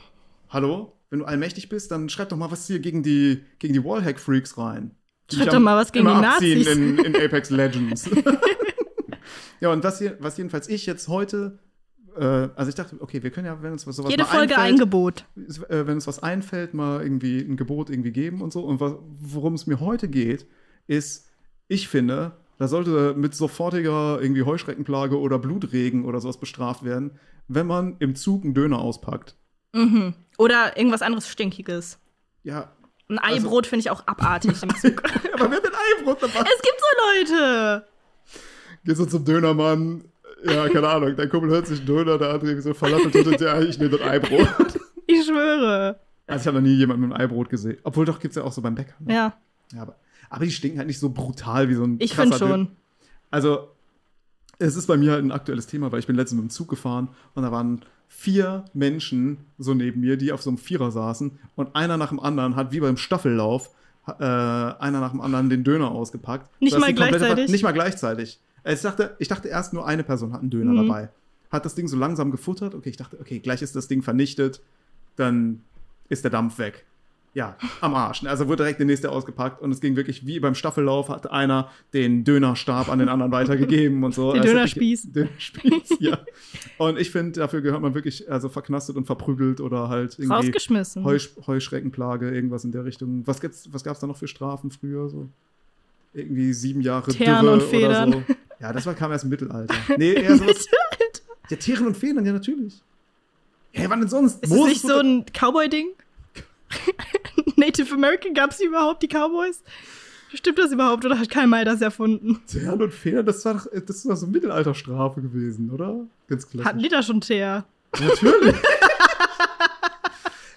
[SPEAKER 1] Hallo? Wenn du allmächtig bist, dann schreib doch mal was hier gegen die, gegen die Wallhack-Freaks rein. Die
[SPEAKER 2] Schreib
[SPEAKER 1] dich
[SPEAKER 2] doch
[SPEAKER 1] am-
[SPEAKER 2] mal was gegen
[SPEAKER 1] immer
[SPEAKER 2] die
[SPEAKER 1] abziehen
[SPEAKER 2] Nazis.
[SPEAKER 1] In, in Apex Legends. ja, und was, hier, was jedenfalls ich jetzt heute äh, also ich dachte, okay, wir können ja, wenn uns was sowas
[SPEAKER 2] Jede
[SPEAKER 1] mal
[SPEAKER 2] Folge ein
[SPEAKER 1] einfällt,
[SPEAKER 2] Gebot.
[SPEAKER 1] es- äh, wenn uns was einfällt, mal irgendwie ein Gebot irgendwie geben und so. Und was, worum es mir heute geht, ist, ich finde, da sollte mit sofortiger irgendwie Heuschreckenplage oder Blutregen oder sowas bestraft werden, wenn man im Zug einen Döner auspackt.
[SPEAKER 2] Mhm. Oder irgendwas anderes Stinkiges.
[SPEAKER 1] Ja,
[SPEAKER 2] Ein
[SPEAKER 1] Also-
[SPEAKER 2] Eibrot finde ich auch abartig im Zug.
[SPEAKER 1] aber wer hat denn Eibrot dabei?
[SPEAKER 2] es gibt so Leute.
[SPEAKER 1] Gehst du zum Dönermann? Ja, keine Ahnung. Dein Kumpel hört sich einen Döner, der andere so Falafel, ja, ich nehme das Eibrot.
[SPEAKER 2] Ich schwöre.
[SPEAKER 1] Also ich habe noch nie jemanden mit einem Eibrot gesehen. Obwohl doch gibt es ja auch so beim Bäcker. Ne?
[SPEAKER 2] Ja,
[SPEAKER 1] Ja, aber, aber die stinken halt nicht so brutal wie so ein
[SPEAKER 2] ich
[SPEAKER 1] krasser
[SPEAKER 2] finde
[SPEAKER 1] Döner.
[SPEAKER 2] schon.
[SPEAKER 1] Also, es ist bei mir halt ein aktuelles Thema, weil ich bin letztens mit dem Zug gefahren und da waren vier Menschen so neben mir, die auf so einem Vierer saßen und einer nach dem anderen hat wie beim Staffellauf äh, einer nach dem anderen den Döner ausgepackt.
[SPEAKER 2] Nicht
[SPEAKER 1] sodass die
[SPEAKER 2] mal
[SPEAKER 1] komplette
[SPEAKER 2] gleichzeitig?
[SPEAKER 1] Ver- Nicht mal gleichzeitig. Äh, Ich dachte, ich dachte erst nur eine Person hat einen Döner
[SPEAKER 2] Mhm.
[SPEAKER 1] dabei. Hat das Ding so langsam gefuttert. Okay, ich dachte, okay, gleich ist das Ding vernichtet. Dann ist der Dampf weg. Ja, am Arsch. Also wurde direkt der nächste ausgepackt und es ging wirklich wie beim Staffellauf, hat einer den Dönerstab an den anderen weitergegeben und so.
[SPEAKER 2] Den
[SPEAKER 1] Also
[SPEAKER 2] Dönerspieß.
[SPEAKER 1] wirklich- Dönerspieß, ja. Und ich finde, dafür gehört man wirklich also verknastet und verprügelt oder halt irgendwie
[SPEAKER 2] Rausgeschmissen.
[SPEAKER 1] Heusch Heuschreckenplage, irgendwas in der Richtung. Was gibt's, was gab's da noch für Strafen früher? So? Irgendwie sieben Jahre
[SPEAKER 2] Teeren
[SPEAKER 1] Dürre
[SPEAKER 2] und Federn.
[SPEAKER 1] oder so. Ja, das war, kam erst im Mittelalter. Nee, eher sowas. Ja, Tieren und Federn, ja, natürlich. Hä, wann denn sonst?
[SPEAKER 2] Ist es nicht
[SPEAKER 1] wurde-
[SPEAKER 2] so ein Cowboy-Ding? Native American gab es die überhaupt, die Cowboys? Stimmt das überhaupt oder hat Karl May das erfunden?
[SPEAKER 1] Zern und Federn, das war doch, äh, das war so Mittelalterstrafe gewesen, oder? Ganz klar.
[SPEAKER 2] Hatten die da schon Teer?
[SPEAKER 1] Natürlich.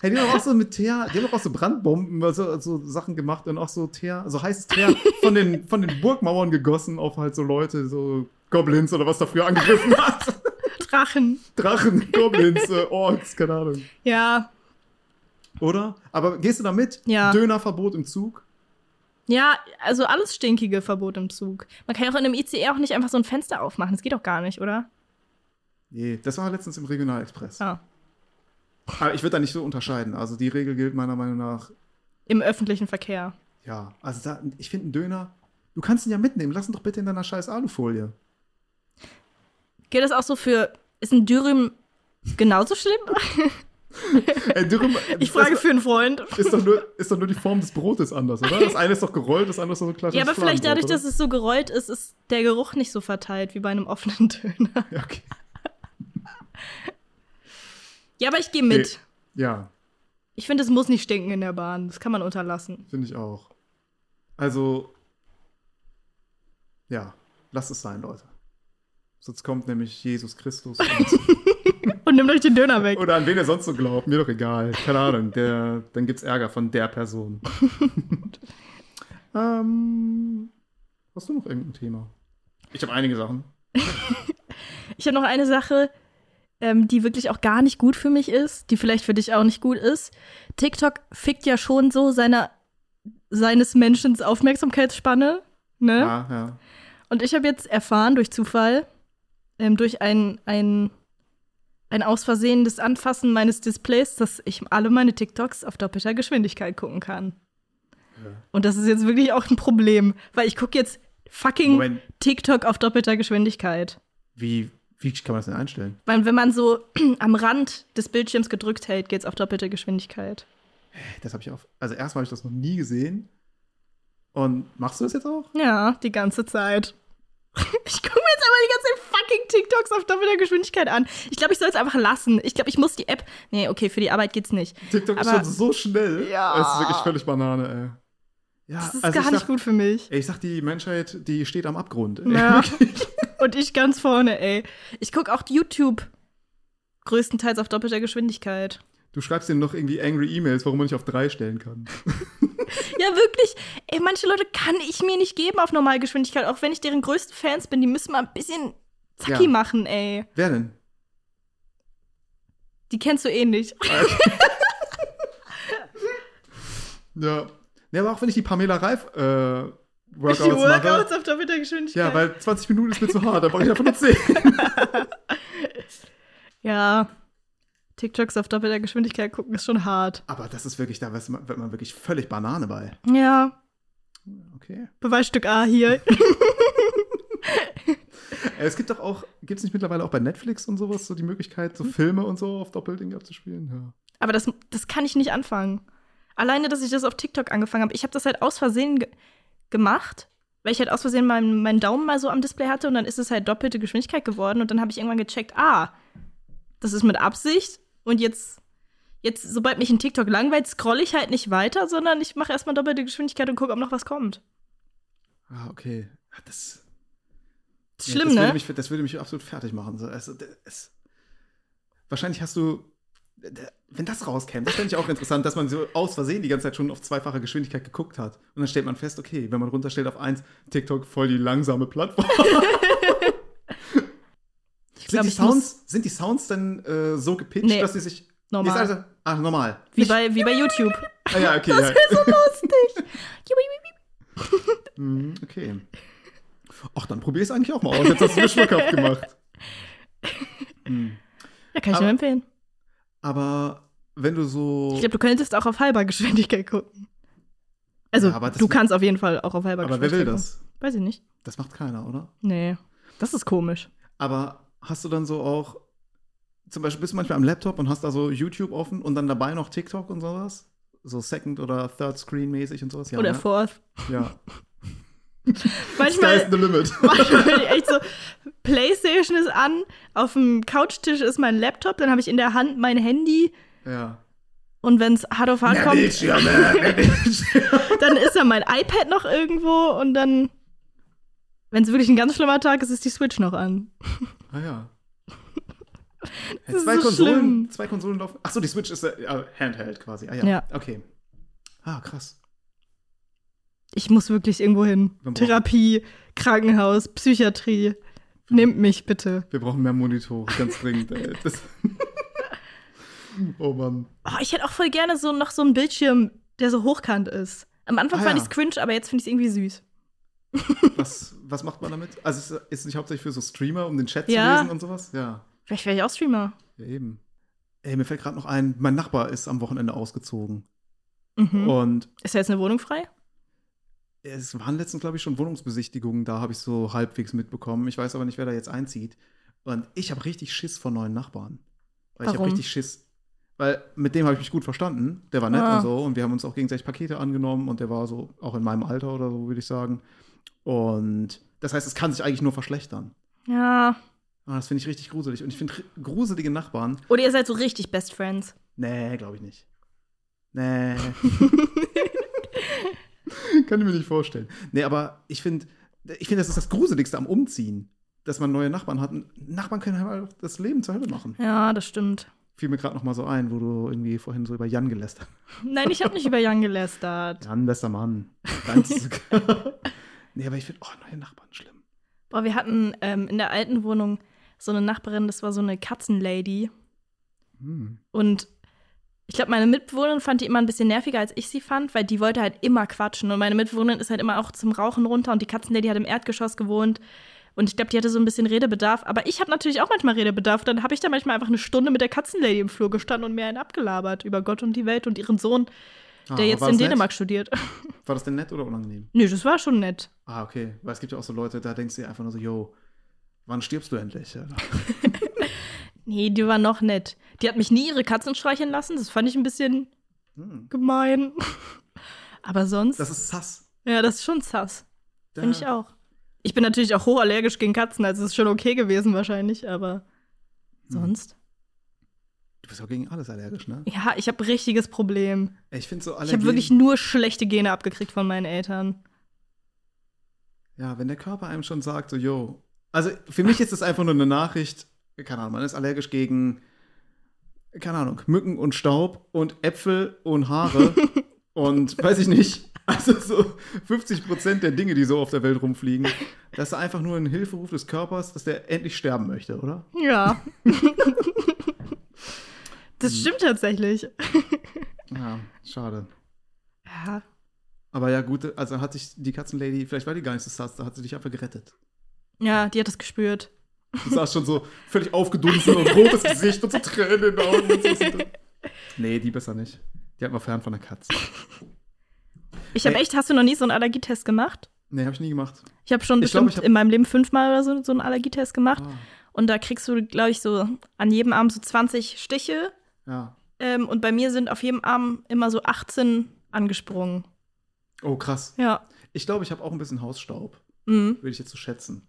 [SPEAKER 1] hey, die haben auch so mit Teer, die haben doch auch so Brandbomben, also so Sachen gemacht und auch so Teer, so heißes Teer von den, von den Burgmauern gegossen auf halt so Leute, so Goblins oder was da früher angegriffen hat.
[SPEAKER 2] Drachen.
[SPEAKER 1] Drachen, Goblins, äh, Orks, keine Ahnung.
[SPEAKER 2] Ja.
[SPEAKER 1] Oder? Aber gehst du da mit?
[SPEAKER 2] Ja.
[SPEAKER 1] Dönerverbot im Zug?
[SPEAKER 2] Ja, also alles stinkige Verbot im Zug. Man kann ja auch in einem ICE auch nicht einfach so ein Fenster aufmachen. Das geht doch gar nicht, oder?
[SPEAKER 1] Nee, das war letztens im Regionalexpress.
[SPEAKER 2] Ja.
[SPEAKER 1] Aber ich würde da nicht so unterscheiden. Also die Regel gilt meiner Meinung nach
[SPEAKER 2] Im öffentlichen Verkehr.
[SPEAKER 1] Ja, also da, ich finde einen Döner, du kannst ihn ja mitnehmen, lass ihn doch bitte in deiner scheiß Alufolie.
[SPEAKER 2] Gilt das auch so für. Ist ein Dürüm genauso schlimm?
[SPEAKER 1] Ey, Dürüm,
[SPEAKER 2] Ich frage
[SPEAKER 1] ist,
[SPEAKER 2] für einen Freund.
[SPEAKER 1] Äh, ist, doch nur, ist doch nur die Form des Brotes anders, oder? Das eine ist doch gerollt, das andere ist doch so ein klassisches
[SPEAKER 2] Ja, aber vielleicht dadurch,
[SPEAKER 1] Fladenbrot,
[SPEAKER 2] dass es so gerollt ist, ist der Geruch nicht so verteilt wie bei einem offenen Döner.
[SPEAKER 1] oder? Ja, okay.
[SPEAKER 2] Ja, aber ich gehe mit.
[SPEAKER 1] ja
[SPEAKER 2] Ich finde, es muss nicht stinken in der Bahn. Das kann man unterlassen.
[SPEAKER 1] finde ich auch. Also, ja, lasst es sein, Leute. Sonst kommt nämlich Jesus Christus. Und,
[SPEAKER 2] Und nimmt euch den Döner weg.
[SPEAKER 1] oder an wen ihr sonst so glaubt, mir doch egal. Keine Ahnung, der, dann gibt's Ärger von der Person. ähm, hast du noch irgendein Thema? Ich habe einige Sachen.
[SPEAKER 2] Ich habe noch eine Sache, ähm, die wirklich auch gar nicht gut für mich ist, die vielleicht für dich auch nicht gut ist. TikTok fickt ja schon so seiner, seines Menschen Aufmerksamkeitsspanne. Ne?
[SPEAKER 1] Ja, ja.
[SPEAKER 2] Und ich habe jetzt erfahren durch Zufall, ähm, durch ein, ein, ein aus Versehendes Anfassen meines Displays, dass ich alle meine TikToks auf doppelter Geschwindigkeit gucken kann.
[SPEAKER 1] Ja.
[SPEAKER 2] Und das ist jetzt wirklich auch ein Problem, weil ich gucke jetzt fucking
[SPEAKER 1] Moment.
[SPEAKER 2] TikTok auf doppelter Geschwindigkeit.
[SPEAKER 1] Wie, wie kann man das denn einstellen?
[SPEAKER 2] Weil wenn man so am Rand des Bildschirms gedrückt hält, geht's auf doppelte Geschwindigkeit.
[SPEAKER 1] Das habe ich auch. Also erstmal habe ich das noch nie gesehen. Und machst du das jetzt auch?
[SPEAKER 2] Ja, die ganze Zeit. Ich gucke mir jetzt aber die ganze Zeit fucking TikToks auf doppelter Geschwindigkeit an. Ich glaube, ich soll es einfach lassen. Ich glaube, ich muss die App. Nee, okay, für die Arbeit geht's nicht.
[SPEAKER 1] TikTok ist
[SPEAKER 2] Aber-
[SPEAKER 1] schon so schnell.
[SPEAKER 2] Ja.
[SPEAKER 1] Es ist wirklich völlig Banane, ey. Ja,
[SPEAKER 2] Das ist
[SPEAKER 1] also
[SPEAKER 2] gar
[SPEAKER 1] ich
[SPEAKER 2] nicht
[SPEAKER 1] sag,
[SPEAKER 2] gut für mich.
[SPEAKER 1] Ey, ich sag, die Menschheit, die steht am Abgrund. Ey.
[SPEAKER 2] Ja. Und ich ganz vorne, ey. Ich gucke auch YouTube größtenteils auf doppelter Geschwindigkeit.
[SPEAKER 1] Du schreibst denen noch irgendwie angry E-Mails, warum man nicht auf drei stellen kann.
[SPEAKER 2] Ja, wirklich. Ey, manche Leute kann ich mir nicht geben auf Normalgeschwindigkeit, auch wenn ich deren größten Fans bin. Die müssen mal ein bisschen zacki
[SPEAKER 1] Ja.
[SPEAKER 2] machen, ey.
[SPEAKER 1] Wer denn?
[SPEAKER 2] Die kennst du eh nicht.
[SPEAKER 1] Ja. Ne, aber auch wenn ich die Pamela Reif äh, Workouts,
[SPEAKER 2] die Workouts
[SPEAKER 1] mache.
[SPEAKER 2] auf doppelter Geschwindigkeit.
[SPEAKER 1] Ja, weil 20 Minuten ist mir zu hart, da brauche ich davon nur 10.
[SPEAKER 2] Ja. TikToks auf doppelter Geschwindigkeit gucken ist schon hart.
[SPEAKER 1] Aber das ist wirklich, da wird man wird man wirklich völlig Banane bei.
[SPEAKER 2] Ja.
[SPEAKER 1] Okay.
[SPEAKER 2] Beweisstück A hier.
[SPEAKER 1] Äh, Es gibt doch auch, gibt es nicht mittlerweile auch bei Netflix und sowas so die Möglichkeit, so Filme und so auf Doppelding abzuspielen? Ja.
[SPEAKER 2] Aber das, das kann ich nicht anfangen. Alleine, dass ich das auf TikTok angefangen habe. Ich habe das halt aus Versehen ge gemacht, weil ich halt aus Versehen meinen, meinen Daumen mal so am Display hatte und dann ist es halt doppelte Geschwindigkeit geworden und dann habe ich irgendwann gecheckt, ah, das ist mit Absicht und jetzt, jetzt sobald mich ein TikTok langweilt, scrolle ich halt nicht weiter, sondern ich mache erstmal doppelte Geschwindigkeit und gucke, ob noch was kommt.
[SPEAKER 1] Ah, okay. Ja, Das,
[SPEAKER 2] Schlimm,
[SPEAKER 1] das
[SPEAKER 2] ne?
[SPEAKER 1] Würde mich, das würde mich absolut fertig machen. So, Also, das, ist- wahrscheinlich hast du. Wenn das rauskäme, das fände ich auch interessant, dass man so aus Versehen die ganze Zeit schon auf zweifache Geschwindigkeit geguckt hat. Und dann stellt man fest, okay, wenn man runterstellt auf eins, TikTok voll die langsame Plattform.
[SPEAKER 2] Ich
[SPEAKER 1] Sind,
[SPEAKER 2] glaube,
[SPEAKER 1] die
[SPEAKER 2] ich muss
[SPEAKER 1] Sounds, sind die Sounds dann äh, so gepitcht,
[SPEAKER 2] Nee.
[SPEAKER 1] dass sie sich.
[SPEAKER 2] normal.
[SPEAKER 1] Nee, ist also, ach, normal.
[SPEAKER 2] wie,
[SPEAKER 1] Nicht-
[SPEAKER 2] bei, wie bei YouTube.
[SPEAKER 1] ah, ja, okay, ja. Hm, okay. Ach, dann probier es eigentlich auch mal aus. Jetzt hast du mir schmackhaft gemacht. Hm.
[SPEAKER 2] Ja, kann ich
[SPEAKER 1] Aber-
[SPEAKER 2] nur empfehlen.
[SPEAKER 1] Aber wenn du so.
[SPEAKER 2] Ich glaube, du könntest auch auf halber Geschwindigkeit gucken. Also,
[SPEAKER 1] Ja, aber das-
[SPEAKER 2] du kannst auf jeden Fall auch auf halber
[SPEAKER 1] aber wer will
[SPEAKER 2] Geschwindigkeit
[SPEAKER 1] das?
[SPEAKER 2] gucken. Weiß ich nicht.
[SPEAKER 1] Das macht keiner, oder?
[SPEAKER 2] Nee. Das ist komisch.
[SPEAKER 1] Aber hast du dann so auch. Zum Beispiel bist du manchmal am Laptop und hast da so YouTube offen und dann dabei noch TikTok und sowas? So Second- oder Third-Screen-mäßig und sowas? Ja,
[SPEAKER 2] Oder
[SPEAKER 1] ne?
[SPEAKER 2] fourth.
[SPEAKER 1] Ja. Sky's
[SPEAKER 2] Manchmal,
[SPEAKER 1] the limit.
[SPEAKER 2] manchmal bin ich echt so, Playstation ist an, auf dem Couchtisch ist mein Laptop, dann habe ich in der Hand mein Handy
[SPEAKER 1] ja.
[SPEAKER 2] und wenn es hart auf hart
[SPEAKER 1] Mehr
[SPEAKER 2] kommt,
[SPEAKER 1] Bildschirme, mehr Bildschirme.
[SPEAKER 2] dann ist da mein iPad noch irgendwo und dann, wenn es wirklich ein ganz schlimmer Tag ist, ist die Switch noch an.
[SPEAKER 1] Ah ja.
[SPEAKER 2] Das ist
[SPEAKER 1] zwei,
[SPEAKER 2] so
[SPEAKER 1] Konsolen,
[SPEAKER 2] schlimm.
[SPEAKER 1] zwei Konsolen laufen. Achso, die Switch ist äh, ja, Handheld quasi. Ah ja.
[SPEAKER 2] Ja.
[SPEAKER 1] Okay. Ah, krass.
[SPEAKER 2] Ich muss wirklich irgendwo hin.
[SPEAKER 1] Wir brauchen-
[SPEAKER 2] Therapie, Krankenhaus, Psychiatrie. Nehmt mich bitte.
[SPEAKER 1] Wir brauchen mehr Monitore, ganz dringend. ey. Das oh Mann.
[SPEAKER 2] Oh, ich hätte auch voll gerne so noch so einen Bildschirm, der so hochkant ist. Am Anfang
[SPEAKER 1] Ah,
[SPEAKER 2] fand
[SPEAKER 1] ja.
[SPEAKER 2] ich es cringe, aber jetzt finde ich es irgendwie süß.
[SPEAKER 1] Was, was macht man damit? Also ist, ist nicht hauptsächlich für so Streamer, um den Chat
[SPEAKER 2] Ja.
[SPEAKER 1] zu lesen und sowas? Ja.
[SPEAKER 2] Vielleicht wäre ich auch Streamer.
[SPEAKER 1] Ja, eben. Ey, mir fällt gerade noch ein, mein Nachbar ist am Wochenende ausgezogen.
[SPEAKER 2] Mhm.
[SPEAKER 1] Und
[SPEAKER 2] Ist da jetzt eine Wohnung frei?
[SPEAKER 1] Es waren letztens, glaube ich, schon Wohnungsbesichtigungen, da habe ich so halbwegs mitbekommen. Ich weiß aber nicht, wer da jetzt einzieht. Und ich habe richtig Schiss vor neuen Nachbarn. Weil ich habe
[SPEAKER 2] Warum?
[SPEAKER 1] richtig Schiss. Weil mit dem habe ich mich gut verstanden. Der war nett
[SPEAKER 2] Ah.
[SPEAKER 1] und so. Und wir haben uns auch gegenseitig Pakete angenommen. Und der war so auch in meinem Alter oder so, würde ich sagen. Und das heißt, es kann sich eigentlich nur verschlechtern.
[SPEAKER 2] Ja.
[SPEAKER 1] Und das finde ich richtig gruselig. Und ich finde ri- gruselige Nachbarn.
[SPEAKER 2] Oder ihr seid so richtig Best Friends.
[SPEAKER 1] Nee, glaube ich nicht. Nee. Kann ich mir nicht vorstellen. Nee, aber ich finde, ich finde, das ist das Gruseligste am Umziehen, dass man neue Nachbarn hat. Und Nachbarn können halt auch das Leben zur Hölle machen.
[SPEAKER 2] Ja, das stimmt.
[SPEAKER 1] Fiel mir gerade noch mal so ein, wo du irgendwie vorhin so über Jan gelästert hast.
[SPEAKER 2] Nein, ich habe nicht über Jan gelästert.
[SPEAKER 1] Jan, bester Mann. Ganz nee, aber ich finde, oh, neue Nachbarn schlimm.
[SPEAKER 2] Boah, wir hatten ähm, in der alten Wohnung so eine Nachbarin, das war so eine Katzenlady.
[SPEAKER 1] Hm.
[SPEAKER 2] Und ich glaube, meine Mitbewohnerin fand die immer ein bisschen nerviger, als ich sie fand, weil die wollte halt immer quatschen. Und meine Mitbewohnerin ist halt immer auch zum Rauchen runter und die Katzenlady hat im Erdgeschoss gewohnt. Und ich glaube, die hatte so ein bisschen Redebedarf. Aber ich habe natürlich auch manchmal Redebedarf. Dann habe ich da manchmal einfach eine Stunde mit der Katzenlady im Flur gestanden und mir einen abgelabert über Gott und die Welt und ihren Sohn,
[SPEAKER 1] Ah,
[SPEAKER 2] der
[SPEAKER 1] aber
[SPEAKER 2] jetzt
[SPEAKER 1] war
[SPEAKER 2] in
[SPEAKER 1] das nett?
[SPEAKER 2] Dänemark studiert.
[SPEAKER 1] War das denn nett oder unangenehm?
[SPEAKER 2] Nö, das war schon nett.
[SPEAKER 1] Ah, okay. Weil es gibt ja auch so Leute, da denkst du dir einfach nur so, yo, wann stirbst du endlich? Ja,
[SPEAKER 2] Nee, die war noch nett. Die hat mich nie ihre Katzen streicheln lassen. Das fand ich ein bisschen
[SPEAKER 1] Hm.
[SPEAKER 2] gemein. Aber sonst.
[SPEAKER 1] Das ist sass.
[SPEAKER 2] ja, das ist schon sass.
[SPEAKER 1] Da-
[SPEAKER 2] Finde ich auch. Ich bin natürlich auch hochallergisch gegen Katzen, also ist schon okay gewesen wahrscheinlich, aber
[SPEAKER 1] Mhm.
[SPEAKER 2] sonst?
[SPEAKER 1] Hm. Du bist auch gegen alles allergisch, ne?
[SPEAKER 2] Ja, ich habe richtiges Problem.
[SPEAKER 1] Ich finde so
[SPEAKER 2] Ich habe
[SPEAKER 1] Allergien.
[SPEAKER 2] wirklich nur schlechte Gene abgekriegt von meinen Eltern.
[SPEAKER 1] Ja, wenn der Körper einem schon sagt, so, yo. Also für mich ist das einfach nur eine Nachricht. Keine Ahnung, man ist allergisch gegen, keine Ahnung, Mücken und Staub und Äpfel und Haare und weiß ich nicht. Also so 50 Prozent der Dinge, die so auf der Welt rumfliegen. Das ist einfach nur ein Hilferuf des Körpers, dass der endlich sterben möchte, oder?
[SPEAKER 2] Ja.
[SPEAKER 1] Mhm.
[SPEAKER 2] das stimmt tatsächlich.
[SPEAKER 1] Ja, schade.
[SPEAKER 2] Ja.
[SPEAKER 1] Aber ja, gut, also hat sich die Katzenlady, vielleicht war die gar nicht so sass, da hat sie dich einfach gerettet.
[SPEAKER 2] ja, die hat das gespürt.
[SPEAKER 1] Du saß schon so völlig aufgedunsen und rotes Gesicht und so Tränen in den Augen. Und so. Nee, die besser nicht. Die hat mal fern von der Katze.
[SPEAKER 2] Ich habe
[SPEAKER 1] Nee.
[SPEAKER 2] echt, hast du noch nie so einen Allergietest gemacht?
[SPEAKER 1] Nee, hab ich nie gemacht.
[SPEAKER 2] Ich habe schon
[SPEAKER 1] Ich glaub,
[SPEAKER 2] bestimmt
[SPEAKER 1] ich hab-
[SPEAKER 2] in meinem Leben fünfmal oder so, so einen Allergietest gemacht.
[SPEAKER 1] Ah,
[SPEAKER 2] Und da kriegst du, glaube ich, so an jedem Arm so 20 Stiche
[SPEAKER 1] ja.
[SPEAKER 2] Ähm, und bei mir sind auf jedem Arm immer so 18 angesprungen.
[SPEAKER 1] Oh, krass.
[SPEAKER 2] Ja.
[SPEAKER 1] Ich glaube, ich habe auch ein bisschen Hausstaub.
[SPEAKER 2] Mhm.
[SPEAKER 1] Würde ich jetzt so schätzen.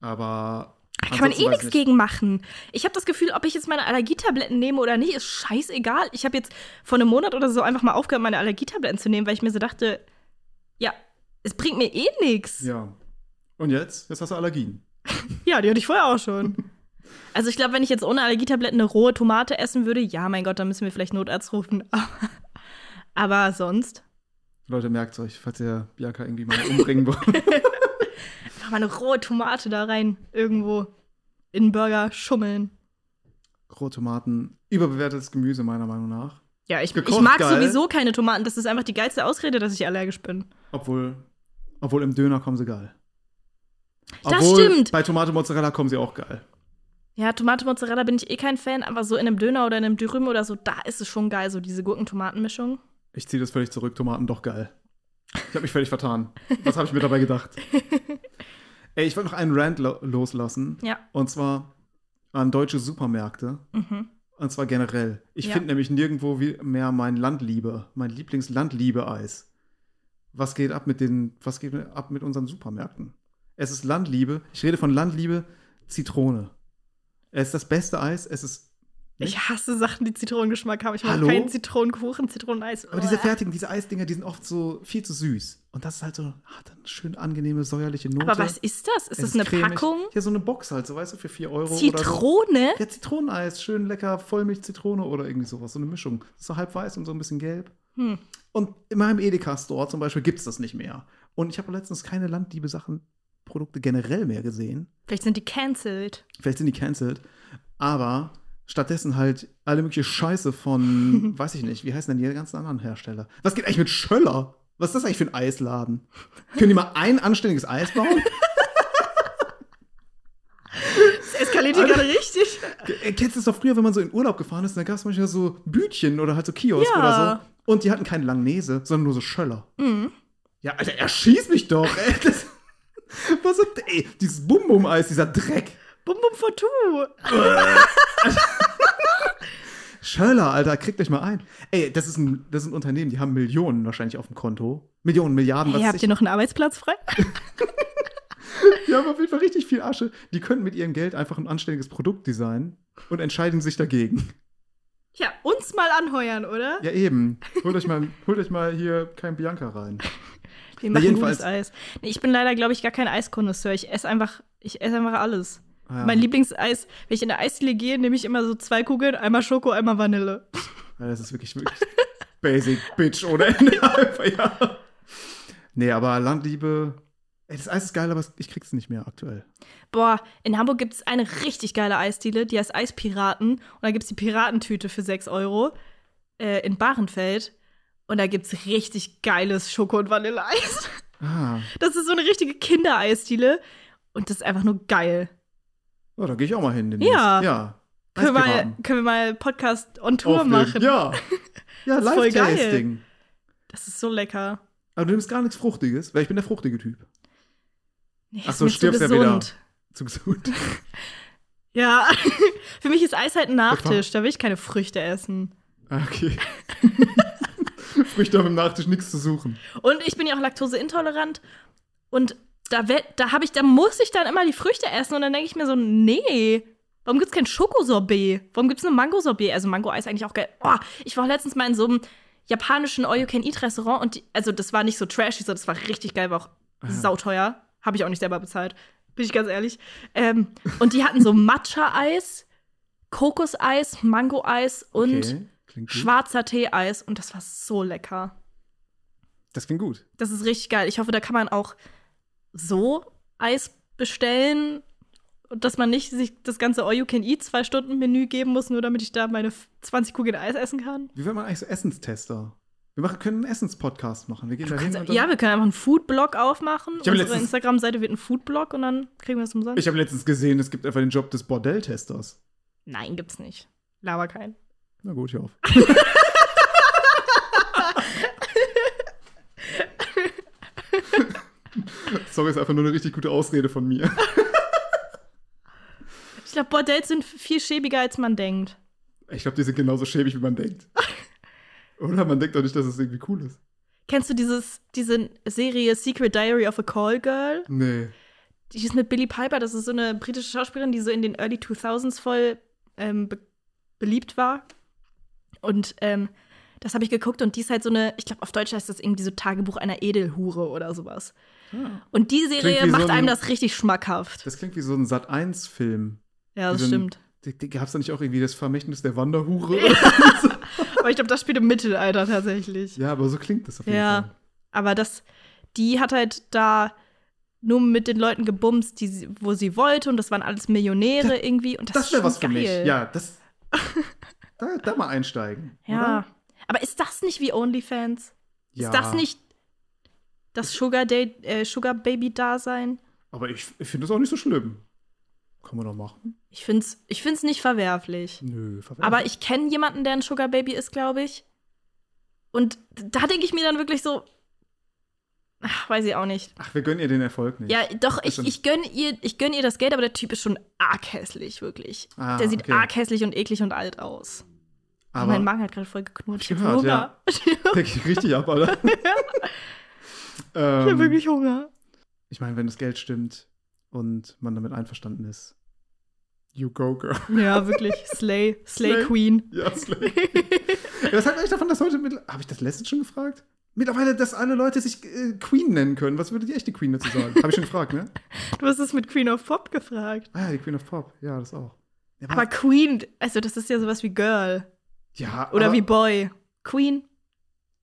[SPEAKER 1] Aber.
[SPEAKER 2] Da kann man
[SPEAKER 1] ansonsten
[SPEAKER 2] eh
[SPEAKER 1] weiß
[SPEAKER 2] nichts
[SPEAKER 1] ich nicht.
[SPEAKER 2] gegen machen. Ich habe das Gefühl, ob ich jetzt meine Allergietabletten nehme oder nicht, ist scheißegal. Ich habe jetzt vor einem Monat oder so einfach mal aufgehört, meine Allergietabletten zu nehmen, weil ich mir so dachte, ja, es bringt mir eh nichts.
[SPEAKER 1] Ja. Und jetzt? Jetzt hast du Allergien.
[SPEAKER 2] Ja, die hatte ich vorher auch schon. Also ich glaube, wenn ich jetzt ohne Allergietabletten eine rohe Tomate essen würde, ja, mein Gott, dann müssen wir vielleicht Notarzt rufen. Aber, aber sonst
[SPEAKER 1] Leute, merkt euch, falls ihr Bianca irgendwie mal umbringen wollt.
[SPEAKER 2] einfach mal eine rohe Tomate da rein irgendwo in einen Burger schummeln.
[SPEAKER 1] Rohtomaten, überbewertetes Gemüse meiner Meinung nach.
[SPEAKER 2] Ja, ich, ich
[SPEAKER 1] Gekocht
[SPEAKER 2] mag
[SPEAKER 1] geil.
[SPEAKER 2] sowieso keine Tomaten. Das ist einfach die geilste Ausrede, dass ich allergisch bin.
[SPEAKER 1] Obwohl, obwohl im Döner kommen sie geil.
[SPEAKER 2] Das stimmt.
[SPEAKER 1] Bei Tomate Mozzarella kommen sie auch geil.
[SPEAKER 2] Ja, Tomate Mozzarella bin ich eh kein Fan, aber so in einem Döner oder in einem Dürüm oder so, da ist es schon geil, so diese Gurken-Tomaten-Mischung.
[SPEAKER 1] Ich ziehe das völlig zurück. Tomaten doch geil. Ich habe mich völlig vertan. Was habe ich mir dabei gedacht? Ey, ich wollte noch einen Rant lo loslassen.
[SPEAKER 2] Ja.
[SPEAKER 1] Und zwar an deutsche Supermärkte.
[SPEAKER 2] Mhm.
[SPEAKER 1] Und zwar generell. Ich
[SPEAKER 2] Ja.
[SPEAKER 1] finde nämlich nirgendwo wie- mehr mein Landliebe, mein Lieblingslandliebe-Eis. Was geht ab mit den, was geht ab mit unseren Supermärkten? Es ist Landliebe. Ich rede von Landliebe, Zitrone. Es ist das beste Eis. Es ist
[SPEAKER 2] Ich hasse Sachen, die Zitronengeschmack haben. Ich mag
[SPEAKER 1] Hallo?
[SPEAKER 2] keinen Zitronenkuchen, Zitroneneis.
[SPEAKER 1] Aber diese
[SPEAKER 2] Uah.
[SPEAKER 1] fertigen, diese Eisdinger, die sind oft so viel zu süß. Und das ist halt so, hat eine schön angenehme, säuerliche Note.
[SPEAKER 2] aber was ist das?
[SPEAKER 1] Es
[SPEAKER 2] Ist das eine
[SPEAKER 1] cremig.
[SPEAKER 2] Packung?
[SPEAKER 1] Ja, so eine Box halt, so weißt du, für 4 Euro. Oder so.
[SPEAKER 2] Zitrone?
[SPEAKER 1] Ja, Zitroneneis, schön lecker, Vollmilch-Zitrone oder irgendwie sowas, so eine Mischung. So halb weiß und so ein bisschen gelb.
[SPEAKER 2] Hm.
[SPEAKER 1] Und in meinem Edeka-Store zum Beispiel gibt es das nicht mehr. Und ich habe letztens keine Landliebe-Sachen-Produkte generell mehr gesehen.
[SPEAKER 2] Vielleicht sind die cancelled.
[SPEAKER 1] Vielleicht sind die cancelled. Aber stattdessen halt alle mögliche Scheiße von, weiß ich nicht, wie heißen denn die ganzen anderen Hersteller? Was geht eigentlich mit Schöller? Was ist das eigentlich für ein Eisladen? Können die mal ein anständiges Eis bauen?
[SPEAKER 2] Es eskaliert hier gerade richtig.
[SPEAKER 1] Äh, Kennst du das doch früher, wenn man so in Urlaub gefahren ist, da gab es manchmal so Bütchen oder halt so Kiosk
[SPEAKER 2] Ja.
[SPEAKER 1] oder so. Und die hatten keinen Langnese, sondern nur so Schöller.
[SPEAKER 2] Mhm.
[SPEAKER 1] Ja, Alter, erschieß mich doch, ey. Das, was hat, ey, dieses Bum-Bum-Eis, dieser Dreck.
[SPEAKER 2] Bum Bum Fortu.
[SPEAKER 1] Schöller, Alter, kriegt euch mal ein. Ey, das ist ein, das ist ein Unternehmen, die haben Millionen wahrscheinlich auf dem Konto. Millionen, Milliarden,
[SPEAKER 2] Hey,
[SPEAKER 1] was
[SPEAKER 2] habt
[SPEAKER 1] weiß
[SPEAKER 2] ihr
[SPEAKER 1] ich.
[SPEAKER 2] noch einen Arbeitsplatz frei?
[SPEAKER 1] Die haben auf jeden Fall richtig viel Asche. Die könnten mit ihrem Geld einfach ein anständiges Produkt designen und entscheiden sich dagegen.
[SPEAKER 2] Ja, uns mal anheuern, oder?
[SPEAKER 1] Ja, eben. Holt euch mal, holt euch mal hier kein Bianca rein.
[SPEAKER 2] Wir
[SPEAKER 1] Na,
[SPEAKER 2] machen
[SPEAKER 1] jedenfalls-
[SPEAKER 2] gutes Eis. Nee, ich bin leider, glaube ich, gar kein Eiskonnoisseur. Ich esse einfach, ich esse einfach alles.
[SPEAKER 1] Ah, ja.
[SPEAKER 2] Mein Lieblingseis, wenn ich in der Eisdiele gehe, nehme ich immer so zwei Kugeln, einmal Schoko, einmal Vanille.
[SPEAKER 1] Alter, das ist wirklich, wirklich basic Bitch ohne Ende. Einfach, ja. Nee, aber Landliebe. Ey, das Eis ist geil, aber ich krieg's nicht mehr aktuell.
[SPEAKER 2] Boah, in Hamburg gibt es eine richtig geile Eisdiele, die heißt Eispiraten. Und da gibt es die Piratentüte für 6 Euro äh, in Bahrenfeld. Und da gibt es richtig geiles Schoko- und Vanilleeis.
[SPEAKER 1] Ah,
[SPEAKER 2] Das ist so eine richtige Kindereisdiele. Und das ist einfach nur geil.
[SPEAKER 1] oh, da gehe ich auch mal hin.
[SPEAKER 2] Ja.
[SPEAKER 1] ja.
[SPEAKER 2] Können wir, mal,
[SPEAKER 1] Eispiraten.
[SPEAKER 2] können wir mal Podcast on Tour
[SPEAKER 1] Aufnehmen.
[SPEAKER 2] machen?
[SPEAKER 1] Ja. Ja,
[SPEAKER 2] Das ist voll geil.
[SPEAKER 1] Live-Tasting.
[SPEAKER 2] Das ist so lecker.
[SPEAKER 1] Aber du nimmst gar nichts Fruchtiges, weil ich bin der fruchtige Typ.
[SPEAKER 2] Nee,
[SPEAKER 1] Ach
[SPEAKER 2] ist
[SPEAKER 1] so,
[SPEAKER 2] mir zu
[SPEAKER 1] stirbst ja wieder.
[SPEAKER 2] gesund.
[SPEAKER 1] Zu gesund.
[SPEAKER 2] Ja, für mich ist Eis halt ein Nachtisch. Da will ich keine Früchte essen.
[SPEAKER 1] Ah, okay. Früchte auf dem Nachtisch nichts zu suchen.
[SPEAKER 2] Und ich bin ja auch laktoseintolerant. Und da, we- da habe ich, da muss ich dann immer die Früchte essen. Und dann denke ich mir so, nee, warum gibt's kein Schokosorbet? Warum gibt's nur Mangosorbet? Also Mango-Eis eigentlich auch geil. Oh, ich war letztens mal in so einem japanischen All-You-Can-Eat-Restaurant und die, also das war nicht so trashy, sondern das war richtig geil, war auch
[SPEAKER 1] Ah,
[SPEAKER 2] sauteuer. Habe ich auch nicht selber bezahlt. Bin ich ganz ehrlich. Ähm, und die hatten so Matcha-Eis, Kokoseis, Mango-Eis und
[SPEAKER 1] okay. klingt gut.
[SPEAKER 2] schwarzer Tee-Eis. Und das war so lecker.
[SPEAKER 1] Das klingt gut.
[SPEAKER 2] Das ist richtig geil. Ich hoffe, da kann man auch so Eis bestellen, dass man nicht sich das ganze All You Can Eat zwei Stunden Menü geben muss, nur damit ich da meine 20 Kugeln Eis essen kann.
[SPEAKER 1] Wie wird man eigentlich so Essenstester? Wir machen, können einen Essens-Podcast machen. Wir gehen da hin.
[SPEAKER 2] Kannst, ja, wir können einfach einen Food-Blog aufmachen.
[SPEAKER 1] Ich hab
[SPEAKER 2] Unsere
[SPEAKER 1] letztens-
[SPEAKER 2] Instagram-Seite wird ein Food-Blog und dann kriegen wir es umsonst.
[SPEAKER 1] Ich habe letztens gesehen, es gibt einfach den Job des Bordelltesters.
[SPEAKER 2] Nein, gibt's nicht. Laber keinen.
[SPEAKER 1] Na gut, hör auf. Sorry, ist einfach nur eine richtig gute Ausrede von mir.
[SPEAKER 2] Ich glaube, Bordells sind viel schäbiger, als man denkt.
[SPEAKER 1] Ich glaube, die sind genauso schäbig, wie man denkt. Oder man denkt doch nicht, dass es irgendwie cool ist.
[SPEAKER 2] Kennst du dieses, diese Serie Secret Diary of a Call Girl?
[SPEAKER 1] Nee.
[SPEAKER 2] die ist mit Billie Piper, das ist so eine britische Schauspielerin, die so in den Early 2000s voll ähm, be beliebt war. Und ähm, das habe ich geguckt und die ist halt so eine, ich glaube auf Deutsch heißt das irgendwie so Tagebuch einer Edelhure oder sowas. Und die Serie
[SPEAKER 1] wie so
[SPEAKER 2] macht einem
[SPEAKER 1] ein-
[SPEAKER 2] das richtig schmackhaft.
[SPEAKER 1] Das klingt wie so ein Sat1-Film.
[SPEAKER 2] Ja,
[SPEAKER 1] wie
[SPEAKER 2] das
[SPEAKER 1] so ein-
[SPEAKER 2] stimmt.
[SPEAKER 1] Die- die- Gab's da nicht auch irgendwie das Vermächtnis der Wanderhure?
[SPEAKER 2] Aber ich glaube, das spielt im Mittelalter tatsächlich.
[SPEAKER 1] ja, aber so klingt das auf jeden
[SPEAKER 2] Ja.
[SPEAKER 1] Fall.
[SPEAKER 2] Aber das, die hat halt da nur mit den Leuten gebumst, die, sie- wo sie wollte, und das waren alles Millionäre irgendwie. Und das,
[SPEAKER 1] Das wäre
[SPEAKER 2] ist schon
[SPEAKER 1] was für
[SPEAKER 2] geil.
[SPEAKER 1] mich. Ja, das. da, da mal einsteigen.
[SPEAKER 2] Ja.
[SPEAKER 1] Oder?
[SPEAKER 2] Aber ist das nicht wie OnlyFans?
[SPEAKER 1] ja.
[SPEAKER 2] Ist das nicht das Sugar, Day, äh, Sugar Baby Dasein?
[SPEAKER 1] Aber ich, ich finde das auch nicht so schlimm. Kann man doch machen.
[SPEAKER 2] Ich find's, ich find's nicht verwerflich.
[SPEAKER 1] Nö, verwerflich.
[SPEAKER 2] Aber ich kenne jemanden, der ein Sugar Baby ist, glaube ich. Und da denke ich mir dann wirklich so, ach, weiß ich auch nicht.
[SPEAKER 1] Ach, wir gönnen ihr den Erfolg nicht.
[SPEAKER 2] Ja, doch, ich,
[SPEAKER 1] stimmt.
[SPEAKER 2] ich gönne ihr, ich gönn ihr das Geld, aber der Typ ist schon arg hässlich, wirklich.
[SPEAKER 1] Ah,
[SPEAKER 2] der sieht
[SPEAKER 1] okay.
[SPEAKER 2] arg hässlich und eklig und alt aus. Oh,
[SPEAKER 1] aber
[SPEAKER 2] mein Magen hat gerade voll geknurrt.
[SPEAKER 1] Hab ich
[SPEAKER 2] Ich
[SPEAKER 1] gehört,
[SPEAKER 2] habe Hunger.
[SPEAKER 1] ja. der geht richtig ab, Alter.
[SPEAKER 2] Ich habe
[SPEAKER 1] ähm,
[SPEAKER 2] wirklich Hunger.
[SPEAKER 1] ich meine, wenn das Geld stimmt und man damit einverstanden ist. You go, girl.
[SPEAKER 2] Ja, wirklich. Slay, Slay
[SPEAKER 1] Slay.
[SPEAKER 2] Queen.
[SPEAKER 1] Ja, Slay. Ja, Was haltet ihr eigentlich davon, dass heute mittlerweile. Habe ich das letztens schon gefragt? Mittlerweile, dass alle Leute sich äh, Queen nennen können. Was würde die echte Queen dazu sagen? Habe ich schon gefragt, ne?
[SPEAKER 2] Du hast es mit Queen of Pop gefragt.
[SPEAKER 1] Ah ja, die Queen of Pop. Ja, das auch. Ja,
[SPEAKER 2] Aber Queen, also das ist ja sowas wie Girl
[SPEAKER 1] ja,
[SPEAKER 2] oder
[SPEAKER 1] aber
[SPEAKER 2] wie Boy. Queen.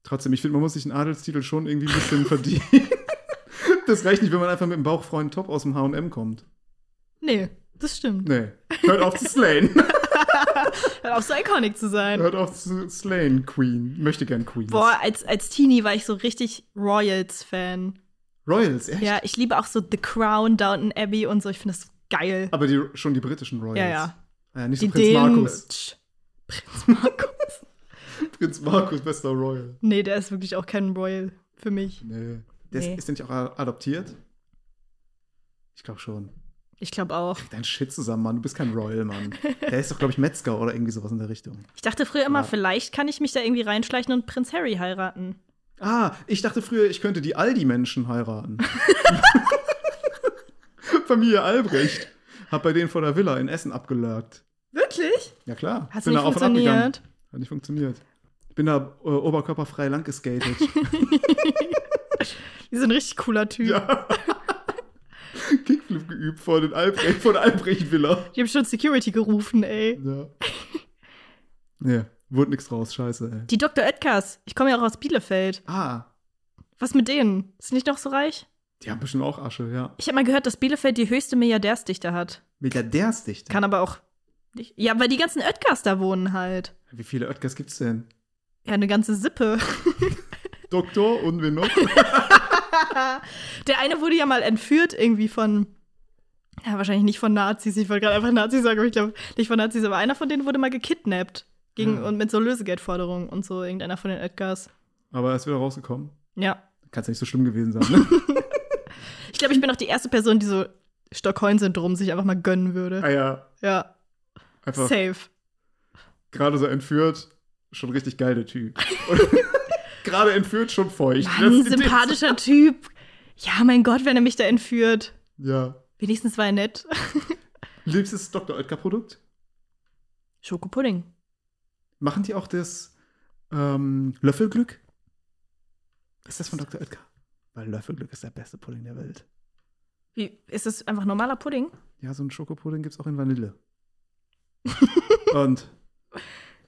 [SPEAKER 1] Trotzdem, ich finde, man muss sich einen Adelstitel schon irgendwie ein bisschen verdienen. Das reicht nicht, wenn man einfach mit dem Bauchfreund Top aus dem HM kommt.
[SPEAKER 2] Nee, das stimmt.
[SPEAKER 1] Nee. Hört auf zu slayen.
[SPEAKER 2] Hört auf so iconic zu sein.
[SPEAKER 1] Hört auf zu slayen, Queen. Möchte gern Queen.
[SPEAKER 2] Boah, als, als Teenie war ich so richtig Royals-Fan.
[SPEAKER 1] Royals, echt?
[SPEAKER 2] Ja, ich liebe auch so The Crown, Downton Abbey und so. Ich finde das so geil.
[SPEAKER 1] Aber die, schon die britischen Royals.
[SPEAKER 2] Ja, ja.
[SPEAKER 1] Oh, Ah Ja, nicht so
[SPEAKER 2] Die
[SPEAKER 1] Prinz
[SPEAKER 2] Dänen.
[SPEAKER 1] Markus.
[SPEAKER 2] Tsch, Prinz Markus.
[SPEAKER 1] Prinz Markus, bester Royal.
[SPEAKER 2] nee, der ist wirklich auch kein Royal für mich.
[SPEAKER 1] Nee. Der ist-
[SPEAKER 2] Nee.
[SPEAKER 1] Ist der nicht auch a- adoptiert? Ich glaube schon.
[SPEAKER 2] Ich glaube auch.
[SPEAKER 1] Dein Shit zusammen, Mann. Du bist kein Royal, Mann. Der ist doch, glaube ich, Metzger oder irgendwie sowas in der Richtung.
[SPEAKER 2] Ich dachte früher immer,
[SPEAKER 1] Ja.
[SPEAKER 2] vielleicht kann ich mich da irgendwie reinschleichen und Prinz Harry heiraten.
[SPEAKER 1] Ah, ich dachte früher, ich könnte die Aldi-Menschen heiraten. Familie Albrecht. Hab bei denen vor der Villa in Essen abgelurkt.
[SPEAKER 2] Wirklich?
[SPEAKER 1] Ja, klar.
[SPEAKER 2] Hat's nicht
[SPEAKER 1] auf und ab gegangen.
[SPEAKER 2] funktioniert?
[SPEAKER 1] Hat nicht funktioniert. Ich bin da äh, oberkörperfrei lang geskatet.
[SPEAKER 2] Die sind ein richtig cooler Typ.
[SPEAKER 1] ja. Kickflip geübt vor, den Albrecht, vor der Albrecht-Villa.
[SPEAKER 2] Die haben schon Security gerufen, ey.
[SPEAKER 1] Ja. Nee, wurde nix draus, scheiße, ey.
[SPEAKER 2] Die Dr. Edgars, ich komme ja auch aus Bielefeld.
[SPEAKER 1] Ah,
[SPEAKER 2] Was mit denen? Ist nicht noch so reich?
[SPEAKER 1] die haben bestimmt auch Asche, ja.
[SPEAKER 2] Ich habe mal gehört, dass Bielefeld die höchste Milliardärsdichte hat.
[SPEAKER 1] Milliardärsdichte.
[SPEAKER 2] Kann aber auch nicht. Ja, weil die ganzen Edgars da wohnen halt.
[SPEAKER 1] Wie viele Oetkers gibt's denn?
[SPEAKER 2] Ja, eine ganze Sippe.
[SPEAKER 1] Doktor und wen noch?
[SPEAKER 2] Der eine wurde ja mal entführt irgendwie von. Ja, wahrscheinlich nicht von Nazis. Ich wollte gerade einfach Nazis sagen, aber ich glaube nicht von Nazis. Aber einer von denen wurde mal gekidnappt. Gegen,
[SPEAKER 1] Hm.
[SPEAKER 2] Und mit so Lösegeldforderungen und so. Irgendeiner von den Edgars.
[SPEAKER 1] Aber er ist wieder rausgekommen.
[SPEAKER 2] Ja.
[SPEAKER 1] Kann's ja nicht so schlimm gewesen sein, ne?
[SPEAKER 2] Ich glaube, ich bin auch die erste Person, die so Stockholm-Syndrom sich einfach mal gönnen würde.
[SPEAKER 1] ah ja,
[SPEAKER 2] Ja,
[SPEAKER 1] einfach
[SPEAKER 2] safe.
[SPEAKER 1] gerade so entführt. Schon richtig geil, der Typ. Und gerade entführt, schon feucht. Das
[SPEAKER 2] Mann,
[SPEAKER 1] ist die Idee.
[SPEAKER 2] sympathischer Typ. Ja, mein Gott, wenn er mich da entführt.
[SPEAKER 1] Ja.
[SPEAKER 2] Wenigstens war er nett.
[SPEAKER 1] Liebstes Dr. Oetker-Produkt?
[SPEAKER 2] Schokopudding.
[SPEAKER 1] Machen die auch das ähm, Löffelglück? Ist das von Dr. Oetker? Weil Löffelglück ist der beste Pudding der Welt.
[SPEAKER 2] Wie, ist das einfach normaler Pudding?
[SPEAKER 1] Ja, so einen Schokopudding gibt es auch in Vanille. Und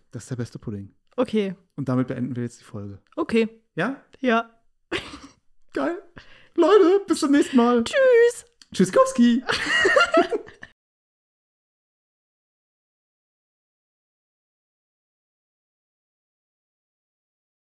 [SPEAKER 1] das ist der beste Pudding.
[SPEAKER 2] Okay,
[SPEAKER 1] Und damit beenden wir jetzt die Folge.
[SPEAKER 2] okay,
[SPEAKER 1] Ja?
[SPEAKER 2] ja.
[SPEAKER 1] Geil. Leute, bis zum nächsten Mal.
[SPEAKER 2] Tschüss.
[SPEAKER 1] Tschüssikowski.